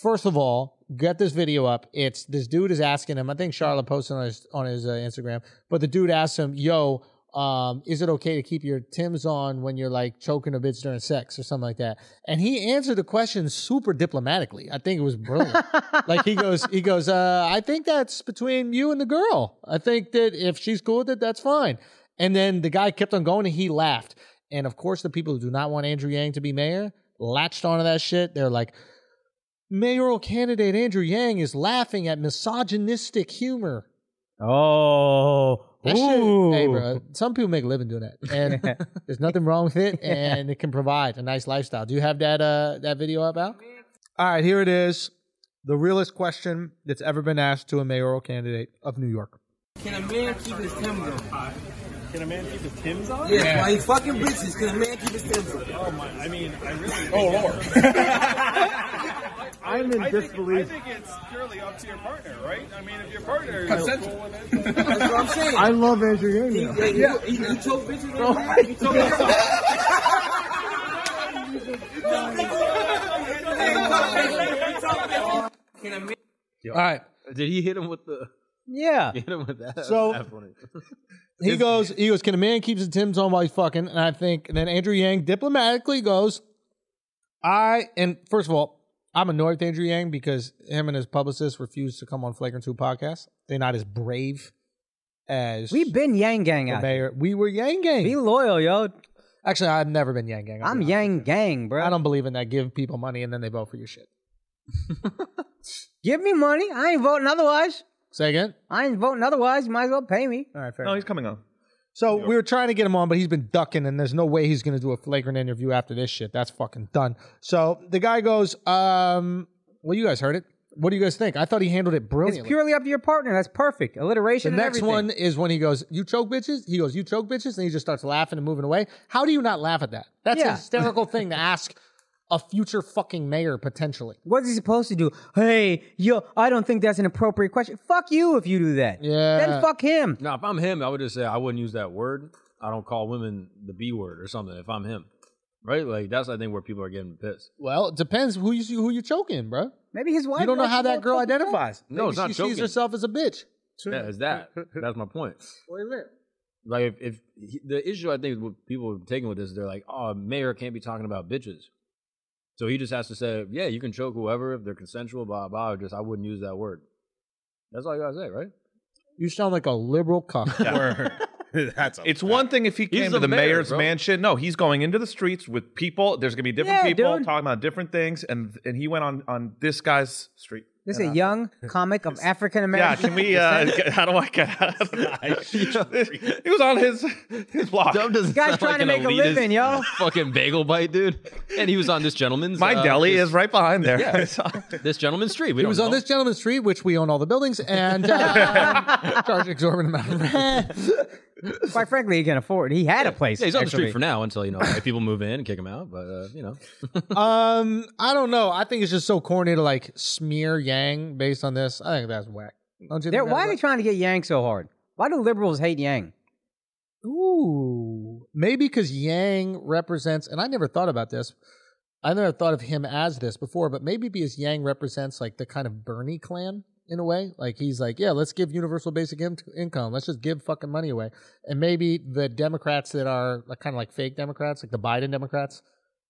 S3: first of all, get this video up. It's this dude is asking him. I think Charlotte posted on his on his uh, Instagram, but the dude asked him, "Yo, um, is it okay to keep your tims on when you're like choking a bitch during sex or something like that?" And he answered the question super diplomatically. I think it was brilliant. like he goes, he goes, uh, "I think that's between you and the girl. I think that if she's cool with it, that's fine." And then the guy kept on going, and he laughed. And of course, the people who do not want Andrew Yang to be mayor latched onto that shit. They're like, mayoral candidate Andrew Yang is laughing at misogynistic humor.
S5: Oh.
S3: That shit- hey, bro, some people make a living doing that, and there's nothing wrong with it, and it can provide a nice lifestyle. Do you have that uh that video up out?
S12: All right, here it is. The realest question that's ever been asked to a mayoral candidate of New York.
S14: Can a man keep his Tim's on? Can a man keep his Tim's on? Yeah, while he fucking bitches, can a man keep his Tim's on? Oh my, I mean, I really. Oh lord.
S11: I'm in disbelief.
S15: it's purely up to your partner, right? I mean, if your partner is cool with it,
S14: That's what I'm saying.
S11: I love Andrew
S14: He-
S11: Yang.
S14: yeah, you, you, you choke bitches on the You choke bitches on Can a man
S3: All right,
S4: Did he hit him with the?
S5: Yeah.
S4: Hit him with that.
S3: So-
S4: That's funny.
S3: he goes, he goes. Can a man keep his tims on while he's fucking? And I think and then Andrew Yang diplomatically goes, I and first of all, I'm annoyed with Andrew Yang because him and his publicist refused to come on Flagrant Two podcast. They're not as brave as
S5: We've been Yang Gang
S3: the
S5: out. here.
S3: mayor. We were Yang Gang.
S5: Be loyal, yo.
S3: Actually, I've never been Yang Gang. I'll
S5: I'm
S3: be honest.
S5: Yang Gang, bro.
S3: I don't believe in that. Give people money and then they vote for your shit.
S5: Give me money. I ain't voting otherwise.
S3: Say again.
S5: I ain't voting otherwise. You might as well pay me.
S3: All right, fair.
S9: no, he's coming on.
S3: So we were trying to get him on, but he's been ducking, and there's no way he's going to do a flagrant interview after this shit. That's fucking done. So the guy goes, um, "Well, you guys heard it. What do you guys think? I thought he handled it
S5: It's
S3: brilliantly."
S5: purely up to your partner. That's perfect.
S3: the
S5: Alliteration. and
S3: next
S5: everything.
S3: one is when he goes, "You choke bitches." He goes, "You choke bitches," and he just starts laughing and moving away. How do you not laugh at that? That's a
S5: Yeah.
S3: hysterical thing to ask a future fucking mayor potentially.
S5: What's he supposed to do? Hey, yo, I don't think that's an appropriate question. Fuck you if you do that.
S3: Yeah.
S5: Then fuck him.
S4: No, if I'm him, I would just say I wouldn't use that word. I don't call women the B word or something. If I'm him, right? Like that's I think where people are getting pissed.
S3: Well, it depends who you who you choking, bro.
S5: Maybe his wife.
S3: You don't know
S5: wants
S3: how
S5: to
S3: that
S5: go
S3: girl
S5: fucking
S3: identifies.
S4: No,
S3: Maybe
S4: it's not
S3: she sees
S4: choking.
S3: herself as a bitch.
S4: Yeah, it's that. That's my point.
S3: What is it?
S4: Like if, if he- the issue I think what people are taking with this, they're like, oh, mayor can't be talking about bitches. So he just has to say, yeah, you can choke whoever if they're consensual, blah blah. or Just I wouldn't use that word. That's all you gotta say, right?
S3: You sound like a liberal cuck.
S7: That's a
S9: It's one thing if he
S4: the
S9: came to the
S4: mayor,
S9: mayor's
S4: bro.
S9: mansion. No, he's going into the streets with people. There's gonna be different
S5: Yeah,
S9: people
S5: dude.
S9: talking about different things, and and he went on on this guy's street.
S5: This is a young comic of African
S9: Yeah,
S5: American.
S9: can we? Uh, get- how do I get out of that? He was on his his blog.
S4: doesn't
S5: Guy's sound trying like to an make a elitist living, yo.
S4: Fucking bagel bite, dude. And he was on this gentleman's.
S9: My
S4: uh,
S9: deli
S4: this-
S9: is right behind there.
S4: this gentleman's street. We
S3: He was on this gentleman's street, which we own all the buildings, and uh, charged an exorbitant amount of rent.
S5: Quite frankly, he can afford. He had a place.
S4: Yeah, he's on the street
S5: actually.
S4: for now until you know white people move in and kick him out. But uh, you know,
S3: Um, I don't know. I think it's just so corny to like smear Yang based on this. I think that's whack. Don't you?
S5: They're-
S3: Think
S5: why are they
S3: that's
S5: trying to get Yang so hard? Why do liberals hate Yang?
S3: whack? Ooh, maybe because Yang represents, and I never thought about this. I never thought of him as this before, but maybe because Yang represents like the kind of Bernie clan in a way. Like he's like, yeah, let's give universal basic in- income. Let's just give fucking money away. And maybe the Democrats that are like, kind of like fake Democrats, like the Biden Democrats,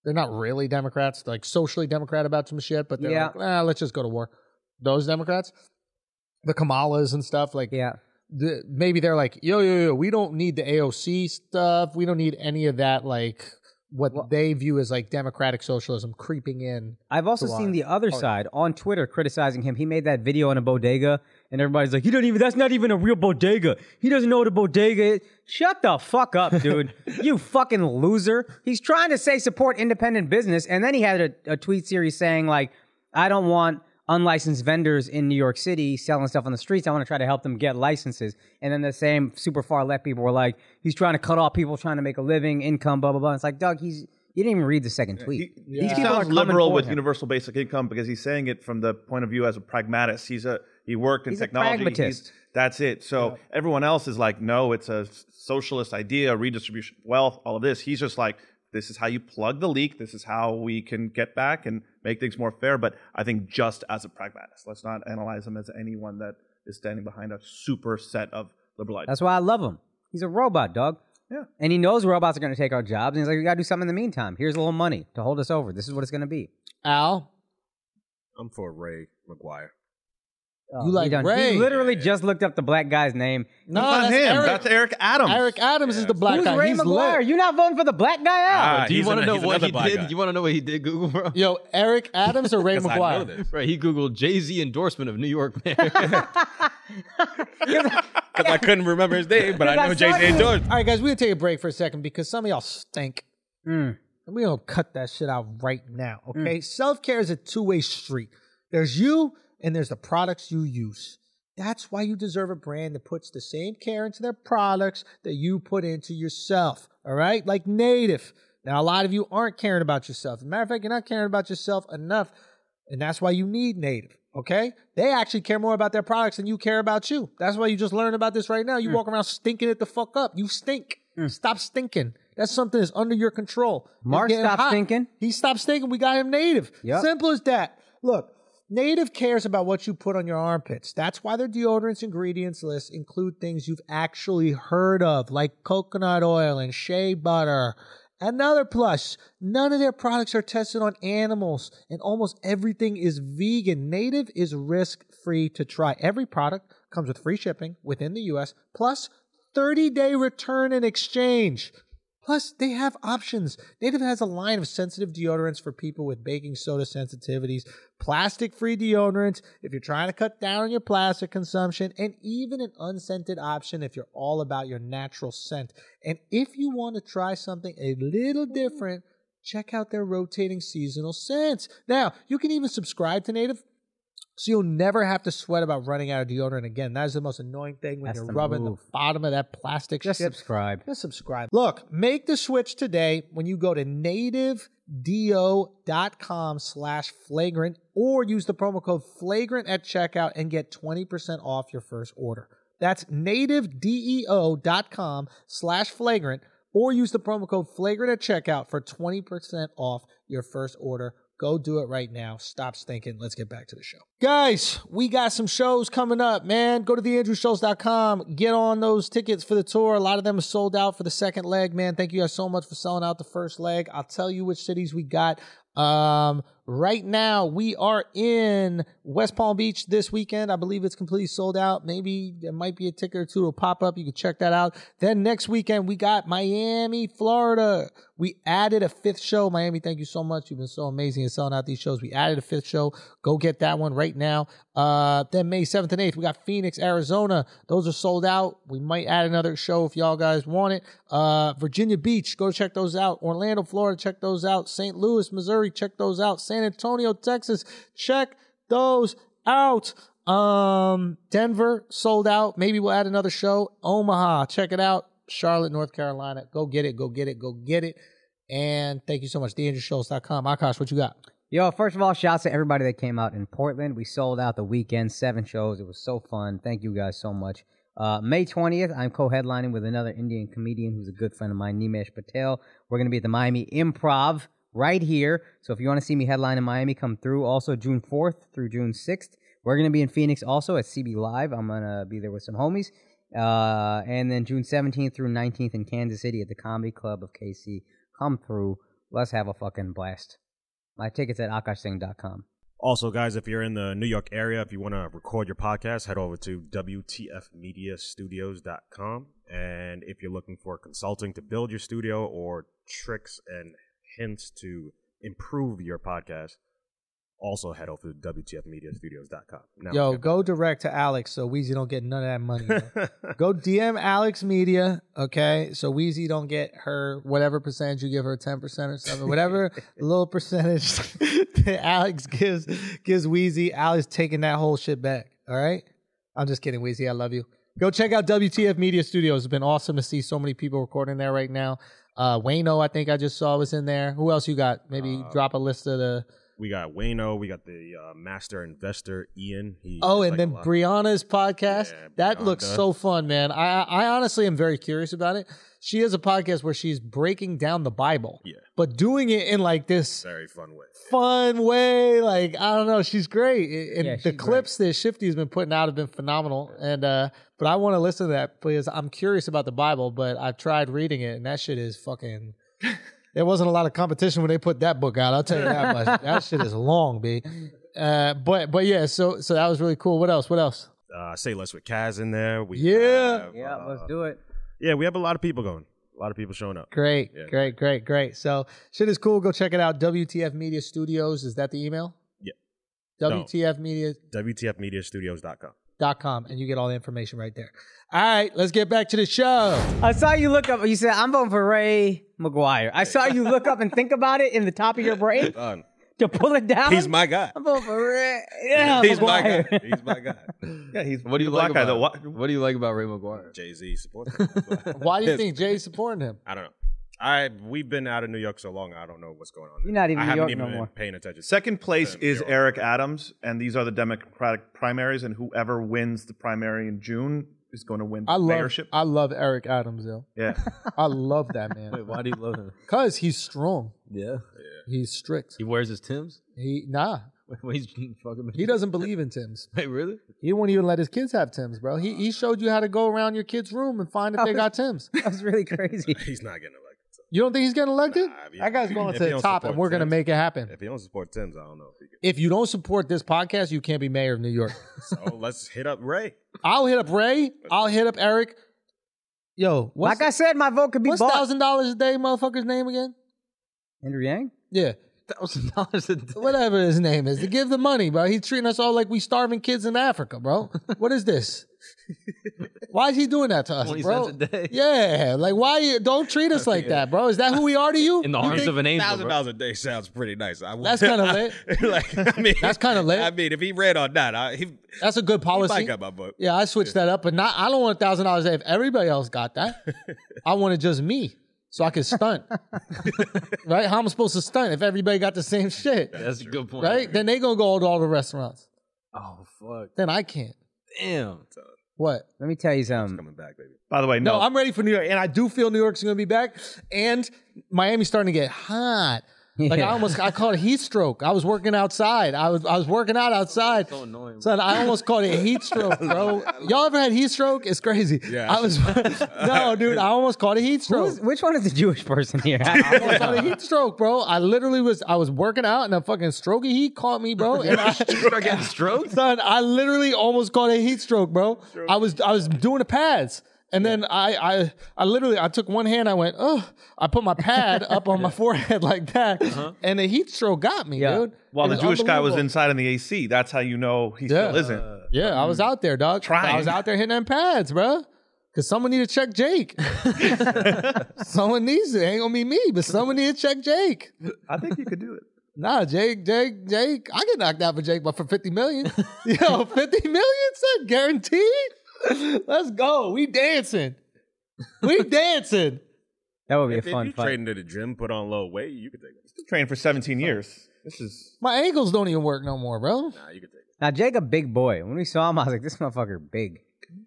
S3: they're not really Democrats, they're, like socially Democrat about some shit, but they're
S5: Yeah.
S3: like, ah, let's just go to war. Those Democrats, the Kamalas and stuff, like
S5: Yeah.
S3: the, maybe they're like, yo, yo, yo, we don't need the AOC stuff. We don't need any of that like what they view as like democratic socialism creeping in.
S5: I've also
S3: to
S5: seen the
S3: our-
S5: other side on Twitter criticizing him. He made that video in a bodega, and everybody's like, "He don't even. That's not even a real bodega. He doesn't know what a bodega is." Shut the fuck up, dude. you fucking loser. He's trying to say support independent business, and then he had a, a tweet series saying like, "I don't want." Unlicensed vendors in New York City selling stuff on the streets. I want to try to help them get licenses. And then the same super far left people were like, he's trying to cut off people trying to make a living, income, blah, blah, blah. It's like, Doug, he's, you didn't even read the second tweet. These
S9: He
S5: people are
S9: sounds
S5: coming
S9: liberal
S5: for
S9: with
S5: him.
S9: universal basic income because he's saying it from the point of view as a pragmatist. He's a he worked in
S5: He's a
S9: technology. He's-
S5: pragmatist.
S9: that's it. So everyone else is like, no, it's a s- socialist idea, redistribution of wealth, all of this. He's just like, this is how you plug the leak. This is how we can get back and make things more fair. But I think just as a pragmatist, let's not analyze him as anyone that is standing behind a super set of liberal ideas.
S5: That's why I love him. He's a robot, dog.
S9: Yeah.
S5: And he knows robots are going to take our jobs. And he's like, we got to do something in the meantime. Here's a little money to hold us over. This is what it's going to be.
S3: Al.
S7: I'm for Ray McGuire.
S5: Oh,
S3: You like
S5: he done-
S3: Ray.
S5: He literally just looked up the black guy's name.
S3: No,
S9: That's not
S3: Oh, that's
S9: him.
S3: Eric.
S9: That's Eric Adams.
S3: Eric Adams is the black
S5: Who's
S3: guy.
S5: Ray
S3: He's
S5: McGuire?
S3: lit.
S5: You not voting for the black guy out?
S7: Ah,
S4: Do you
S7: he's
S4: want to
S7: an-
S4: know
S7: he's
S4: what
S7: another
S4: he
S7: black
S4: did?
S7: guy.
S4: You want to know what he did? Google, bro.
S3: Yo, Eric Adams or Ray
S7: 'Cause I know
S3: McGuire?
S7: this.
S4: Right, he googled Jay Z endorsement of New York mayor.
S7: Because I couldn't remember his name, but I know Jay Z George.
S3: All right, guys, we're gonna take a break for a second because some of y'all stink.
S5: Hmm,
S3: And we gonna cut that shit out right now.
S5: Mm.
S3: Okay. Self care is a two way street. There's you and there's the products you use. That's why you deserve a brand that puts the same care into their products that you put into yourself. All right. Like native. Now, a lot of you aren't caring about yourself. As a matter of fact, you're not caring about yourself enough. And that's why you need native. Okay? They actually care more about their products than you care about you. That's why you just learned about this right now.
S5: Hmm.
S3: You walk around stinking it the fuck up. You stink. Stop stinking. That's something that's under your control. It's
S5: Mark
S3: getting
S5: stopped stinking.
S3: He stopped stinking. We got him native.
S5: Yep.
S3: Simple as that. Look, native cares about what you put on your armpits. That's why their deodorants ingredients list include things you've actually heard of, like coconut oil and shea butter. Another plus, none of their products are tested on animals, and almost everything is vegan. Native is risk free to try. Every product comes with free shipping within the US, plus 30 day return and exchange. Plus, they have options. Native has a line of sensitive deodorants for people with baking soda sensitivities, plastic free deodorants if you're trying to cut down on your plastic consumption, and even an unscented option if you're all about your natural scent. And if you want to try something a little different, check out their rotating seasonal scents. Now, you can even subscribe to Native so you'll never have to sweat about running out of deodorant again. That is the most annoying thing when
S5: That's
S3: you're
S5: the
S3: rubbing
S5: move.
S3: the bottom of that plastic
S5: Just
S3: shit.
S5: subscribe.
S3: Just subscribe. Look, make the switch today when you go to nativedo.com slash flagrant or use the promo code flagrant at checkout and get 20% off your first order. That's nativedeo.com slash flagrant or use the promo code flagrant at checkout for 20% off your first order. Go do it right now. Stop stinking. Let's get back to the show. Guys, we got some shows coming up, man. Go to theandrewshows.com. Get on those tickets for the tour. A lot of them are sold out for the second leg, man. Thank you guys so much for selling out the first leg. I'll tell you which cities we got. Um, right now we are in West Palm Beach this weekend. I believe it's completely sold out. Maybe there might be a ticket or two that'll pop up. You can check that out. Then next weekend we got Miami, Florida. We added a fifth show. Miami, thank you so much. You've been so amazing in selling out these shows. We added a fifth show. Go get that one right now. Uh, then May 7th and 8th, we got Phoenix, Arizona. Those are sold out. We might add another show if y'all guys want it. Uh, Virginia Beach, go check those out. Orlando, Florida, check those out. St. Louis, Missouri, check those out. San Antonio, Texas, check those out. Um, Denver sold out. Maybe we'll add another show. Omaha, check it out. Charlotte, North Carolina, go get it, go get it, go get it. And thank you so much. DeAndreScholes.com. Akash, what you got?
S5: Yo, first of all, shouts to everybody that came out in Portland. We sold out the weekend, seven shows. It was so fun. Thank you guys so much. Uh, May 20th, I'm co headlining with another Indian comedian who's a good friend of mine, Nimesh Patel. We're going to be at the Miami Improv right here. So if you want to see me headline in Miami, come through. Also, June 4th through June 6th, we're going to be in Phoenix also at CB Live. I'm going to be there with some homies. Uh, and then June 17th through 19th in Kansas City at the Comedy Club of KC. Come through. Let's have a fucking blast. My tickets at akashsing.com.
S7: Also, guys, if you're in the New York area, if you want to record your podcast, head over to WTFmediastudios.com. And if you're looking for consulting to build your studio or tricks and hints to improve your podcast, also head over to WTFmediastudios.com. Now
S3: Yo, go direct to Alex so Weezy don't get none of that money. man. go DM Alex Media, okay? So Weezy don't get her whatever percentage you give her, ten percent or something, whatever little percentage that Alex gives gives Weezy. Alex taking that whole shit back. All right, I'm just kidding, Weezy. I love you. Go check out WTF Media Studios. It's been awesome to see so many people recording there right now. Uh, Wayno, I think I just saw was in there. Who else you got? Maybe drop a list of the.
S7: we got Wayno, we got the uh, master investor Ian. He
S3: Oh,
S7: does,
S3: and
S7: like,
S3: then
S7: a lot-
S3: Brianna's podcast.
S7: Yeah,
S3: that looks
S7: Brianna.
S3: so fun, man. I I honestly am very curious about it. She has a podcast where she's breaking down the Bible,
S7: Yeah.
S3: but doing it in like this
S7: very fun way.
S3: fun way. Like I don't know, she's great, I- and
S5: Yeah,
S3: the
S5: she's
S3: clips that Shifty's been putting out have been phenomenal. And uh, but I want to listen to that because I'm curious about the Bible. But I've tried reading it, and that shit is fucking. There wasn't a lot of competition when they put that book out. I'll tell you that much. that shit is long, b. Uh, but but yeah, so so that was really cool. What else? What else?
S7: Uh, Say less with Kaz in there. We
S3: Yeah.
S7: have,
S5: Yeah,
S7: uh,
S5: let's do it.
S7: yeah, we have a lot of people going. A lot of people showing up.
S3: Great,
S7: Yeah.
S3: great, great, great. So shit is cool. Go check it out. WTF Media Studios. Is that the email?
S7: Yeah. No.
S3: WTFmedia.com.
S7: WTFmediastudios.com.
S3: And you get all the information right there. All right, let's get back to the show.
S5: I saw you look up. You said, I'm voting for Ray McGuire. I saw you look up and think about it in the top of your brain
S7: Done.
S5: to pull it down.
S16: He's my guy.
S5: I'm voting for Ray. Yeah,
S16: He's my
S5: McGuire.
S16: guy. He's my guy.
S9: Yeah, he's
S4: What do you
S9: the
S4: like
S9: black guy
S4: about
S9: that wa-
S4: what? do you like about Ray McGuire?
S7: Jay Z support. them.
S3: Why do you think Jay's supporting him?
S7: I don't know. I we've been out of New York so long, I don't know what's going on. there.
S5: You're not even
S7: I
S5: New
S7: haven't
S5: York
S7: even
S5: no
S7: been
S5: more.
S7: paying attention.
S9: Second place
S7: Um,
S9: is
S7: you're-
S9: Eric Adams, and these are the Democratic primaries, and whoever wins the primary in June is going to win the
S3: I love
S9: mayorship.
S3: I love Eric Adams though.
S9: yeah,
S3: I love that man.
S4: Why do you love him?
S3: Cause he's strong.
S4: Yeah.
S3: He's strict.
S4: He wears his Tim's?
S3: He nah.
S4: When he's fucking
S3: He doesn't believe in Tim's.
S4: Wait, really?
S3: He won't even let his kids have Tim's, bro. He he showed you how to go around your kid's room and find if they got Tim's.
S5: That was really crazy.
S7: He's not getting elected. So.
S3: You don't think he's getting elected?
S7: Nah, if he-
S3: that guy's going
S7: if
S3: to
S7: he
S3: the
S7: don't
S3: top, and
S7: support
S3: we're going to
S7: Tim's-
S3: make it happen.
S7: If you don't support Tim's, I don't know if you
S3: If you don't support this podcast, you can't be mayor of New York.
S7: can. So let's hit up Ray.
S3: I'll hit up Ray. I'll hit up Eric. Yo, what's
S5: like I said, my vote could be
S3: what's
S5: bought.
S3: thousand dollars a day, motherfucker's name again?
S5: Andrew Yang?
S3: Yeah,
S4: Thousand dollars a day.
S3: whatever his name is, to give the money, bro. He's treating us all like we starving kids in Africa, bro. What is this? Why is he doing that to us,
S4: 20
S3: bro?
S4: cents a day.
S3: Yeah, like why? You, don't treat us like that, bro. Is that who we are to you?
S4: In the arms of an angel.
S16: Thousand
S4: Bro.
S16: dollars a day sounds pretty nice. I would-
S3: That's kinda lit.
S16: like I mean,
S3: That's kinda lit.
S16: I mean, if he read on that, I, he,
S3: That's a good
S16: he
S3: policy.
S16: might got my vote.
S3: Yeah, I switched that up, but not. I don't want a thousand dollars a day if everybody else got that. I wanted just me, so I could stunt. right? How am I supposed to stunt if everybody got the same shit?
S4: That's a good point.
S3: Right? Then they gonna go to all the restaurants.
S4: Oh fuck.
S3: Then I can't.
S4: Damn.
S3: What?
S5: Let me tell you something.
S7: Coming back, baby.
S9: by the way,
S3: No,
S9: no,
S3: I'm ready for New York, and I do feel New York's gonna be back, and Miami's starting to get hot. Like I
S5: Yeah.
S3: almost, I called it heat stroke. I was working outside. I was, I was working out outside.
S4: So annoying.
S3: Son, I almost called it heat stroke, bro. Y'all ever had heat stroke? It's crazy.
S16: Yeah.
S3: I was no, dude. I almost called it heat stroke.
S5: Who's, which one is the Jewish person here?
S3: I almost caught a heat stroke, bro. I literally was I was working out and a fucking stroke of heat caught me, bro. And I,
S4: Start getting stroked?
S3: son, I literally almost caught a heat stroke, bro. I was I was doing the pads. And then I, I I literally I took one hand, I went, oh, I put my pad up on my forehead like that. And the heat stroke got me,
S5: Yeah.
S3: dude.
S9: Uh-huh. while
S3: It
S9: the Jewish guy was
S3: unbelievable.
S9: inside in the AC, that's how you know he still
S3: Yeah.
S9: isn't.
S3: Yeah, I was
S9: Mm.
S3: out there, dog. I was out there hitting them pads, bro. Cause someone need to check Jake. someone needs to. It ain't gonna be me, but someone need to check Jake.
S9: I think you could do it.
S3: Nah, Jake, Jake, Jake. I get knocked out for Jake, but for 50 million. Yo, 50 million, son, guaranteed. Let's go. We dancing. We dancing.
S5: That would be a
S7: If, if
S5: fun
S7: you
S5: fight.
S7: trading to the gym, put on a little weight, you could take it.
S9: Trained for 17 years. This is
S3: My ankles don't even work no more, bro.
S7: Nah, you could take it.
S5: Now, Jake, a big boy. When we saw him, I was like, this motherfucker big.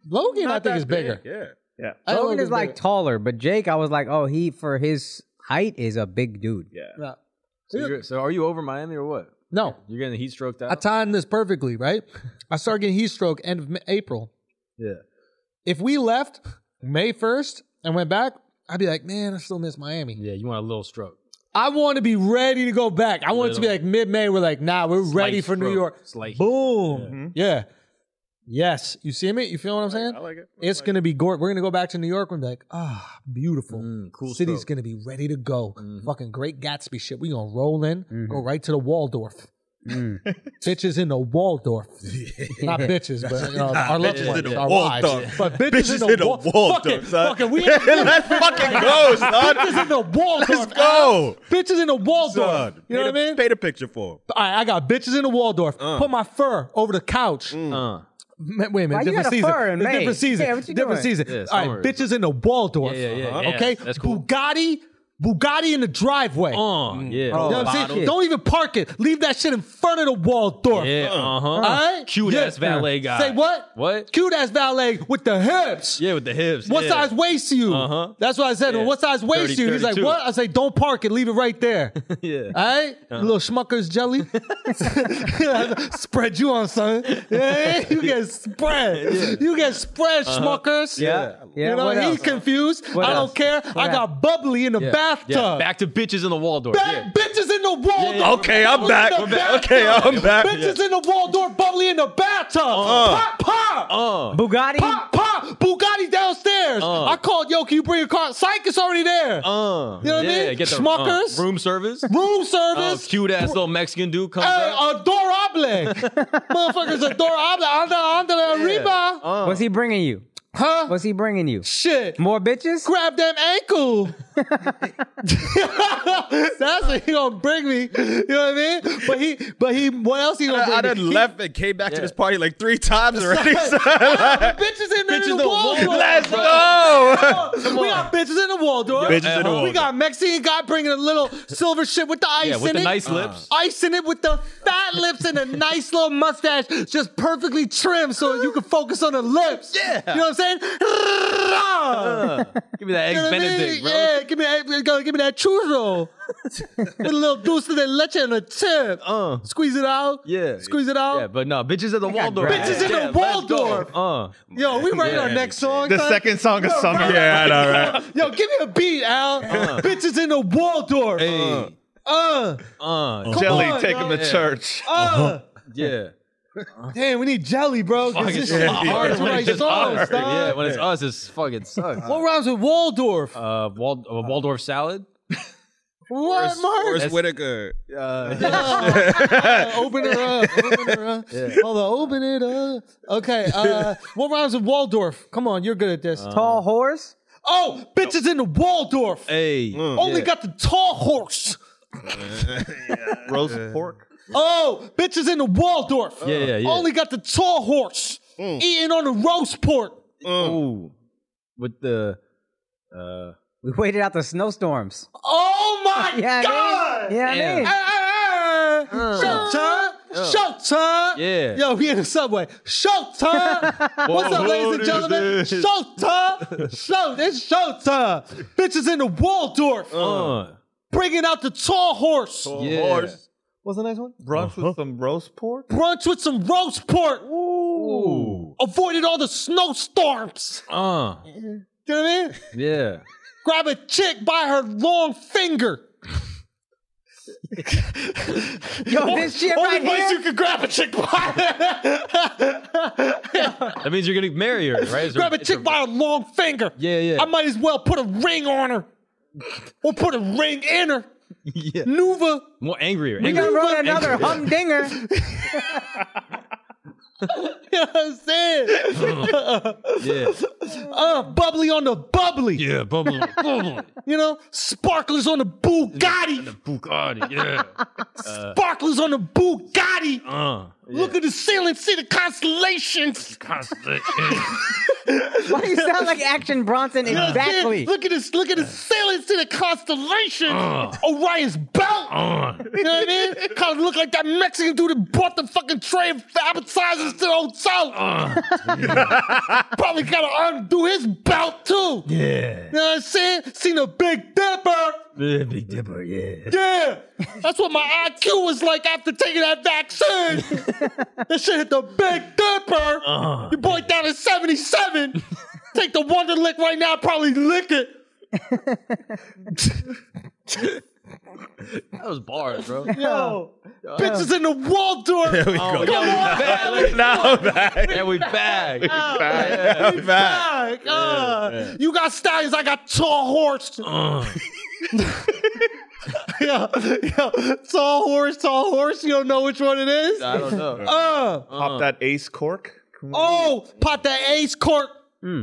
S3: Logan, I think,
S7: that
S3: is bigger.
S7: big, Yeah.
S9: yeah.
S3: I think
S5: Logan
S3: Logan's
S5: is like
S3: bigger.
S5: taller, but Jake, I was like, oh, he, for his height, is a big dude.
S3: Nah.
S4: So, you're- so are you over Miami or what?
S3: No,
S4: You're getting heat stroked out?
S3: I timed this perfectly, right? I started getting heat stroke end of Ma- April.
S4: yeah.
S3: If we left May 1st and went back, I'd be like, man, I still miss Miami.
S4: Yeah, you want a little stroke.
S3: I want to be ready to go back. I want it to be like mid May. We're like, nah, we're ready for New
S4: stroke.
S3: York.
S17: Mm-hmm.
S4: Slight heat.
S3: Boom. Yeah. Yes, you see me. You feel what I'm saying?
S7: I like it.
S3: It's gonna be gorgeous. We're gonna go back to New York and be like, ah, beautiful.
S17: Mm-hmm.
S4: Mm, cool
S3: City's
S4: stroke.
S3: gonna be ready to go. Fucking great Gatsby shit. We gonna roll in,
S17: Mm-hmm.
S3: go right to the Waldorf.
S17: Mm.
S3: bitches in the Waldorf, not bitches, but you know,
S17: Nah,
S3: our loved
S17: bitches
S3: ones,
S17: in the
S3: our wives.
S17: Waldorf.
S3: But bitches,
S17: Bitches in the
S3: Wal-
S17: Waldorf,
S3: Fuck it,
S17: son.
S3: fuck it, we
S17: Let's fucking go, son.
S3: Bitches in the Waldorf.
S17: Let's go.
S3: Al. Bitches in the Waldorf.
S7: Son,
S3: You know
S7: paint
S3: what I
S7: a-
S3: mean?
S7: Paint a picture for him.
S3: All right, I got bitches in the Waldorf. Put my fur over the couch.
S4: Uh,
S3: Ma- Wait a minute,
S5: Why you
S3: different
S5: got a
S3: season.
S5: fur in
S3: It's
S5: May?
S3: different season.
S5: Yeah, what you
S3: different
S5: doing?
S3: season.
S4: Yeah,
S3: All right,
S4: summer.
S3: bitches in the Waldorf.
S4: Yeah, yeah, yeah,
S3: Uh-huh.
S4: yeah.
S3: Okay,
S4: That's cool.
S3: Bugatti, Bugatti in the driveway.
S4: uh, yeah.
S3: you know what I'm saying? Don't even park it. Leave that shit in front of the Waldorf.
S4: Yeah, uh huh.
S3: All right,
S4: Cute
S3: Yeah.
S4: ass valet guy.
S3: Say what?
S4: What?
S3: Cute ass valet with the hips.
S4: Yeah, with the hips.
S3: What
S4: yeah.
S3: size waist you?
S4: Uh-huh.
S3: That's what I said.
S4: Yeah.
S3: What size waist
S4: 30,
S3: you? He's like,
S4: 32.
S3: what? I say, don't park it. Leave it right there.
S4: Yeah.
S3: All right,
S17: Uh.
S3: little schmuckers jelly. spread you on, son. Yeah, you get spread. You get spread,
S17: Uh-huh.
S3: schmuckers.
S5: Yeah. Yeah,
S3: You know,
S5: what
S3: he's
S5: else?
S3: confused. I
S5: else?
S3: don't care. I
S5: else?
S3: got bubbly in the
S4: yeah.
S3: bathtub.
S4: Yeah. Back to bitches in the Waldorf.
S3: Bad
S4: Yeah.
S3: bitches in the Waldorf.
S17: Okay, I'm
S3: Bubbly
S17: back.
S3: in the
S17: We're back. Okay,
S3: bathtub.
S17: I'm back.
S3: Bitches in the Waldorf, bubbly in the bathtub. Pop, pop.
S4: Uh,
S5: Bugatti.
S3: Pop, pop. Bugatti downstairs.
S17: Uh.
S3: I called, yo, can you bring your car? Psych is already there.
S4: uh,
S3: You know what I
S4: yeah,
S3: mean?
S4: Get the, uh,
S3: Schmuckers.
S4: room service.
S3: Room
S4: Uh,
S3: service.
S4: cute ass little Mexican dude comes
S3: Hey,
S4: out.
S3: adorable. Motherfuckers adorable. Anda, anda, arriba.
S17: Uh.
S5: What's he bringing you?
S3: Huh?
S5: What's he bringing you?
S3: Shit.
S5: More bitches?
S3: Grab them ankle. That's what he gonna bring me. You know what I mean? But he, but he, what else he gonna bring
S17: I
S3: me?
S17: done
S3: He-
S17: left and came back to this party like three times already. son.
S3: Ah, the bitches in there in the Waldorf.
S17: Let's
S3: bro.
S17: go.
S3: We got bitches in the Waldorf.
S17: Bitches in the
S3: We got Mexican guy bringing a little silver shit with the ice
S4: Yeah, with
S3: in
S4: the
S3: it.
S4: nice lips.
S3: Ice in it with the fat lips and a nice little mustache, just perfectly trimmed so you can focus on the lips. Yeah. You know what I'm saying?
S4: Uh, give me that
S3: You
S4: eggs
S3: know what I mean?
S4: Benedict, bro.
S3: Yeah, give me that, go- give me that churro with a little deuce de leche and a tip.
S4: Uh,
S3: Squeeze it out.
S4: yeah.
S3: Squeeze it out.
S4: Yeah, but no, bitches in the
S5: got
S4: Waldorf.
S5: grass.
S3: Bitches in the
S4: Yeah, let's go.
S3: Waldorf.
S4: Uh,
S3: Yo, we writing our next song.
S9: The
S3: son.
S9: second song of summer.
S7: Yeah, I know, right?
S3: Yo, give me a beat, Al. Bitches in the Waldorf.
S4: Uh-huh. hey,
S3: Uh,
S4: uh,
S3: come
S9: Jelly,
S3: on,
S9: take
S3: yo.
S9: him to church.
S3: Uh,
S4: Uh-huh. yeah.
S3: Damn, we need jelly, bro. 'cause
S4: Fucking
S3: this
S4: shit.
S3: shit hard to
S4: When
S3: write
S4: it's just
S3: songs,
S4: us.
S3: dog.
S4: Yeah, when it's us, it's fucking sucks.
S3: Uh, What rhymes with Waldorf?
S4: Uh, Wald- uh, Waldorf salad.
S3: what, Mark?
S17: Where's Whitaker?
S3: Uh, open her up. Open her up. Hold on, open it up. Okay, uh, what rhymes with Waldorf? Come on, you're good at this.
S4: Uh,
S5: Tall horse?
S3: oh, bitches in the Waldorf.
S4: Hey,
S3: Only
S4: yeah.
S3: got the tall horse.
S9: Roast pork.
S3: Oh, bitches in the Waldorf.
S4: Yeah, yeah, Mm. yeah.
S3: Only got the tall horse eating on the roast pork.
S4: Ooh. with the uh,
S5: We waited out the snowstorms.
S3: Oh my
S5: Yeah, I
S3: god!
S5: mean. Yeah, Uh. I
S4: Damn.
S5: mean.
S3: Hey, hey, hey. Showtime! Showtime!
S4: Yeah.
S3: Yo, we in the subway. Showtime! What's up, ladies and gentlemen? Showtime! Show, it's showtime! Bitches in the Waldorf
S4: uh,
S3: bringing out the tall horse.
S4: yeah.
S3: What's the next one?
S9: Brunch with some roast pork.
S3: Brunch with some roast pork.
S4: Ooh,
S3: Avoided all the snowstorms.
S4: uh,
S3: You know what I mean?
S4: yeah.
S3: grab a chick by her long finger.
S5: Yo, Oh, this shit
S3: Only
S5: right
S3: place
S5: here.
S3: you can grab a chick by.
S4: That means you're gonna marry her, right? It's
S3: grab a
S4: it's
S3: chick by her long finger.
S4: Yeah, yeah.
S3: I might as well put a ring on her, or put a ring in her.
S4: yeah.
S3: Nuva.
S4: More angrier.
S5: We
S4: angrier.
S5: gonna roll another
S4: Angrier.
S5: humdinger.
S3: You know what I'm saying?
S4: Yeah,
S3: Uh, bubbly on the bubbly.
S4: yeah. Bubbly, bubbly.
S3: You know, sparklers on the Bugatti.
S4: Bugatti. Yeah.
S3: sparklers on the Bugatti.
S4: Uh.
S3: Look at the ceiling, see the constellations.
S5: Why do you sound like Action Bronson exactly?
S3: Look at this. Look at this ceiling. See the constellation.
S4: Uh.
S3: Orion's belt. You know what I mean? Kind of look like that Mexican dude that brought the fucking tray of appetizers to the hotel.
S4: Uh.
S3: Probably gotta undo his belt too. Yeah. You know what I'm saying? Seen a Big Dipper.
S4: Yeah, Big Dipper. Yeah.
S3: Yeah. That's what my IQ was like after taking that vaccine. that shit hit the Big Dipper.
S4: Uh.
S3: Your boy down at 77. Take the Wonder Lick right now, probably lick it.
S4: That was bars, bro.
S3: Yo, bitches in the Waldorf.
S1: There we
S4: Oh,
S1: go.
S4: yeah, we back. Uh.
S1: Now back.
S4: Yeah, we back.
S1: Back. Back.
S3: Fuck, uh, You got stallions. I got tall horse.
S4: Uh.
S3: yeah, yeah, tall horse, tall horse. You don't know which one it is.
S4: I don't know.
S3: Uh,
S4: Uh-huh.
S9: Pop that ace cork.
S3: oh, pop that ace cork.
S1: Hmm.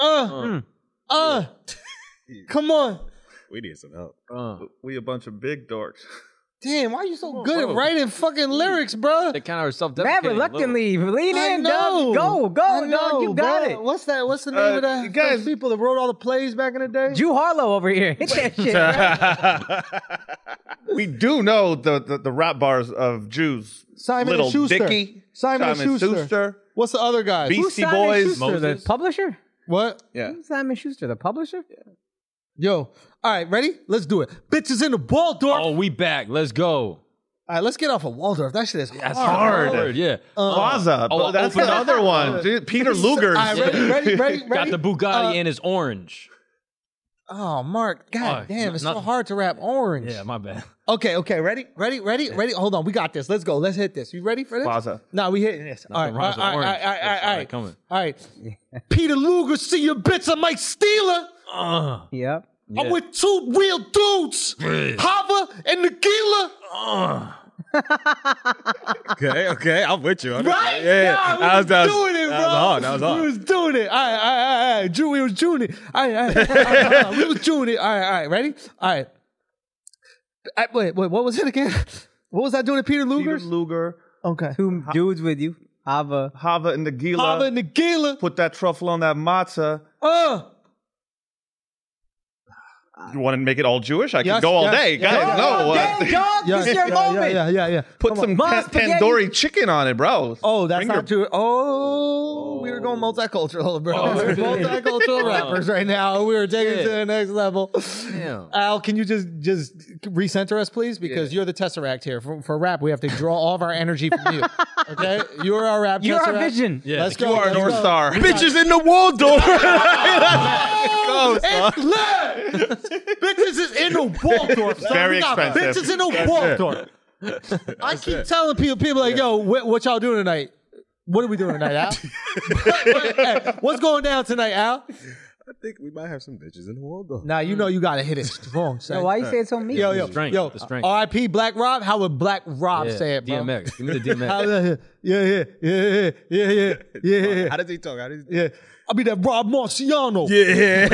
S3: Uh, uh. Come on,
S7: We need some help.
S4: Uh,
S9: We a bunch of big dorks.
S3: damn! Why are you so good
S4: bro.
S3: at writing fucking lyrics, bro?
S4: they kind of are
S5: Matt
S4: self-deprecating. a little.
S5: reluctantly, lean
S3: I
S5: in, dog. Go,
S3: I
S5: go, dog. You
S3: know,
S5: got
S3: bro. What's that? What's the name
S9: Uh,
S3: of that?
S9: you guys-
S3: those people that wrote all the plays back in the day.
S5: it. Jew Harlow over here. Hit that shit. bro.
S9: we do know the, the, the rap bars of Jews.
S3: Simon
S9: Little
S3: and Schuster.
S9: Dicky,
S3: Simon and Schuster. What's the other guy?
S5: Who's
S9: Beastie
S5: Simon
S9: Boys.
S5: Schuster, the publisher?
S3: What?
S9: Yeah.
S5: Who's Simon Schuster, the publisher?
S3: Yo. All right, ready? Let's do it. Bitches in the Waldorf.
S4: Oh, we back. Let's go.
S3: All right, let's get off of Waldorf. That shit is hard.
S4: That's hard. Yeah.
S9: Plaza.
S4: oh,
S9: bro, that's
S4: open
S9: the
S4: up.
S9: other one. Dude, Peter Luger's.
S3: All right, ready, ready, ready,
S4: Got
S3: ready?
S4: the Bugatti
S3: Uh,
S4: and his orange.
S3: Oh, Mark. God
S4: Oh,
S3: damn, it's so
S4: nothing.
S3: hard to rap orange.
S4: Yeah, my bad.
S3: Okay, okay, ready, ready, ready, ready. Hold on, we got this. Let's go. Let's hit this. You ready for this?
S9: Plaza.
S3: No, we hitting this. All right, all right,
S4: Nothing
S3: all
S4: rhymes with
S3: right, all right,
S4: orange.
S3: all right, all right.
S4: Coming.
S3: All right. Peter Luger, see your bitch. I might steal her.
S4: Uh,
S5: Yep.
S3: I'm with two real dudes, Hava and Nagila.
S4: uh.
S1: Okay, okay, I'm with you. I'm
S3: Right?
S1: Yeah, yeah.
S3: Nah, we
S1: That
S3: was,
S1: that
S3: doing it, bro.
S1: That was hard. That was hard.
S3: We was doing it. All right, all right, all right. Ju- we was doing it. All right, all right. all right, all right. We was doing it. All right, all right. Ready? All right. I, wait, wait. What was it again? What was I doing to Peter
S9: Peter
S3: Luger's?
S9: Luger,
S3: okay.
S5: Two dudes with you. Hava.
S9: Hava and Nagila.
S3: Hava Nagila.
S9: Put that truffle on that matzah.
S3: Uh.
S9: You want to make it all Jewish? I
S3: Yes,
S9: can go all
S3: yes,
S9: day.
S3: yes,
S9: Guys,
S3: yes,
S9: no.
S3: yes,
S9: uh,
S5: Dang, dog,
S3: Yeah,
S5: this is your
S3: yeah,
S5: moment.
S3: yeah, yeah, yeah, yeah.
S9: Put some
S5: Ma
S9: ta-
S5: spaghetti.
S9: tandoori chicken on it, bro.
S3: Oh, that's
S9: Bring
S3: not
S9: your-
S3: too. Oh, we were going multicultural, bro. We were multicultural rappers right now. We were taking it to the next level.
S4: Damn.
S3: Al, can you just just recenter us, please? Because you're the tesseract here. For, for rap, we have to draw all of our energy from you. Okay, you're our rap.
S5: You're our
S3: tesseract.
S5: vision.
S4: Yeah.
S3: Let's go.
S9: You are
S3: let's
S9: North
S3: go.
S9: Star.
S1: Bitches in the Waldorf.
S3: Oh, It's lit. bitches is in the Waldorf. Son.
S9: Very
S3: we got
S9: expensive.
S3: Bitches in the Waldorf. I keep telling people, people like, yo, what, what y'all doing tonight? What are we doing tonight, Al? Hey, what's going down tonight, Al?
S7: I think we might have some bitches in the world though.
S3: Now you know you gotta hit it strong. son.
S5: So why you say it's on me?
S3: yo, yo,
S4: The strength,
S3: yo,
S4: the strength.
S3: R.I.P. Black Rob. How would Black Rob
S4: Yeah,
S3: say it, bro?
S4: DMX. Give me the
S3: How
S4: DMX.
S3: the- Yeah, yeah, yeah, yeah, yeah, yeah, yeah, yeah,
S1: How does he talk? How does he...
S3: yeah. I'll be that Rob Marciano.
S1: Yeah.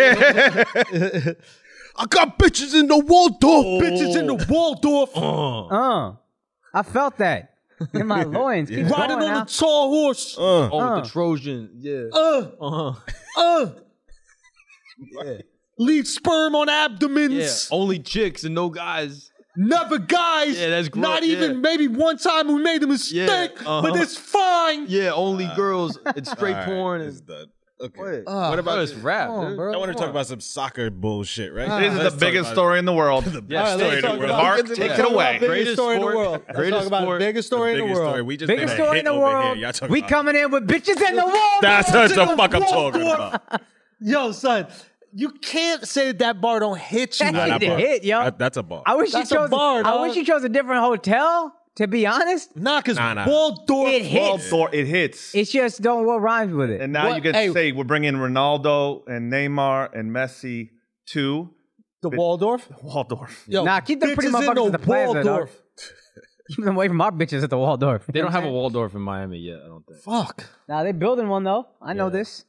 S1: I got bitches in the Waldorf.
S3: Bitches in the Waldorf,
S5: Uh, I felt that in my loins. Keep
S3: riding
S5: going,
S3: on
S5: Al.
S3: the tall horse. Uh,
S4: Oh, the Trojan. Yeah.
S3: uh,
S4: Uh-huh.
S3: Leave sperm on
S4: Yeah.
S3: abdomens. Oh.
S4: Only chicks and no guys.
S3: Never guys.
S4: Yeah, that's gross,
S3: Not even
S4: yeah.
S3: maybe one time we made a mistake,
S4: uh-huh.
S3: but it's fine.
S4: Yeah, only girls. It's straight
S7: All right,
S4: porn.
S7: it's
S4: And,
S7: done. Okay.
S3: Uh,
S4: what about this rap, dude?
S3: bro.
S7: I want to talk about some soccer bullshit, right?
S9: This is
S7: Let's
S9: the
S7: talk
S9: biggest
S7: about-
S9: story in the world.
S4: Yeah,
S7: All right,
S4: straight
S7: let's
S4: to
S7: talk
S4: world.
S7: about-
S9: Mark,
S7: let's
S9: take
S7: talk
S9: it
S7: about
S9: away.
S3: biggest
S4: Greatest
S3: story in the
S4: sport.
S3: world. Let's talk
S4: Greatest
S3: about
S4: sport.
S3: biggest story in the
S7: biggest
S3: world.
S7: story. We just
S5: Biggest
S7: made a
S5: story in
S7: hit
S5: the
S7: over
S5: world.
S7: Here. Y'all talking
S5: We
S7: about-
S5: coming in with bitches in the wall.
S7: That's what the fuck I'm talking about.
S3: Yo, son, you can't say that, that bar don't hit you.
S5: That
S3: like
S5: shit
S3: that.
S5: hit, yo.
S7: That- that's a ball.
S5: I wish you
S3: That's a
S5: chose.
S3: bar,
S5: I
S3: dog.
S5: wish you chose a different hotel. To be honest,
S3: Nah, cause
S7: Nah, nah.
S3: Waldorf.
S5: it hits.
S9: Thor, it hits.
S5: It's just don't what rhymes with it.
S9: and now you
S3: What-
S9: can
S3: hey.
S9: say we're bringing Ronaldo and Neymar and Messi to
S3: The Waldorf.
S9: Waldorf.
S3: Yo,
S5: Nah, keep them pretty
S3: bitches
S5: motherfuckers in the plaza, dog.
S3: Waldorf.
S5: Keep them away from our bitches at the Waldorf.
S4: They don't have a Waldorf in Miami yet, I don't think.
S3: Fuck.
S5: Now they're building one though. I know this.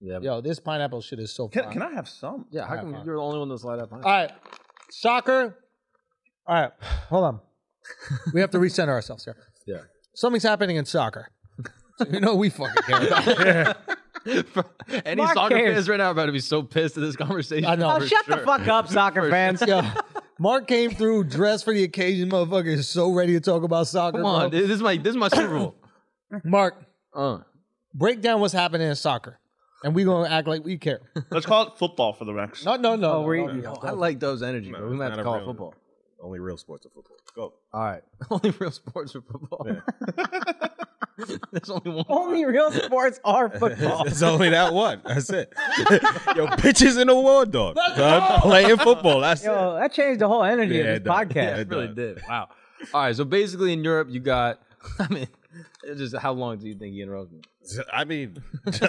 S4: Yeah.
S3: Yo, this pineapple shit is so.
S9: Can,
S3: fine.
S9: can I have some?
S4: Yeah, how come you're the only one that's light up?
S3: All right, soccer. All right, hold on. We have to recenter ourselves here.
S4: Yeah.
S3: Something's happening in soccer. You know we fucking care about.
S4: Any
S5: Mark
S4: soccer
S5: cares.
S4: fans right now are about to be so pissed at this conversation.
S3: I know.
S5: Oh,
S3: For
S5: shut the fuck up, soccer fans.
S3: Yo, Mark came through dressed for the occasion. Motherfucker is so ready to talk about soccer.
S4: Come on,
S3: bro.
S4: dude. This is my this is my Super Bowl.
S3: Mark,
S4: Uh,
S3: break down what's happening in soccer, and we gonna act like we care.
S9: Let's call it football for the Rex.
S3: No, no, no.
S5: Oh,
S3: no,
S5: we-
S3: no, no, no.
S4: I like Dove's energy, bro.
S7: No,
S4: We might
S7: it's
S4: have to
S7: not a
S4: call it
S7: real-
S4: football.
S7: Only real sports are football. Go.
S4: All right. Only real sports are football. There's only one.
S5: Only real sports are football.
S17: It's only that one. That's it. Yo, pitches in the war, dog. Dog, Playing football. That's it.
S5: Yo, that changed the whole energy
S17: Yeah,
S5: of
S17: it
S5: this
S17: does.
S5: podcast.
S17: Yeah.
S4: It really did. Wow. All right. So basically, in Europe, you got. I mean, it's just how long do you think he interrupted me?
S17: I mean,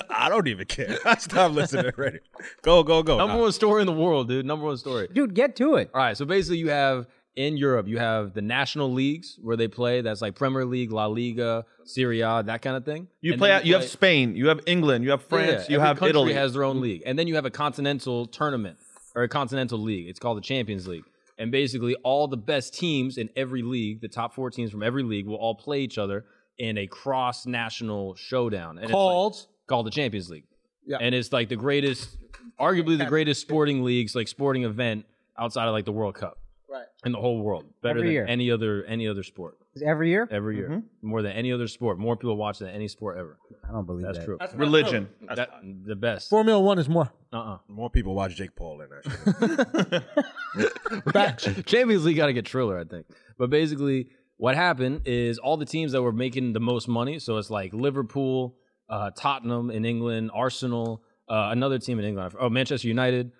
S17: I don't even care. I stopped listening already. Go, go, go.
S4: Number one story in the world, dude. Number one story.
S5: Dude, get to it.
S4: All right. So basically, you have in Europe, you have the national leagues where they play. That's like Premier League, La Liga, Serie A, that kind of thing.
S9: You
S4: And
S9: play.
S4: then
S9: out, you have Spain. You have England. You have France.
S4: Yeah,
S9: you
S4: every
S9: have
S4: country
S9: Italy.
S4: has their own league, and then you have a continental tournament or a continental league. It's called the Champions League, and basically all the best teams in every league, the top four teams from every league, will all play each other in a cross-national showdown. And it's like-
S3: Called
S4: called the Champions League. Yeah. And it's like the greatest, arguably the greatest sporting leagues, like sporting event outside of like the World Cup. Right. In the whole world. Better
S5: Every
S4: than
S5: year.
S4: any other any other sport.
S5: It's Every year?
S4: Every year. More than any other sport. More people watch than any sport ever.
S5: I don't believe
S4: That's
S5: that.
S4: true.
S9: Religion.
S4: Oh, That, the best.
S3: Formula One is more.
S4: Uh uh
S7: More people watch Jake Paul than that. shit.
S4: Champions League got to get Triller, I think. But basically, what happened is all the teams that were making the most money, so it's like Liverpool, uh, Tottenham in England, Arsenal, uh, another team in England, oh Manchester United,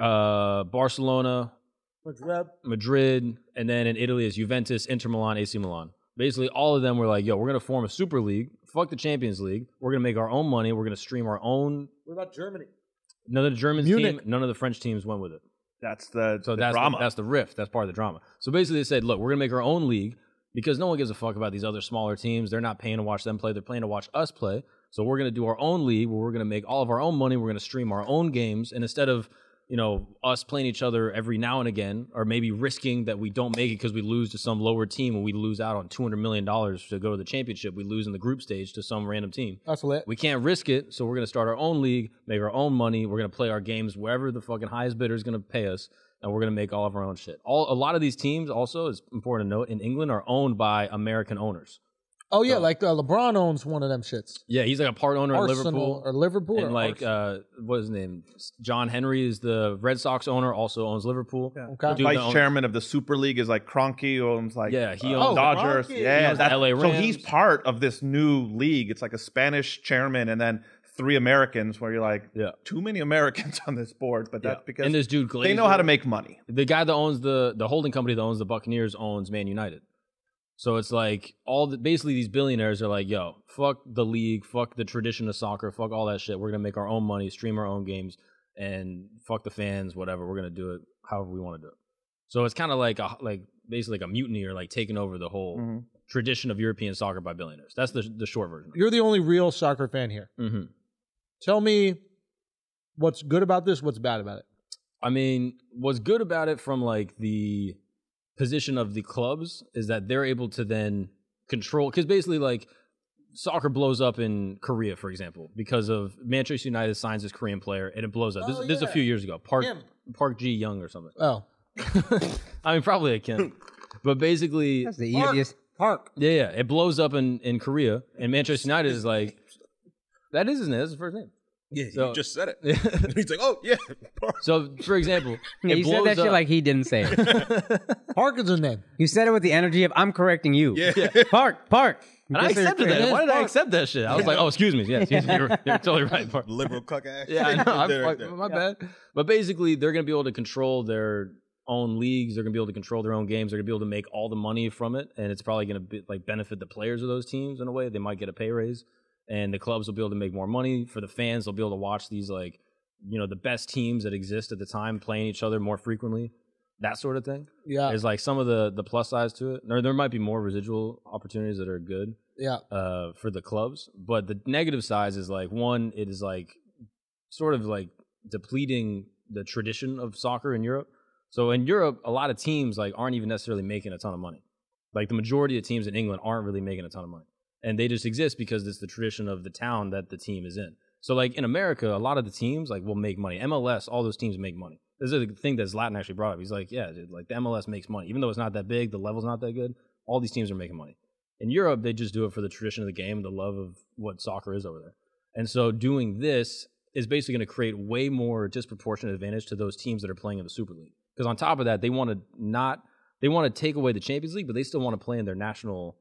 S4: uh, Barcelona, Madrid, and then in Italy is Juventus, Inter Milan, AC Milan. Basically, all of them were like, "Yo, we're gonna form a super league. Fuck the Champions League. We're gonna make our own money. We're gonna stream our own."
S3: What about Germany?
S4: None of the German team,
S3: Munich.
S4: none of the French teams went with it.
S9: That's the,
S4: So
S9: the
S4: that's
S9: drama.
S4: The, that's the rift. That's part of the drama. So basically, they said, look, we're gonna make our own league because no one gives a fuck about these other smaller teams. They're not paying to watch them play. They're paying to watch us play. So we're gonna do our own league where we're gonna make all of our own money. We're gonna stream our own games, and instead of you know us playing each other every now and again, or maybe risking that we don't make it because we lose to some lower team and we lose out on two hundred million dollars to go to the championship. We lose in the group stage to some random team.
S3: That's lit.
S4: We can't risk it, so we're going to start our own league, make our own money. We're going to play our games wherever the fucking highest bidder is going to pay us, and we're going to make all of our own shit. All a lot of these teams also it's important to note in England are owned by American owners.
S3: Oh yeah, like uh, LeBron owns one of them shits.
S4: Yeah, he's like a part owner in
S3: Arsenal
S4: Liverpool.
S3: or Liverpool, or
S4: and like
S3: Arsenal.
S4: uh, what is his name? John Henry is the Red Sox owner, also owns Liverpool.
S3: okay.
S4: uh, dude, the-
S9: Vice chairman of the Super League is like Cronky owns like
S4: Yeah, he
S9: uh,
S4: owns- Oh,
S9: Dodgers.
S3: Kroenke.
S9: Yeah,
S4: He owns the
S9: that's-
S4: LA
S9: so he's
S4: Rams.
S9: part of this new league. It's like a Spanish chairman and then three Americans. Where you're like,
S4: Yeah.
S9: too many Americans on this board, but that's
S4: Yeah.
S9: because
S4: and this dude Glazer,
S9: they know how to make money.
S4: the guy that owns the the holding company that owns the Buccaneers owns Man United. So it's like all the, basically these billionaires are like, yo, fuck the league, fuck the tradition of soccer, fuck all that shit. We're gonna make our own money, stream our own games, and fuck the fans, whatever. We're gonna do it however we want to do it. So it's kind of like a like basically like a mutiny or like taking over the whole
S9: Mhm.
S4: tradition of European soccer by billionaires. That's the the short version.
S3: you're the only real soccer fan here.
S4: Mm-hmm.
S3: Tell me what's good about this, what's bad about it.
S4: I mean, what's good about it from like the position of the clubs is that they're able to then control because basically like soccer blows up in Korea, for example, because of Manchester United signs this Korean player and it blows up. This,
S3: Oh,
S4: this is a
S3: yeah.
S4: few years ago. Park
S3: Kim.
S4: Park Ji Young or something.
S3: Oh,
S4: I mean, probably a Kim, but basically,
S5: That's the easiest.
S3: Park.
S4: yeah, yeah, it blows up in in Korea, and Manchester United is like, that is his name. That's his first name.
S17: Yeah,
S4: So-
S17: you just said it. He's like, oh, yeah.
S4: So, for example,
S5: Yeah,
S4: it
S5: you said
S4: blows
S5: that shit
S4: up-
S5: like he didn't say it.
S3: Park is a name.
S5: you said it with the energy of I'm correcting you.
S17: Yeah.
S5: Park, park.
S4: And I
S5: This is-
S4: accepted that. Why did I accept that shit? I was like, oh, excuse me. Yeah, excuse me. You're, you're totally right. Mark.
S17: Liberal cuck ass.
S4: Yeah, I know. I
S17: There,
S4: fucked-
S17: there.
S4: my bad. But basically, they're going to be able to control their own leagues. They're going to be able to control their own games. They're going to be able to make all the money from it, and it's probably going to be, like benefit the players of those teams in a way. They might get a pay raise, and the clubs will be able to make more money. For the fans, they'll be able to watch these like you know the best teams that exist at the time playing each other more frequently. That sort of thing
S3: Yeah,
S4: is like some of the the plus sides to it. There, there might be more residual opportunities that are good
S3: yeah.
S4: uh, for the clubs. But the negative sides is like one, it is like sort of like depleting the tradition of soccer in Europe. So in Europe, a lot of teams like aren't even necessarily making a ton of money. Like the majority of teams in England aren't really making a ton of money, and they just exist because it's the tradition of the town that the team is in. So like in America, a lot of the teams like will make money. MLS, all those teams make money. This is the thing that Zlatan actually brought up. He's like, yeah, dude, like the MLS makes money, even though it's not that big, the level's not that good. All these teams are making money. In Europe, they just do it for the tradition of the game, the love of what soccer is over there. And so doing this is basically going to create way more disproportionate advantage to those teams that are playing in the Super League. Because on top of that, they want to not they want to take away the Champions League, but they still want to play in their national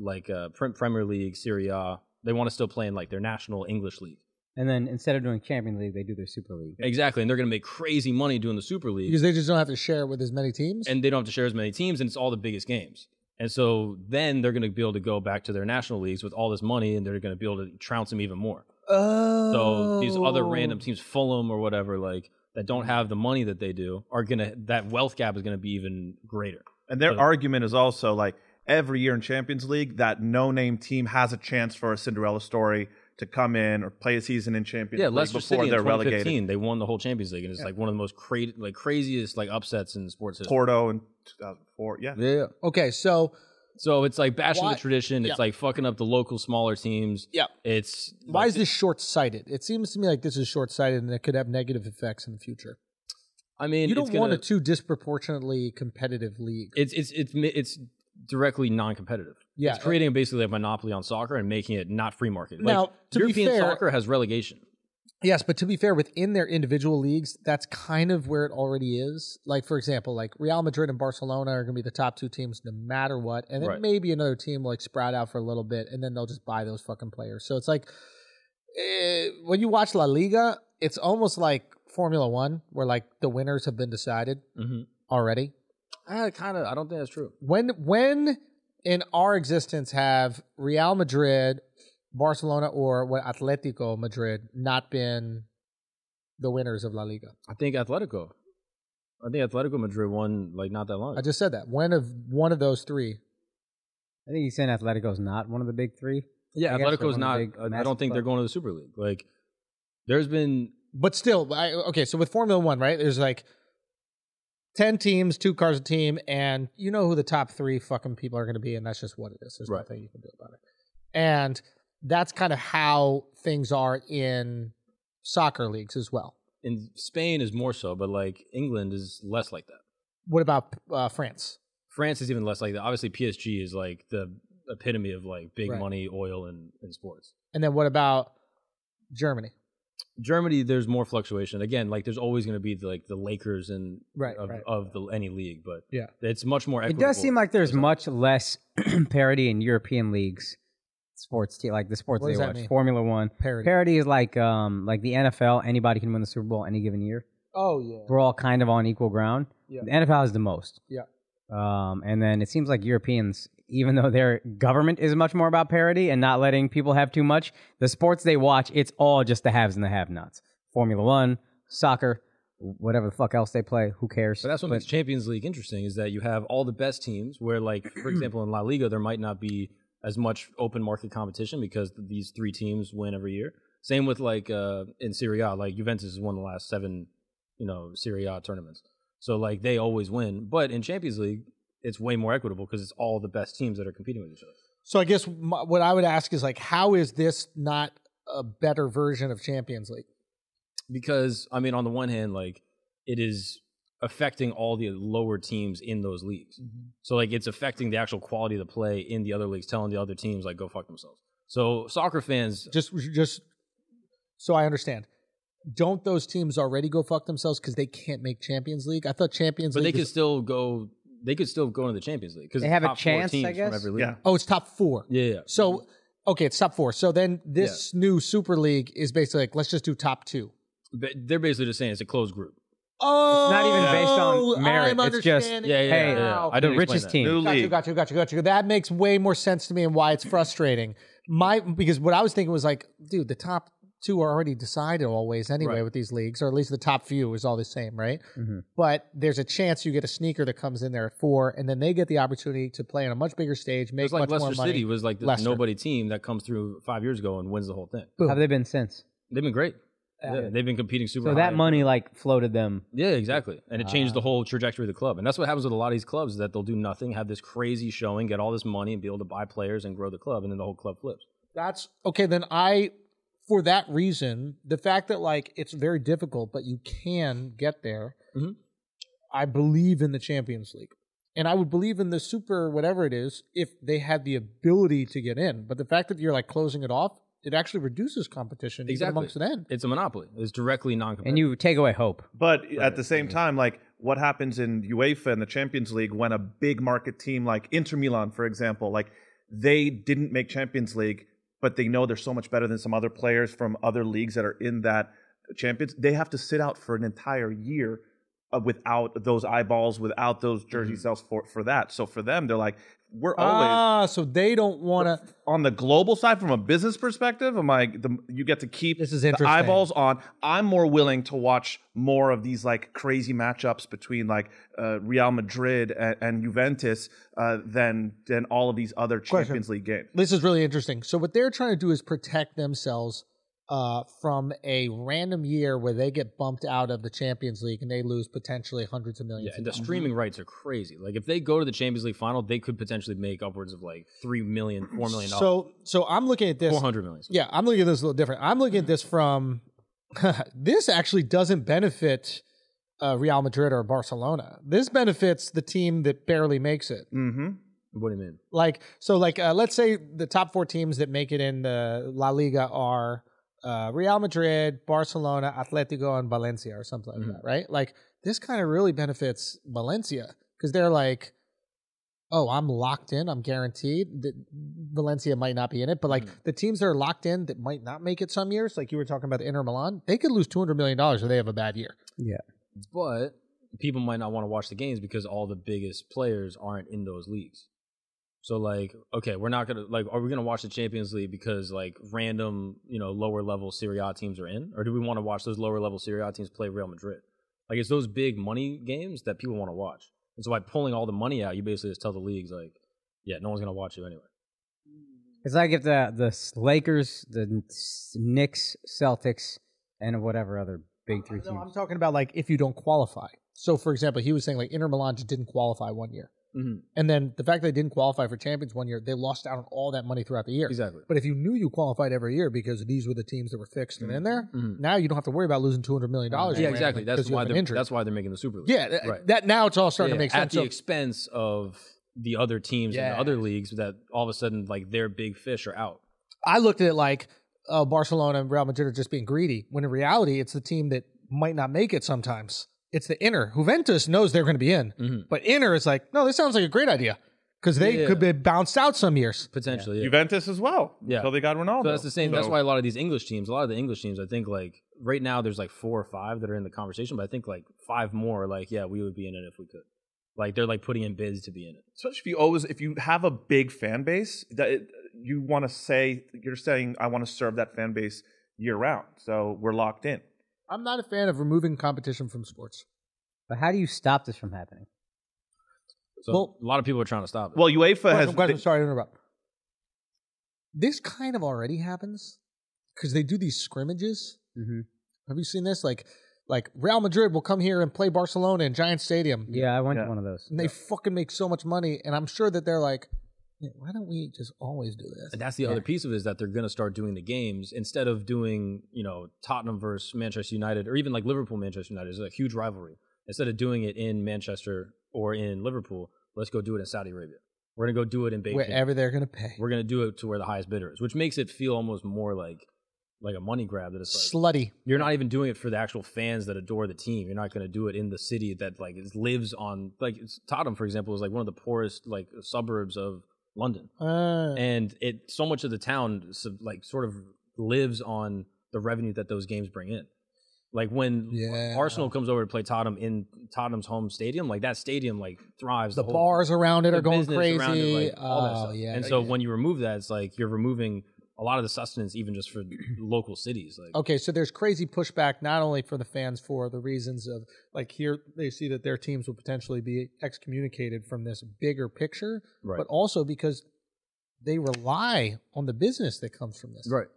S4: like uh, Pre- Premier League, Serie A. They want to still play in like their national English league.
S5: And then instead of doing Champion League, they do their Super League.
S4: Exactly, and they're going to make crazy money doing the Super League.
S3: because they just don't have to share with as many teams.
S4: and they don't have to share as many teams, and it's all the biggest games. And so then they're going to be able to go back to their national leagues with all this money, and they're going to be able to trounce them even more.
S3: oh,
S4: So these other random teams, Fulham or whatever, like that don't have the money that they do, are going to that wealth gap is going to be even greater.
S9: And their
S4: But-
S9: argument is also like every year in Champions League, that no name team has a chance for a Cinderella story to come in or play a season in Champions
S4: Yeah,
S9: League
S4: Leicester
S9: before
S4: City in
S9: they're
S4: 2015,
S9: relegated.
S4: they won the whole Champions League, and it's like one of the most cra- like craziest like upsets in sports history.
S9: Porto in 2004. Yeah.
S3: yeah. Okay, so
S4: So it's like bashing
S3: Why-
S4: the tradition. It's
S3: Yeah.
S4: like fucking up the local smaller teams.
S3: Yeah.
S4: It's
S3: why is this short sighted? It seems to me like this is short sighted and it could have negative effects in the future.
S4: I mean,
S3: you don't
S4: it's gonna,
S3: want a too disproportionately competitive league.
S4: it's it's it's mi- it's directly non-competitive.
S3: Yeah.
S4: it's creating basically a monopoly on soccer and making it not free market. Like,
S3: Now, to be
S4: European
S3: fair-
S4: soccer has relegation.
S3: Yes, but to be fair, within their individual leagues, that's kind of where it already is. Like for example, like Real Madrid and Barcelona are going to be the top two teams no matter what, and then
S4: Right.
S3: maybe another team will like sprout out for a little bit, and then they'll just buy those fucking players. So it's like eh, when you watch La Liga, it's almost like Formula One, where like the winners have been decided
S4: Mm-hmm.
S3: already.
S4: I kind of I don't think that's true.
S3: When when in our existence have Real Madrid, Barcelona, or what Atletico Madrid not been the winners of La Liga?
S4: I think Atletico. I think Atletico Madrid won like not that long.
S3: I just said that. When of one of those three?
S5: I think he's saying Atletico's not one of the big three.
S4: yeah,
S5: I guess
S4: Atletico's
S5: they're
S4: not.
S5: one of the big
S4: I- I
S5: massive
S4: don't think they're
S5: clubs.
S4: going to the Super League. Like, there's been
S3: But still, I, okay. So with Formula One, right? There's like ten teams, two cars a team, and you know who the top three fucking people are going to be, and that's just what it is. There's
S4: Right.
S3: nothing you can do about it. And that's kind of how things are in soccer leagues as well.
S4: in Spain is more so, but like England is less like that.
S3: What about uh, France?
S4: France is even less like that. Obviously, PSG is like the epitome of like big
S3: Right.
S4: money, oil, and, and sports.
S3: And then what about Germany?
S4: Germany, there's more fluctuation. Again, like there's always going to be like the Lakers and
S3: Right,
S4: of,
S3: right,
S4: of the any league, but
S3: Yeah.
S4: it's much more.
S5: It
S4: Equitable.
S5: does seem like there's much less parity in European leagues, sports te- like the sports
S3: What
S5: they
S3: does that
S5: watch.
S3: mean?
S5: Formula One
S3: Parody.
S5: parity is like um like the NFL. Anybody can win the Super Bowl any given year.
S3: Oh yeah.
S5: We're all kind of on equal ground.
S3: Yeah.
S5: The NFL has the most.
S3: Yeah.
S5: Um, and then it seems like Europeans, even though their government is much more about parity and not letting people have too much, the sports they watch, it's all just the haves and the have-nots. Formula One, soccer, whatever the fuck else they play. Who cares?
S4: But that's what makes Champions League interesting is that you have all the best teams where, like, for example, in La Liga, there might not be as much open market competition because these three teams win every year. Same with like uh, in Serie A, like Juventus has won the last seven, you know, Serie A tournaments. So like they always win. But in Champions League, it's way more equitable because it's all the best teams that are competing with each other.
S3: So I guess my, what I would ask is like, how is this not a better version of Champions League?
S4: because I mean, on the one hand, like it is affecting all the lower teams in those leagues.
S5: Mm-hmm.
S4: So like it's affecting the actual quality of the play in the other leagues, telling the other teams like go fuck themselves. So soccer fans,
S3: Just just so I understand. Don't those teams already go fuck themselves because they can't make Champions League? I thought Champions
S4: but they
S3: League.
S4: could
S3: was-
S4: still go. They could still go into the Champions League because
S5: They have a
S4: top four
S5: chance, I
S4: teams
S5: guess?
S4: From every league.
S9: Yeah.
S3: oh, it's top four.
S4: yeah, yeah.
S3: So okay, it's top four. So then this new Super League is basically like, let's just do top two.
S4: But they're basically just saying it's a closed group.
S3: Oh,
S5: not even based on
S4: Oh,
S5: merit.
S3: I'm
S5: It's just-
S3: understanding
S4: Yeah, yeah,
S5: Hey,
S4: yeah, yeah. I
S5: the
S4: didn't explain
S5: richest
S4: that.
S5: team.
S9: New
S3: Got you,
S9: league.
S3: got you, got you, got you. That makes way more sense to me and why it's frustrating. My because what I was thinking was like, dude, the top two are already decided always anyway
S4: Right. Mm-hmm.
S3: with these leagues, or at least the top few is all the same, right?
S5: Mhm.
S3: But there's a chance you get a sneaker that comes in there at four, and then they get the opportunity to play on a much bigger stage, make
S4: It's like
S3: much
S4: Leicester
S3: more money.
S4: City was like the
S3: Leicester.
S4: nobody team that comes through five years ago and wins the whole thing.
S5: How have they been since?
S4: They've been great. Yeah,
S5: Yeah.
S4: they've been competing super.
S5: So
S4: high.
S5: that money like floated them.
S4: Yeah, exactly. And it changed the whole trajectory of the club. And that's what happens with a lot of these clubs is that they'll do nothing, have this crazy showing, get all this money and be able to buy players and grow the club and then the whole club flips.
S3: That's okay. Then I, for that reason, the fact that like it's very difficult, but you can get there.
S4: Mhm.
S3: I believe in the Champions League, and I would believe in the Super, whatever it is, if they had the ability to get in. But the fact that you're like closing it off, it actually reduces competition even
S4: Exactly.
S3: amongst them.
S4: It's a monopoly. It's directly non
S5: And you take away hope.
S9: But at the same time, like what happens in UEFA and the Champions League when a big market team like Inter Milan, for example, like they didn't make Champions League, but they know they're so much better than some other players from other leagues that are in that Champions. They have to sit out for an entire year uh, without those eyeballs, without those jersey sales for for that. So for them, they're like, we're always
S3: Ah, so they don't want to.
S9: on the global side from a business perspective i'm like the, you get to keep
S3: This is
S9: the
S3: interesting.
S9: eyeballs on i'm more willing to watch more of these like crazy matchups between like uh, real madrid and, and juventus uh, than than all of these other champions league games
S3: This is really interesting. So what they're trying to do is protect themselves uh, from a random year where they get bumped out of the Champions League and they lose potentially hundreds of
S4: Yeah,
S3: millions.
S4: and
S3: of
S4: the streaming rights are crazy. Like if they go to the Champions League final, they could potentially make upwards of like three million, four million
S3: dollars.
S4: dollars,
S3: So so I'm looking at this.
S4: four hundred million.
S3: Yeah, I'm looking at this a little different. I'm looking at this from this actually doesn't benefit uh, Real Madrid or Barcelona. This benefits the team that barely makes it.
S9: mm-hmm.
S4: What do you mean?
S3: Like so, like uh, let's say the top four teams that make it in the La Liga are uh, Real Madrid, Barcelona, Atletico, and Valencia, or something
S5: Mm-hmm.
S3: like that, right? Like this kind of really benefits Valencia because they're like, oh, I'm locked in, I'm guaranteed. That Valencia might not be in it, but
S5: Mm-hmm.
S3: like the teams that are locked in that might not make it some years, like you were talking about Inter Milan, they could lose two hundred million dollars if they have a bad year.
S4: But people might not want to watch the games because all the biggest players aren't in those leagues. So like, okay, we're not gonna like, are we gonna watch the Champions League because like random, you know, lower level Serie A teams are in, or do we want to watch those lower level Serie A teams play Real Madrid? Like, it's those big money games that people want to watch, and so by pulling all the money out, you basically just tell the leagues like, yeah, no one's gonna watch you anyway.
S5: It's like if the the Lakers, the Knicks, Celtics, and whatever other big three
S3: No, I'm
S5: teams.
S3: talking about like if you don't qualify. So, for example, he was saying like Inter Milan just didn't qualify one year,
S4: Mhm.
S3: and then the fact they didn't qualify for Champions one year, they lost out on all that money throughout the year.
S4: Exactly.
S3: But if you knew you qualified every year because these were the teams that were fixed and in there,
S4: Mhm.
S3: now you don't have to worry about losing two hundred million dollars.
S4: Yeah, exactly. That's why
S3: the
S4: they're that's why they're making the Super League.
S3: yeah, th-
S4: right.
S3: that now it's all starting
S4: Yeah,
S3: to make
S4: at
S3: sense.
S4: the
S3: So-
S4: expense of the other teams and
S3: Yeah.
S4: the other leagues that all of a sudden like their big fish are out.
S3: I looked at it like uh, Barcelona and Real Madrid are just being greedy. When in reality, it's the team that might not make it sometimes. It's the Inter. Juventus knows they're going to be in, but Inter is like, no, this sounds like a great idea because they
S4: Yeah.
S3: could be bounced out some years.
S4: Potentially, yeah.
S9: juventus as well
S4: Yeah.
S9: until they got ronaldo
S4: So that's the same. That's
S9: So-
S4: why a lot of these English teams, a lot of the English teams, I think like right now there's like four or five that are in the conversation, but I think like five more, are like yeah, we would be in it if we could. Like they're like putting in bids to be in it.
S9: especially if you always if you have a big fan base that it, you want to say you're saying i want to serve that fan base year round so we're locked in
S3: I'm not a fan of removing competition from sports.
S5: But how do you stop this from happening?
S4: So
S3: Well-
S4: a lot of people are trying to stop it.
S9: well uefa
S3: Question,
S9: has
S3: question, sorry to interrupt. This kind of already happens because they do these scrimmages.
S5: Mm-hmm.
S3: Have you seen this? Like, like Real Madrid will come here and play Barcelona in Giant Stadium.
S5: Yeah, I went
S9: Yeah.
S5: to one of those.
S3: and they fucking make so much money. And I'm sure that they're like, "Man, why don't we just always do
S4: And
S3: this?
S4: that's the other piece of it is that they're going to start doing the games instead of doing, you know, Tottenham versus Manchester United or even like Liverpool Manchester United is a huge rivalry. Instead of doing it in Manchester or in Liverpool, let's go do it in Saudi Arabia. We're going to go do it in Beijing.
S3: Wherever they're gonna pay,
S4: We're going to do it to where the highest bidder is, which makes it feel almost more like like a money grab that it's like
S3: slutty.
S4: you're not even doing it for the actual fans that adore the team. You're not going to do it in the city that like is, lives on like it's, Tottenham for example is like one of the poorest like suburbs of London
S3: Uh,
S4: and it so much of the town so- like sort of lives on the revenue that those games bring in. Like when
S3: Yeah.
S4: Arsenal comes over to play Tottenham in Tottenham's home stadium, like that stadium like thrives.
S3: the
S4: whole-
S3: bars around it
S4: the
S3: are going
S4: business
S3: crazy.
S4: around it, like, all that
S3: Oh,
S4: stuff.
S3: yeah.
S4: and so when you remove that, it's like you're removing a lot of the sustenance even just for local cities. Like
S3: okay, so there's crazy pushback not only for the fans for the reasons of like here they see that their teams will potentially be excommunicated from this bigger picture,
S4: Right.
S3: but also because they rely on the business that comes from this.
S4: right.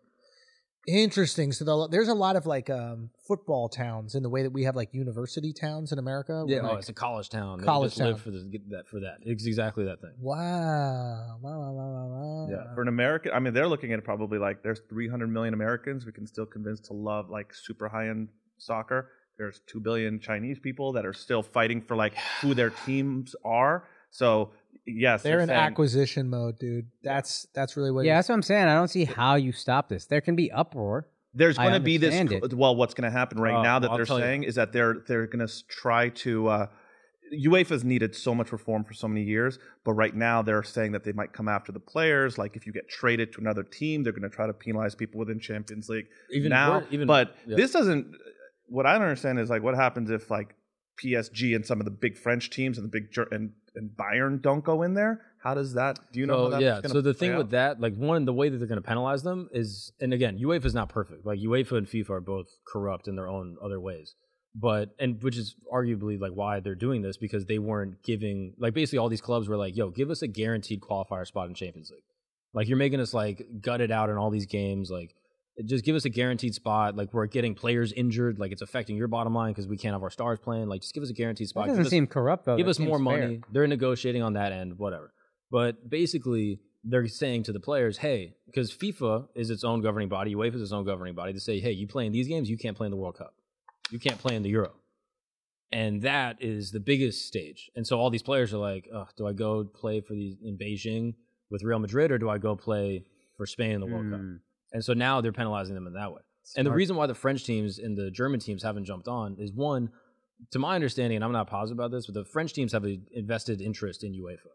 S3: Interesting. So the, there's a lot of like um, football towns in the way that we have like university towns in America.
S4: Yeah,
S3: like,
S4: oh, it's a college town. They
S3: College
S4: just live
S3: town.
S4: for the, get that for that. It's exactly that thing.
S3: Wow. Wow, wow, wow, wow, wow.
S9: Yeah, for an American, I mean, they're looking at it probably like there's 300 million Americans we can still convince to love like super high end soccer. There's 2 billion Chinese people that are still fighting for like who their teams are. So, yes,
S3: They're
S9: you're
S3: in
S9: saying-
S3: acquisition mode, dude. That's that's really what
S5: Yeah, that's what I'm saying. I don't see how you stop this. There can be uproar.
S9: There's
S5: I
S9: going to be this.
S5: understand it.
S9: Well, what's going to happen right
S4: Oh,
S9: now that
S4: I'll
S9: they're
S4: tell you.
S9: saying is that they're they're going to try to uh, UEFA's needed so much reform for so many years, but right now they're saying that they might come after the players. Like if you get traded to another team, they're going to try to penalize people within Champions League.
S4: Even
S9: now,
S4: wor- even-
S9: but
S4: yeah.
S9: this doesn't. What I don't understand is like what happens if like PSG and some of the big French teams and the big Ger- and and Bayern don't go in there. How does that? Do you know? how
S4: So
S9: that's
S4: yeah.
S9: gonna
S4: So the
S9: play
S4: thing
S9: out?
S4: with that, like one, the way that they're going to penalize them is, and again, UEFA is not perfect. Like UEFA and FIFA are both corrupt in their own other ways. But and which is arguably like why they're doing this because they weren't giving like basically all these clubs were like, yo, give us a guaranteed qualifier spot in Champions League. Like you're making us like gut it out in all these games. Like just give us a guaranteed spot. Like we're getting players injured. Like it's affecting your bottom line because we can't have our stars playing. Like just give us a guaranteed spot.
S5: That
S4: Give
S5: doesn't
S4: us-
S5: seem corrupt though.
S4: give
S5: Oh, That
S4: us
S5: seems
S4: more money.
S5: fair.
S4: They're negotiating on that end, whatever. But basically, they're saying to the players, hey, because FIFA is its own governing body, UEFA is its own governing body, to say, hey, you play in these games, you can't play in the World Cup. You can't play in the Euro. And that is the biggest stage. And so all these players are like, Ugh, do I go play for these in Beijing with Real Madrid or do I go play for Spain in the
S5: Hmm.
S4: World Cup? And so now they're penalizing them in that way. And the reason why the French teams and the German teams haven't jumped on is one, to my understanding, and I'm not positive about this, but the French teams have an invested interest in UEFA,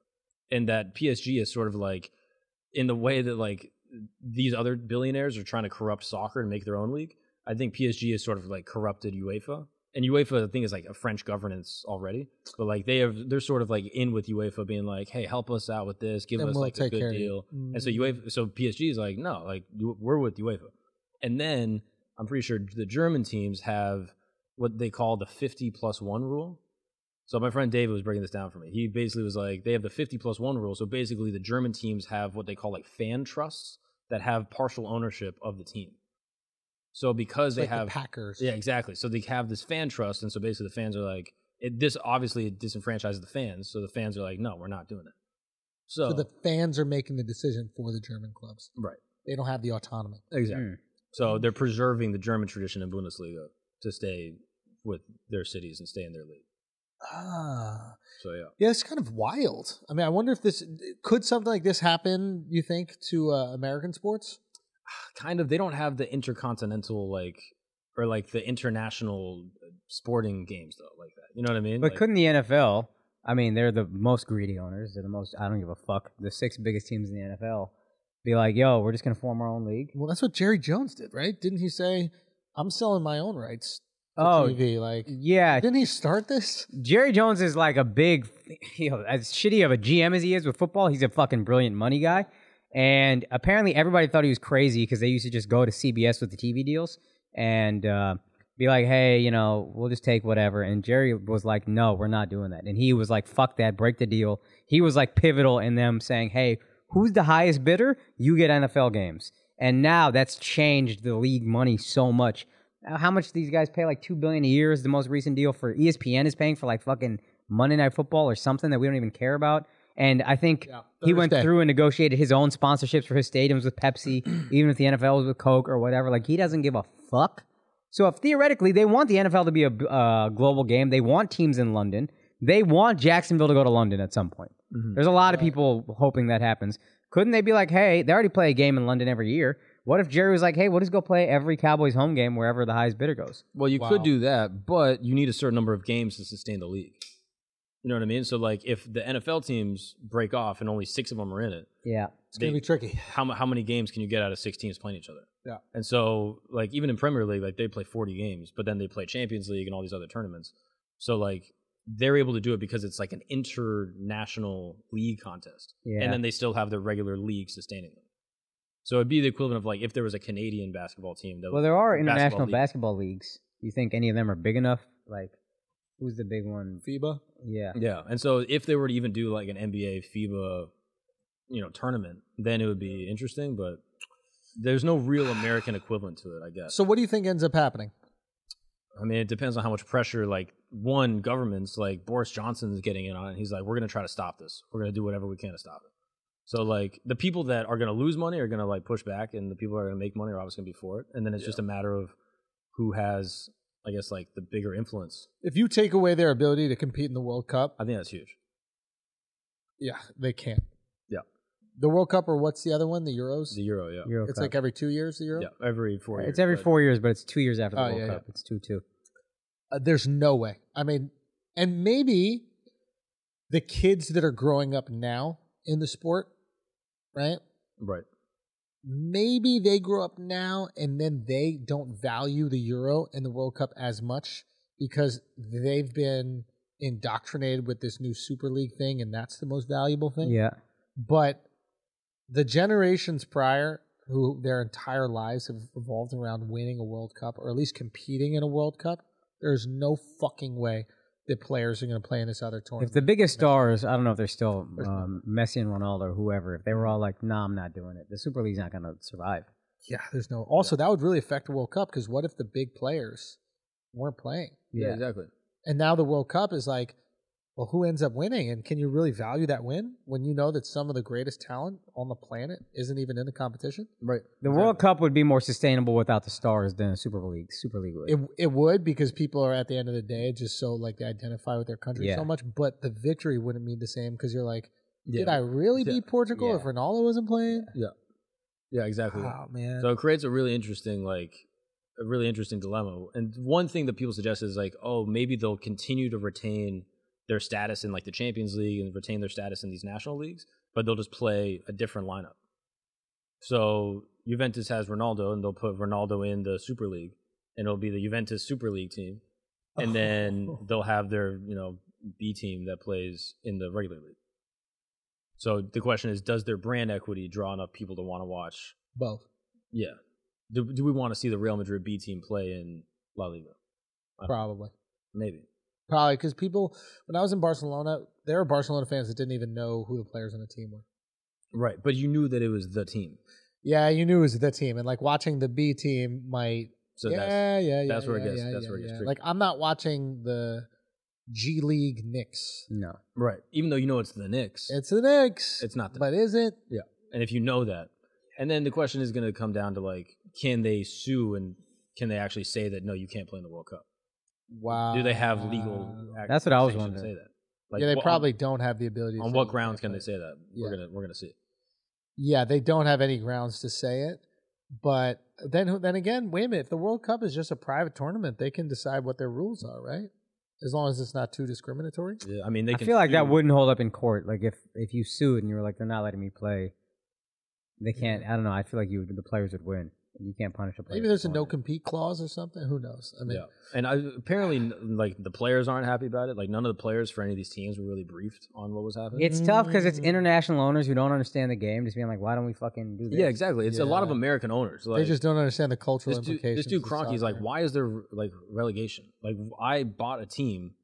S4: and that PSG is sort of like in the way that like these other billionaires are trying to corrupt soccer and make their own league. I think PSG is sort of like corrupted UEFA, and UEFA I think is like a French governance already, but like they have they're sort of like in with UEFA, being like, hey, help us out with this, give
S3: And
S4: us
S3: we'll
S4: like a
S3: take care of
S4: good
S3: Mm. you.
S4: deal, and so UEFA, so PSG is like, no, like you- we're with UEFA, and then I'm pretty sure the German teams have what they call the 50 plus one rule. So my friend David was breaking this down for me. He basically was like, they have the 50 plus one rule. So basically, the German teams have what they call like fan trusts that have partial ownership of the team. So because they
S3: like
S4: have
S3: the Packers.
S4: yeah, exactly. So they have this fan trust, and so basically the fans are like, it, this obviously disenfranchises the fans. So the fans are like, no, we're not doing it. So,
S3: So the fans are making the decision for the German clubs.
S4: Right.
S3: They don't have the autonomy.
S4: exactly. So they're preserving the German tradition in Bundesliga to stay with their cities and stay in their league.
S3: Ah.
S4: So yeah.
S3: Yeah, it's kind of wild. I mean, I wonder if this could something like this happen, you think, to uh, American sports?
S4: Ah, kind of they don't have the intercontinental like or like the international uh, sporting games though like that you know what i mean
S5: But
S4: Like,
S5: couldn't the NFL? I mean, they're the most greedy owners. They're the most. I don't give a fuck. The six biggest teams in the NFL be like, yo, we're just gonna form our own league.
S3: Well, that's what Jerry Jones did, right? Didn't he say, "I'm selling my own rights to
S5: Oh.
S3: TV"? Like,
S5: Yeah,
S3: didn't he start this?
S5: Jerry Jones is like a big, you know, as shitty of a GM as he is with football, he's a fucking brilliant money guy. And apparently, everybody thought he was crazy because they used to just go to CBS with the TV deals and uh, be like, "Hey, you know, we'll just take whatever." And Jerry was like, "No, we're not doing that." And he was like, "Fuck that, break the deal." He was like pivotal in them saying, "Hey, who's the highest bidder? You get NFL games." And now that's changed the league money so much. Uh, How much these guys pay? Like two billion a year is the most recent deal for E ESPN is paying for like fucking Monday Night Football or something that we don't even care about. And I think he went
S3: Thursday.
S5: through and negotiated his own sponsorships for his stadiums with Pepsi, even if the NFL was with Coke or whatever. Like he doesn't give a fuck. So if theoretically they want the NFL to be a uh, global game, they want teams in London. They want Jacksonville to go to London at some point. There's a lot of people hoping that happens. Couldn't they be like, hey, they already play a game in London every year? What if Jerry was like, hey, we'll just go play every Cowboys home game wherever the highest bidder goes?
S4: well you could do that but you need a certain number of games to sustain the league you know what i mean so like if the nfl teams break off and only six of them are in it
S5: Yeah.
S3: It's gonna
S4: They-
S3: be tricky.
S4: how, mu- how many games can you get out of six teams playing each other
S3: Yeah.
S4: and so like even in premier league like they play 40 games but then they play champions league and all these other tournaments so like they're able to do it because it's like an international league contest
S5: Yeah.
S4: and then they still have their regular league sustaining them. So it'd be the equivalent of like if there was a Canadian basketball team. That
S5: well, there are
S4: basketball
S5: international
S4: league.
S5: basketball leagues. Do you think any of them are big enough? Like, who's the big one?
S3: FIBA.
S5: Yeah.
S4: Yeah, and so if they were to even do like an NBA FIBA, you know, tournament, then it would be interesting. But there's no real American equivalent to it, I guess.
S3: So, what do you think ends up happening?
S4: I mean, it depends on how much pressure. Like one, governments like Boris Johnson is getting in on it. He's like, we're going to try to stop this. We're going to do whatever we can to stop it. So like the people that are going to lose money are going to like push back, and the people that are going to make money are obviously going to be for it. And then it's just a matter of who has, I guess, like the bigger influence.
S3: If you take away their ability to compete in the World Cup,
S4: I think that's huge.
S3: yeah, they can't.
S4: Yeah.
S3: The World Cup, or what's the other one? The Euros.
S4: The euro, yeah,
S5: Euro
S3: it's
S5: Cup.
S3: like every two years. The Euro.
S4: yeah, every four. years,
S5: it's every
S4: but-
S5: four years, but it's two years after the
S3: Oh,
S5: World
S3: yeah,
S5: Cup. It's two two.
S3: Uh, there's no way. I mean, and maybe the kids that are growing up now in the sport, right?
S4: Right.
S3: Maybe they grow up now and then they don't value the Euro and the World Cup as much because they've been indoctrinated with this new Super League thing and that's the most valuable thing.
S5: Yeah.
S3: But the generations prior who their entire lives have revolved around winning a World Cup or at least competing in a World Cup, there's no fucking way that players are going to play in this other tournament.
S5: If the biggest stars, I don't know if they're still um, Messi and Ronaldo or whoever, if they were all like, "Nah, I'm not doing it," the Super League's not going to survive.
S3: Yeah, there's no. Also, that would really affect the World Cup because what if the big players weren't playing?
S4: Yeah, exactly.
S3: And now the World Cup is like, well, who ends up winning? And can you really value that win when you know that some of the greatest talent on the planet isn't even in the competition?
S4: Right.
S5: The World Cup would be more sustainable without the stars than a Super League. Super League would.
S3: It it would because people are at the end of the day just so like they identify with their country
S5: Yeah.
S3: so much, but the victory wouldn't mean the same because you're like,
S4: Yeah.
S3: did I really beat Portugal
S5: Yeah.
S3: if Ronaldo wasn't playing?
S4: Yeah, exactly.
S5: Ah.
S3: Oh man.
S4: So it creates a really interesting, like, a really interesting dilemma. And one thing that people suggest is like, oh, maybe they'll continue to retain their status in like the Champions League and retain their status in these national leagues, but they'll just play a different lineup. So Juventus has Ronaldo, and they'll put Ronaldo in the Super League, and it'll be the Juventus Super League team, and then they'll have their you know B team that plays in the regular league. So the question is, does their brand equity draw enough people to want to watch
S3: Both.
S4: yeah. Do, do we want to see the Real Madrid B team play in La Liga?
S3: Probably.
S4: Maybe.
S3: Probably because people when I was in Barcelona, there were Barcelona fans that didn't even know who the players on the team were.
S4: Right. But you knew that it was the team.
S3: Yeah, you knew it was the team, and like watching the B team might.
S4: So
S3: yeah,
S4: that's
S3: yeah, yeah.
S4: that's where it
S3: yeah,
S4: gets-
S3: yeah,
S4: that's
S3: yeah,
S4: where it gets
S3: yeah.
S4: tricky.
S3: Like I'm not watching the G League Knicks.
S5: No.
S4: right. Even though you know it's the Knicks, it's,
S3: It's the Knicks,
S4: not the
S3: but is it?
S4: And if you know that, and then the question is going to come down to like, can they sue and can they actually say that no, you can't play in the World Cup?
S3: Wow.
S4: Do they have legal? ac-
S5: That's what I was
S4: sanctions to
S5: wondering.
S4: Say that. Like,
S3: Uh, yeah, they
S4: what-
S3: probably don't have the ability. to
S4: On, on
S3: say
S4: what
S3: that.
S4: grounds can they say that? We're
S3: Yeah.
S4: gonna we're gonna see.
S3: Yeah, they don't have any grounds to say it. But then, who- then again, wait a minute. If the World Cup is just a private tournament, they can decide what their rules are, right? As long as it's not too discriminatory.
S4: Yeah, I mean, they.
S5: I
S4: can
S5: feel like that
S4: sue-
S5: wouldn't hold up in court. Like if if you sued and you were like, "They're not letting me play," they can't. I don't know. I feel like you would- the players would win. You can't punish a player.
S3: Maybe
S5: for
S3: there's a
S5: doing
S3: no
S5: it.
S3: compete clause or something. Who knows? I mean,
S4: Yeah, and I, apparently, n- like the players aren't happy about it. Like none of the players for any of these teams were really briefed on what was happening.
S5: It's tough because it's international owners who don't understand the game, just being like, "Why don't we fucking do this?"
S4: yeah, exactly. It's a lot of
S3: Yeah.
S4: American owners. Like,
S3: they just don't understand the cultural
S4: this dude,
S3: implications.
S4: this dude
S3: of
S4: Cronky's like,
S3: soccer.
S4: why is there like relegation? Like I bought a team.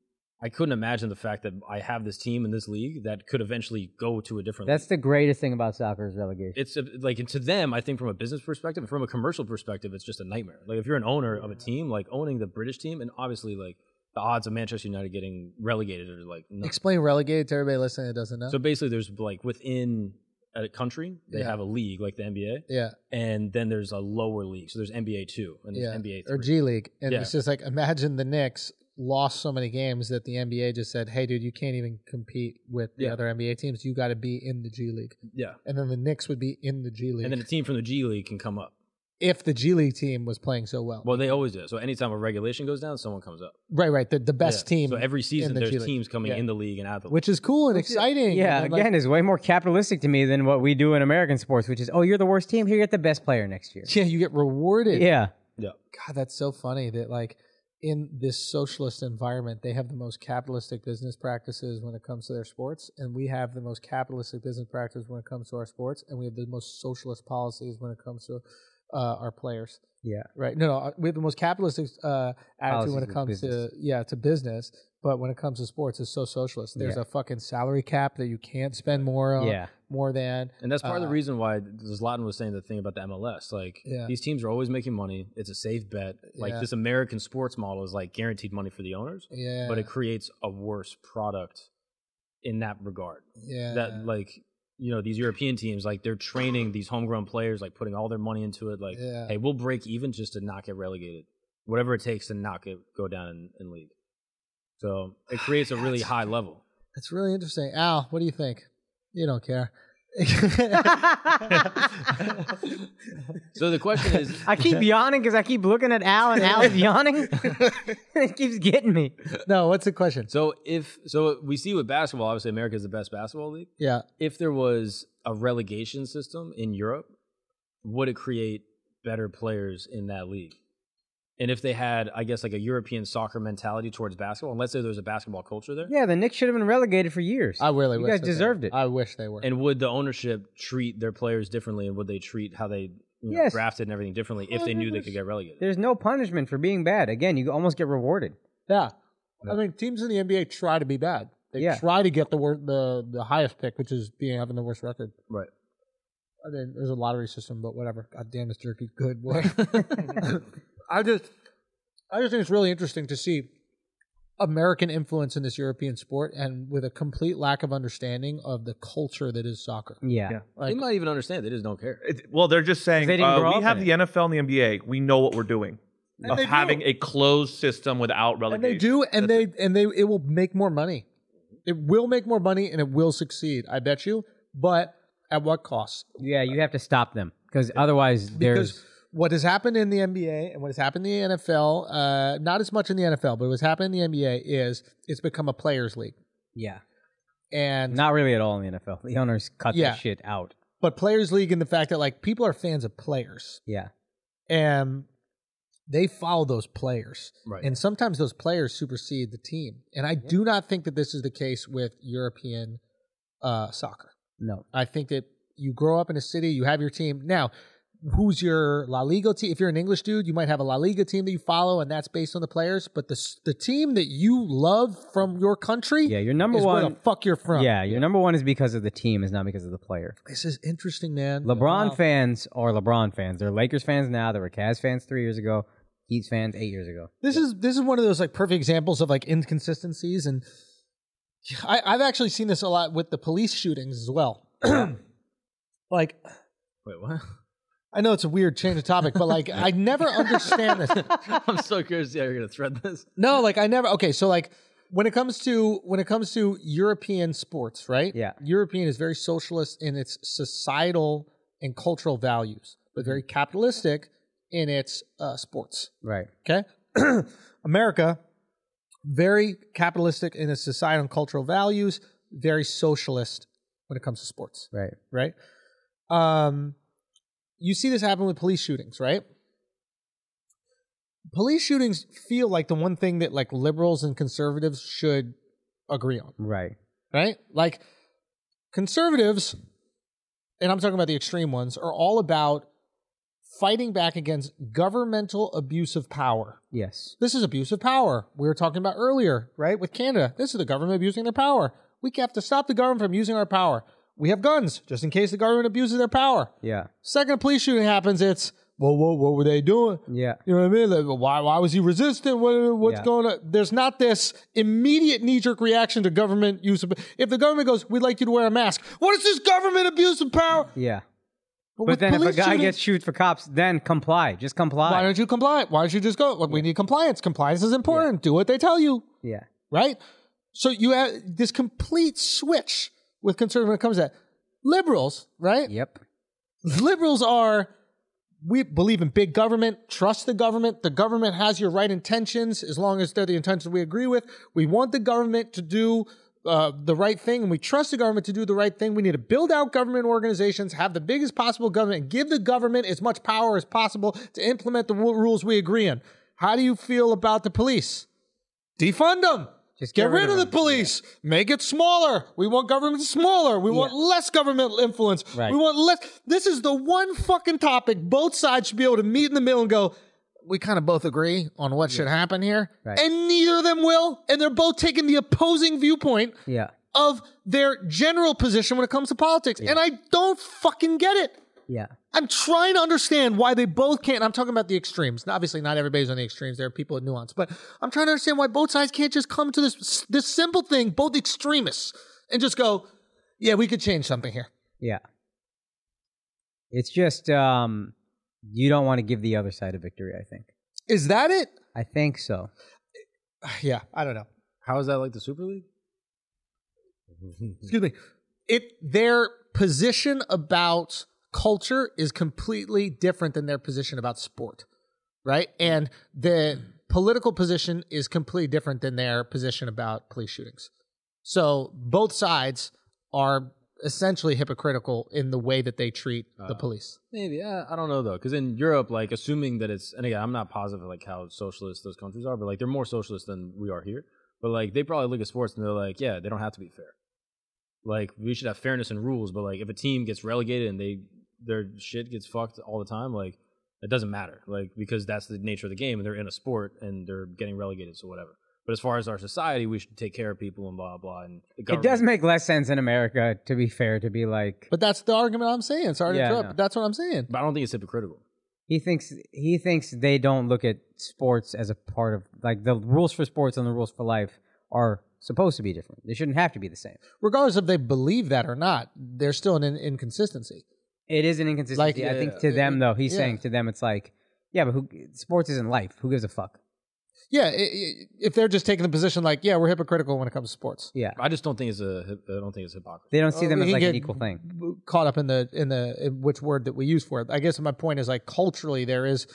S4: I couldn't imagine the fact that I have this team in this league that could eventually go to a different.
S5: That's
S4: league.
S5: the greatest thing about soccer is relegation.
S4: It's a, like and to them, I think, from a business perspective, and from a commercial perspective, it's just a nightmare. Like if you're an owner of a team, like owning the British team, and obviously like the odds of Manchester United getting relegated are like nuts.
S3: Explain relegated to everybody listening that doesn't know.
S4: So basically, there's like within a country, they
S3: Yeah.
S4: have a league like the NBA,
S3: yeah,
S4: and then there's a lower league. So there's NBA two and
S3: yeah,
S4: there's NBA three.
S3: or G League, and
S4: Yeah.
S3: it's just like imagine the Knicks lost so many games that the NBA just said, "Hey, dude, you can't even compete with the
S4: Yeah.
S3: other NBA teams. You got to be in the G League."
S4: yeah,
S3: And then the Knicks would be in the G League,
S4: and then a team from the G League can come up.
S3: if the G League team was playing so well.
S4: Well, they always do. So anytime a regulation goes down, someone comes up.
S3: right, right. The, the best
S4: Yeah.
S3: team,
S4: So every season,
S3: in the
S4: there's
S3: G League.
S4: teams coming
S3: Yeah.
S4: in the league and out of the league.
S3: which is cool and exciting.
S5: Yeah,
S3: and then, like,
S5: again, is way more capitalistic to me than what we do in American sports, which is, oh, you're the worst team. Here, you get the best player next year.
S3: yeah, you get rewarded.
S5: Yeah,
S3: God, that's so funny that like in this socialist environment, they have the most capitalistic business practices when it comes to their sports, and we have the most capitalistic business practices when it comes to our sports, and we have the most socialist policies when it comes to uh, our players.
S5: Yeah.
S3: Right. No, no. We have the most capitalistic uh, attitude when
S5: Policies
S3: it
S5: with
S3: comes to
S5: business.
S3: yeah to business, but when it comes to sports, it's so socialist. There's
S5: Yeah.
S3: a fucking salary cap that you can't spend more on,
S5: yeah.
S3: more than.
S4: and that's part of the
S3: uh,
S4: reason why Zlatan was saying the thing about the MLS. Like
S3: Yeah.
S4: these teams are always making money. It's a safe bet. Like
S3: Yeah.
S4: this American sports model is like guaranteed money for the owners,
S3: Yeah.
S4: but it creates a worse product in that regard.
S3: yeah.
S4: that like you know these European teams like they're training these homegrown players like putting all their money into it like
S3: Yeah.
S4: hey we'll break even just to not get relegated whatever it takes to not get go down in, in league so it creates a really high level
S3: That's really interesting. Al, what do you think? You don't care.
S4: So the question is,
S5: I keep yawning because I keep looking at Al and Al is yawning. it keeps getting me.
S3: No, what's the question?
S4: so if so, we see with basketball, obviously America is the best basketball league.
S3: Yeah.
S4: If there was a relegation system in Europe, would it create better players in that league? And if they had, I guess, like a European soccer mentality towards basketball, and let's say there was a basketball culture there,
S5: Yeah, the Knicks should have been relegated for years.
S3: I really
S5: You
S3: wish
S5: guys
S3: that they-
S5: deserved it.
S3: I wish they were.
S4: and would the ownership treat their players differently, and would they treat how they you know,
S5: Yes. Oh,
S4: drafted and everything differently if they knew they could get relegated?
S5: There's no punishment for being bad. Again, you almost get rewarded.
S3: Yeah. I mean, teams in the NBA try to be bad. They
S5: Yeah.
S3: try to get the wor- the the highest pick, which is being having the worst record.
S4: Right.
S3: I mean, there's a lottery system, but whatever. God damn, this jerky good boy. I just, I just think it's really interesting to see American influence in this European sport, and with a complete lack of understanding of the culture that is soccer.
S5: Yeah.
S11: Yeah.
S4: they might even understand; they just don't care.
S11: It- well, they're just saying
S5: They didn't
S11: uh,
S5: grow
S11: we
S5: up
S11: have
S5: in
S11: the NFL and the NBA. We know what we're doing of having a closed system without
S3: And they
S11: relegation.
S3: do, and they and they it will make more money. It will make more money, and it will succeed. I bet you. But at what cost?
S5: Yeah, you have to stop them because otherwise there's.
S3: because what has happened in the NBA and what has happened in the NFL, uh, not as much in the NFL, but what's happened in the NBA is it's become a players' league,
S5: yeah.
S3: and
S5: Not really at all in the NFL. The owners cut
S3: Yeah.
S5: the shit out.
S3: but players' league in the fact that like people are fans of players
S5: Yeah.
S3: and they follow those players,
S4: Right.
S3: and sometimes those players supersede the team. And I do not think that this is the case with European uh, soccer.
S5: No.
S3: I think that you grow up in a city, you have your team. Now, who's your La Liga team? If you're an English dude, you might have a La Liga team that you follow, and that's based on the players. But the s- the team that you love from your country,
S5: Yeah, your number
S3: is where
S5: one.
S3: the fuck you're from.
S5: Yeah, your number one is because of the team, is not because of the player.
S3: this is interesting, man.
S5: LeBron
S3: Wow.
S5: fans are LeBron fans. They're Lakers fans now. They were Cavs fans three years ago. Heat fans eight years ago.
S3: This is this is one of those like perfect examples of like inconsistencies, and I, I've actually seen this a lot with the police shootings as well. like
S4: Wait, what?
S3: I know it's a weird change of topic, but like I never understand this.
S4: I'm so curious how you're gonna thread this.
S3: No, like I never. Okay, so like when it comes to when it comes to European sports, right?
S5: Yeah.
S3: European is very socialist in its societal and cultural values, but very capitalistic in its uh, sports.
S5: Right.
S3: Okay, America, very capitalistic in its societal and cultural values, very socialist when it comes to sports
S5: Right.
S3: right? Um, you see this happen with police shootings, right? Police shootings feel like the one thing that like liberals and conservatives should agree on,
S5: Right.
S3: right? Like conservatives, and I'm talking about the extreme ones, are all about fighting back against governmental abuse of power.
S5: Yes.
S3: This is abuse of power. We were talking about earlier, right? With Canada. This is the government abusing their power. We have to stop the government from using our power. We have guns just in case the government abuses their power.
S5: Yeah.
S3: Second a police shooting happens, it's, well, what, what were they doing?
S5: Yeah.
S3: You know what I mean? Like, well, why, why was he resistant? What, what's
S5: Yeah.
S3: going on? There's not this immediate knee jerk reaction to government use of. If the government goes, we'd like you to wear a mask, what is this government abuse of power?
S5: Yeah.
S3: with
S5: But then if a
S3: police
S5: guy
S3: shootings-
S5: gets shoot for cops, then comply. Just comply.
S3: why don't you comply? Why don't you just go? Like, We need compliance. Compliance is important. Do what they tell you.
S5: yeah.
S3: right? So you have this complete switch with conservative when it comes to that. Liberals, right?
S5: Yep.
S3: Liberals are we believe in big government, trust the government. The government has your right intentions as long as they're the intentions we agree with. We want the government to do uh, the right thing and we trust the government to do the right thing. We need to build out government organizations, have the biggest possible government, and give the government as much power as possible to implement the w- rules we agree on. How do you feel about the police? Defund them.
S5: Just
S3: Get rid of the
S5: them.
S3: police. Make it smaller. We want government smaller. We want less government influence.
S5: Right.
S3: We want less. This is the one fucking topic both sides should be able to meet in the middle and go, we kind of both agree on what should happen here.
S5: Right.
S3: And neither of them will. And they're both taking the opposing viewpoint
S5: Yeah.
S3: of their general position when it comes to politics. And I don't fucking get it.
S5: Yeah.
S3: I'm trying to understand why they both can't. I'm talking about the extremes. Now, Obviously, not everybody's on the extremes. There are people with nuance, but I'm trying to understand why both sides can't just come to this this simple thing, both extremists, and just go, "Yeah, we could change something here."
S5: Yeah. It's just um you don't want to give the other side a victory, I think.
S3: Is that it?
S5: I think so.
S3: Yeah, I don't know.
S4: How is that like the Super League?
S3: Excuse me. It their position about culture is completely different than their position about sport, right? And the political position is completely different than their position about police shootings. So both sides are essentially hypocritical in the way that they treat the police.
S4: Maybe uh, I don't know though, because in Europe, like assuming that it's and again, I'm not positive like how socialist those countries are, but like they're more socialist than we are here. But like they probably look at sports and they're like, yeah, they don't have to be fair. Like we should have fairness and rules, but like if a team gets relegated and they their shit gets fucked all the time, like it doesn't matter, like because that's the nature of the game and they're in a sport and they're getting relegated, so whatever. But as far as our society, we should take care of people and blah blah. And the
S5: It
S4: government-
S5: does make less sense in America, to be fair, to be like
S3: But that's the argument I'm saying. Sorry
S5: Yeah, I
S3: to interrupt.
S5: know.
S3: But that's what I'm saying.
S4: But I don't think it's hypocritical.
S5: he thinks he thinks they don't look at sports as a part of like the rules for sports and the rules for life are supposed to be different. They shouldn't have to be the same.
S3: Regardless if they believe that or not, there's still an in- inconsistency.
S5: It is an inconsistency.
S3: Like,
S5: I think
S3: yeah,
S5: to
S3: yeah.
S5: them though, he's
S3: Yeah.
S5: saying to them it's like, yeah, but who sports isn't life. Who gives a fuck?
S3: Yeah, i- i- if they're just taking the position like, yeah, we're hypocritical when it comes to sports.
S5: Yeah.
S4: I just don't think it's a. hy- I don't think it's hypocrisy.
S5: They don't see
S3: Uh,
S5: them
S3: we
S5: as
S3: can
S5: like an
S3: get-
S5: equal thing.
S3: b- Caught up in the in the in which word that we use for it. I guess my point is like culturally there is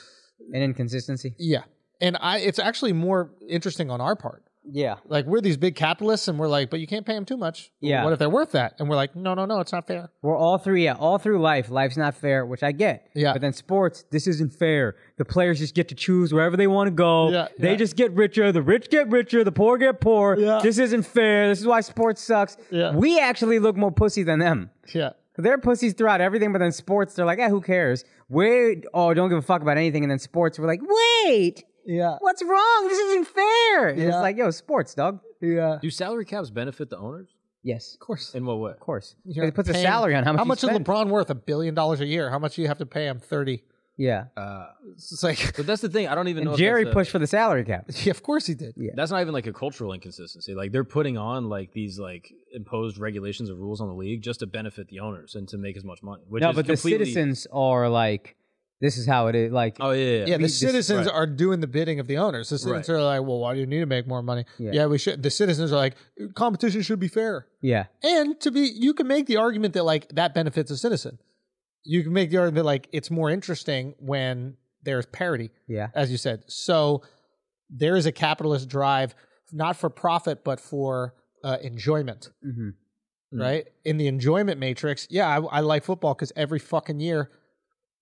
S5: An inconsistency.
S3: yeah, and I it's actually more interesting on our part.
S5: Yeah.
S3: Like we're these big capitalists and we're like, but you can't pay them too much.
S5: Yeah.
S3: What if they're worth that? And we're like, no, no, no, it's not fair.
S5: We're all three, yeah, all through life. Life's not fair, which I get.
S3: Yeah.
S5: But then sports, this isn't fair. The players just get to choose wherever they want to go.
S3: Yeah,
S5: They
S3: yeah.
S5: just get richer. The rich get richer. The poor get poor.
S3: Yeah.
S5: This isn't fair. This is why sports sucks.
S3: Yeah.
S5: We actually look more pussy than them.
S3: Yeah.
S5: They're pussies throughout everything, but then sports, they're like, eh, who cares? Wait, oh, don't give a fuck about anything. And then sports, we're like, wait,
S3: Yeah.
S5: what's wrong? This isn't fair. And It's
S3: Yeah.
S5: like, yo, sports, dog.
S3: Yeah.
S4: Do salary caps benefit the owners?
S5: Yes,
S3: Of course.
S4: In Oh, what way?
S5: of course.
S3: You're
S5: it puts a
S3: paying-
S5: salary on how much
S3: How
S5: you
S3: much is
S5: spend.
S3: LeBron worth? A billion dollars a year. How much do you have to pay him? Thirty.
S5: Yeah.
S3: It's like,
S4: But that's the thing. I don't even know.
S5: and
S4: if
S5: Jerry
S4: that's a-
S5: pushed for the salary cap.
S3: yeah, of course he did.
S4: That's not even like a cultural inconsistency. Like they're putting on like these like imposed regulations or rules on the league just to benefit the owners and to make as much money. Which
S5: no,
S4: is
S5: but the
S4: completely-
S5: citizens are like, this is how it is. Like,
S4: Oh yeah, yeah.
S3: Yeah, the
S5: this-
S3: citizens
S18: right.
S3: are doing the bidding of the owners. The citizens
S4: Right.
S3: are like, well, why do you need to make more money?
S5: Yeah.
S3: Yeah. we should. The citizens are like, competition should be fair.
S5: yeah,
S3: And to be, you can make the argument that like that benefits a citizen. You can make the argument that like it's more interesting when there's parity,
S5: yeah,
S3: as you said. So there is a capitalist drive, not for profit, but for uh, enjoyment
S5: hmm
S3: right? In the enjoyment matrix, yeah, I, I like football because every fucking year,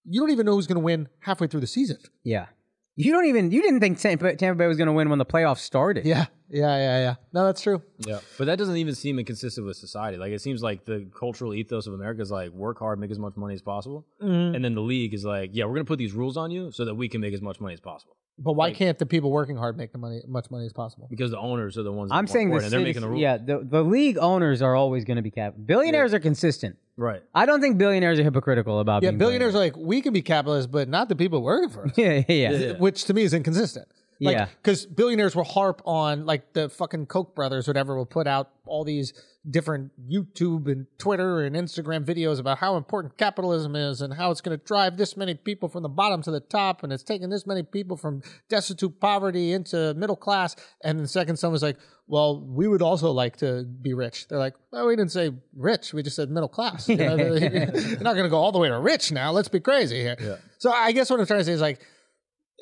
S3: you don't even know who's going to win halfway through the season.
S5: yeah. You don't even you didn't think Tampa, Tampa Bay was going to win when the playoffs started.
S3: Yeah, yeah, yeah, yeah. No, that's true.
S4: yeah. But that doesn't even seem inconsistent with society. Like it seems like the cultural ethos of America is like work hard, make as much money as possible,
S3: Mm.
S4: and then the
S5: Mm.
S4: league is like, yeah, we're gonna put these rules on you so that we can make as much money as possible
S3: But why can't the people working hard make the money much money as possible?
S4: because the owners are the ones. That
S5: I'm
S4: work
S5: saying
S4: for it
S5: the,
S4: and they're making the
S5: citizen-
S4: rules.
S5: yeah, the, the league owners are always going to be cap. Billionaires are consistent.
S4: right.
S5: I don't think billionaires are hypocritical about
S3: Yeah,
S5: being
S3: billionaires are like we can be capitalists, but not the people working for us,
S5: billionaires. yeah, yeah, yeah.
S4: Yeah.
S3: which to me is inconsistent. Like,
S5: Yeah.
S3: because billionaires will harp on like the fucking Koch brothers, or whatever, will put out all these different YouTube and Twitter and Instagram videos about how important capitalism is and how it's going to drive this many people from the bottom to the top, and it's taking this many people from destitute poverty into middle class. And the second someone's like, "Well, we would also like to be rich." They're like, "Well, we didn't say rich; we just said middle class. You know, they're- you're not going to go all the way to rich now. Let's be crazy here." So I guess what I'm trying to say is like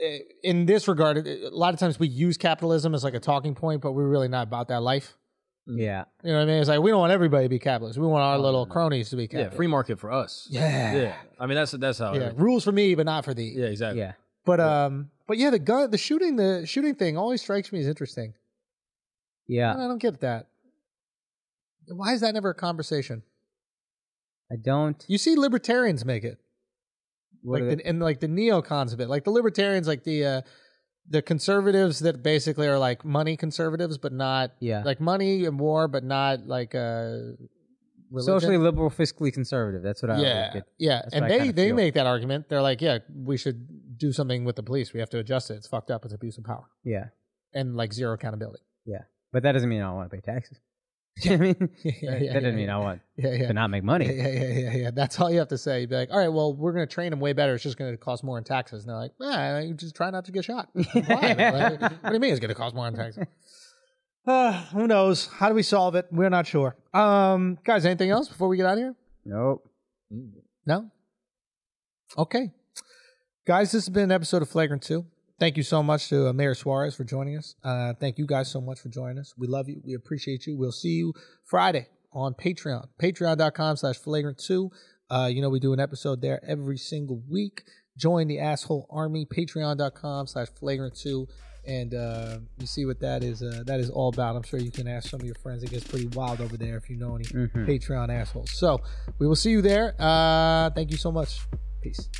S3: eh, in this regard, eh, a lot of times we use capitalism as like a talking point, but we're really not about that life.
S5: yeah.
S3: You know what I mean? It's like we don't want everybody to be capitalist. We want our little cronies to be
S4: Yeah,
S3: capitalist.
S4: free market for us.
S5: Yeah.
S4: yeah. I mean, that's that's how.
S3: Yeah,
S4: Yeah,
S3: rules for me, but not for thee.
S4: yeah exactly.
S5: Yeah.
S3: But um, but yeah, the gun, the shooting, the shooting thing always strikes me as interesting.
S5: Yeah.
S3: I don't get that. Why is that never a conversation?
S5: I don't.
S3: You see libertarians make it,
S5: What are
S3: like
S5: the-
S3: the, and like the neocons of it, like the libertarians, like the uh, the conservatives that basically are like money conservatives, but not
S5: yeah.
S3: like money and war, but not like uh, religion.
S5: Socially liberal, fiscally conservative. That's what I
S3: yeah,
S5: would-
S3: yeah.
S5: That's what I
S3: And they
S5: kinda
S3: they
S5: feel.
S3: make that argument. They're like, yeah, we should do something with the police. We have to adjust it. It's fucked up. It's abuse of power
S5: Yeah.
S3: and like zero accountability.
S5: But that doesn't mean I don't want to pay taxes. I mean,
S3: yeah,
S5: that
S3: yeah, yeah,
S5: doesn't mean I want
S3: Yeah, yeah.
S5: to not make
S3: Yeah,
S5: money.
S3: yeah, yeah, yeah, yeah. That's all you have to say. You'd be like, all right, well, we're going to train them way better. It's just going to cost more in taxes. And they're like, nah, you just try not to get shot. Why? Like, what do you mean it's going to cost more in taxes? Uh, who knows? How do we solve it? We're not sure. Um, guys, anything else before we get out of here?
S19: Nope.
S3: No? Okay. Guys, this has been an episode of Flagrant 2. Thank you so much to uh, Mayor Suarez for joining us. Uh, thank you guys so much for joining us. We love you. We appreciate you. We'll see you Friday on Patreon. Patreon.com slash Flagrant 2. Uh, you know, we do an episode there every single week. Join the asshole army. Patreon.com slash Flagrant 2. And uh, you see what that is. Uh, that is all about. I'm sure you can ask some of your friends. It gets pretty wild over there if you know any
S5: Hmm. Mm-hmm.
S3: Patreon assholes. So we will see you there. Uh, thank you so much. Peace.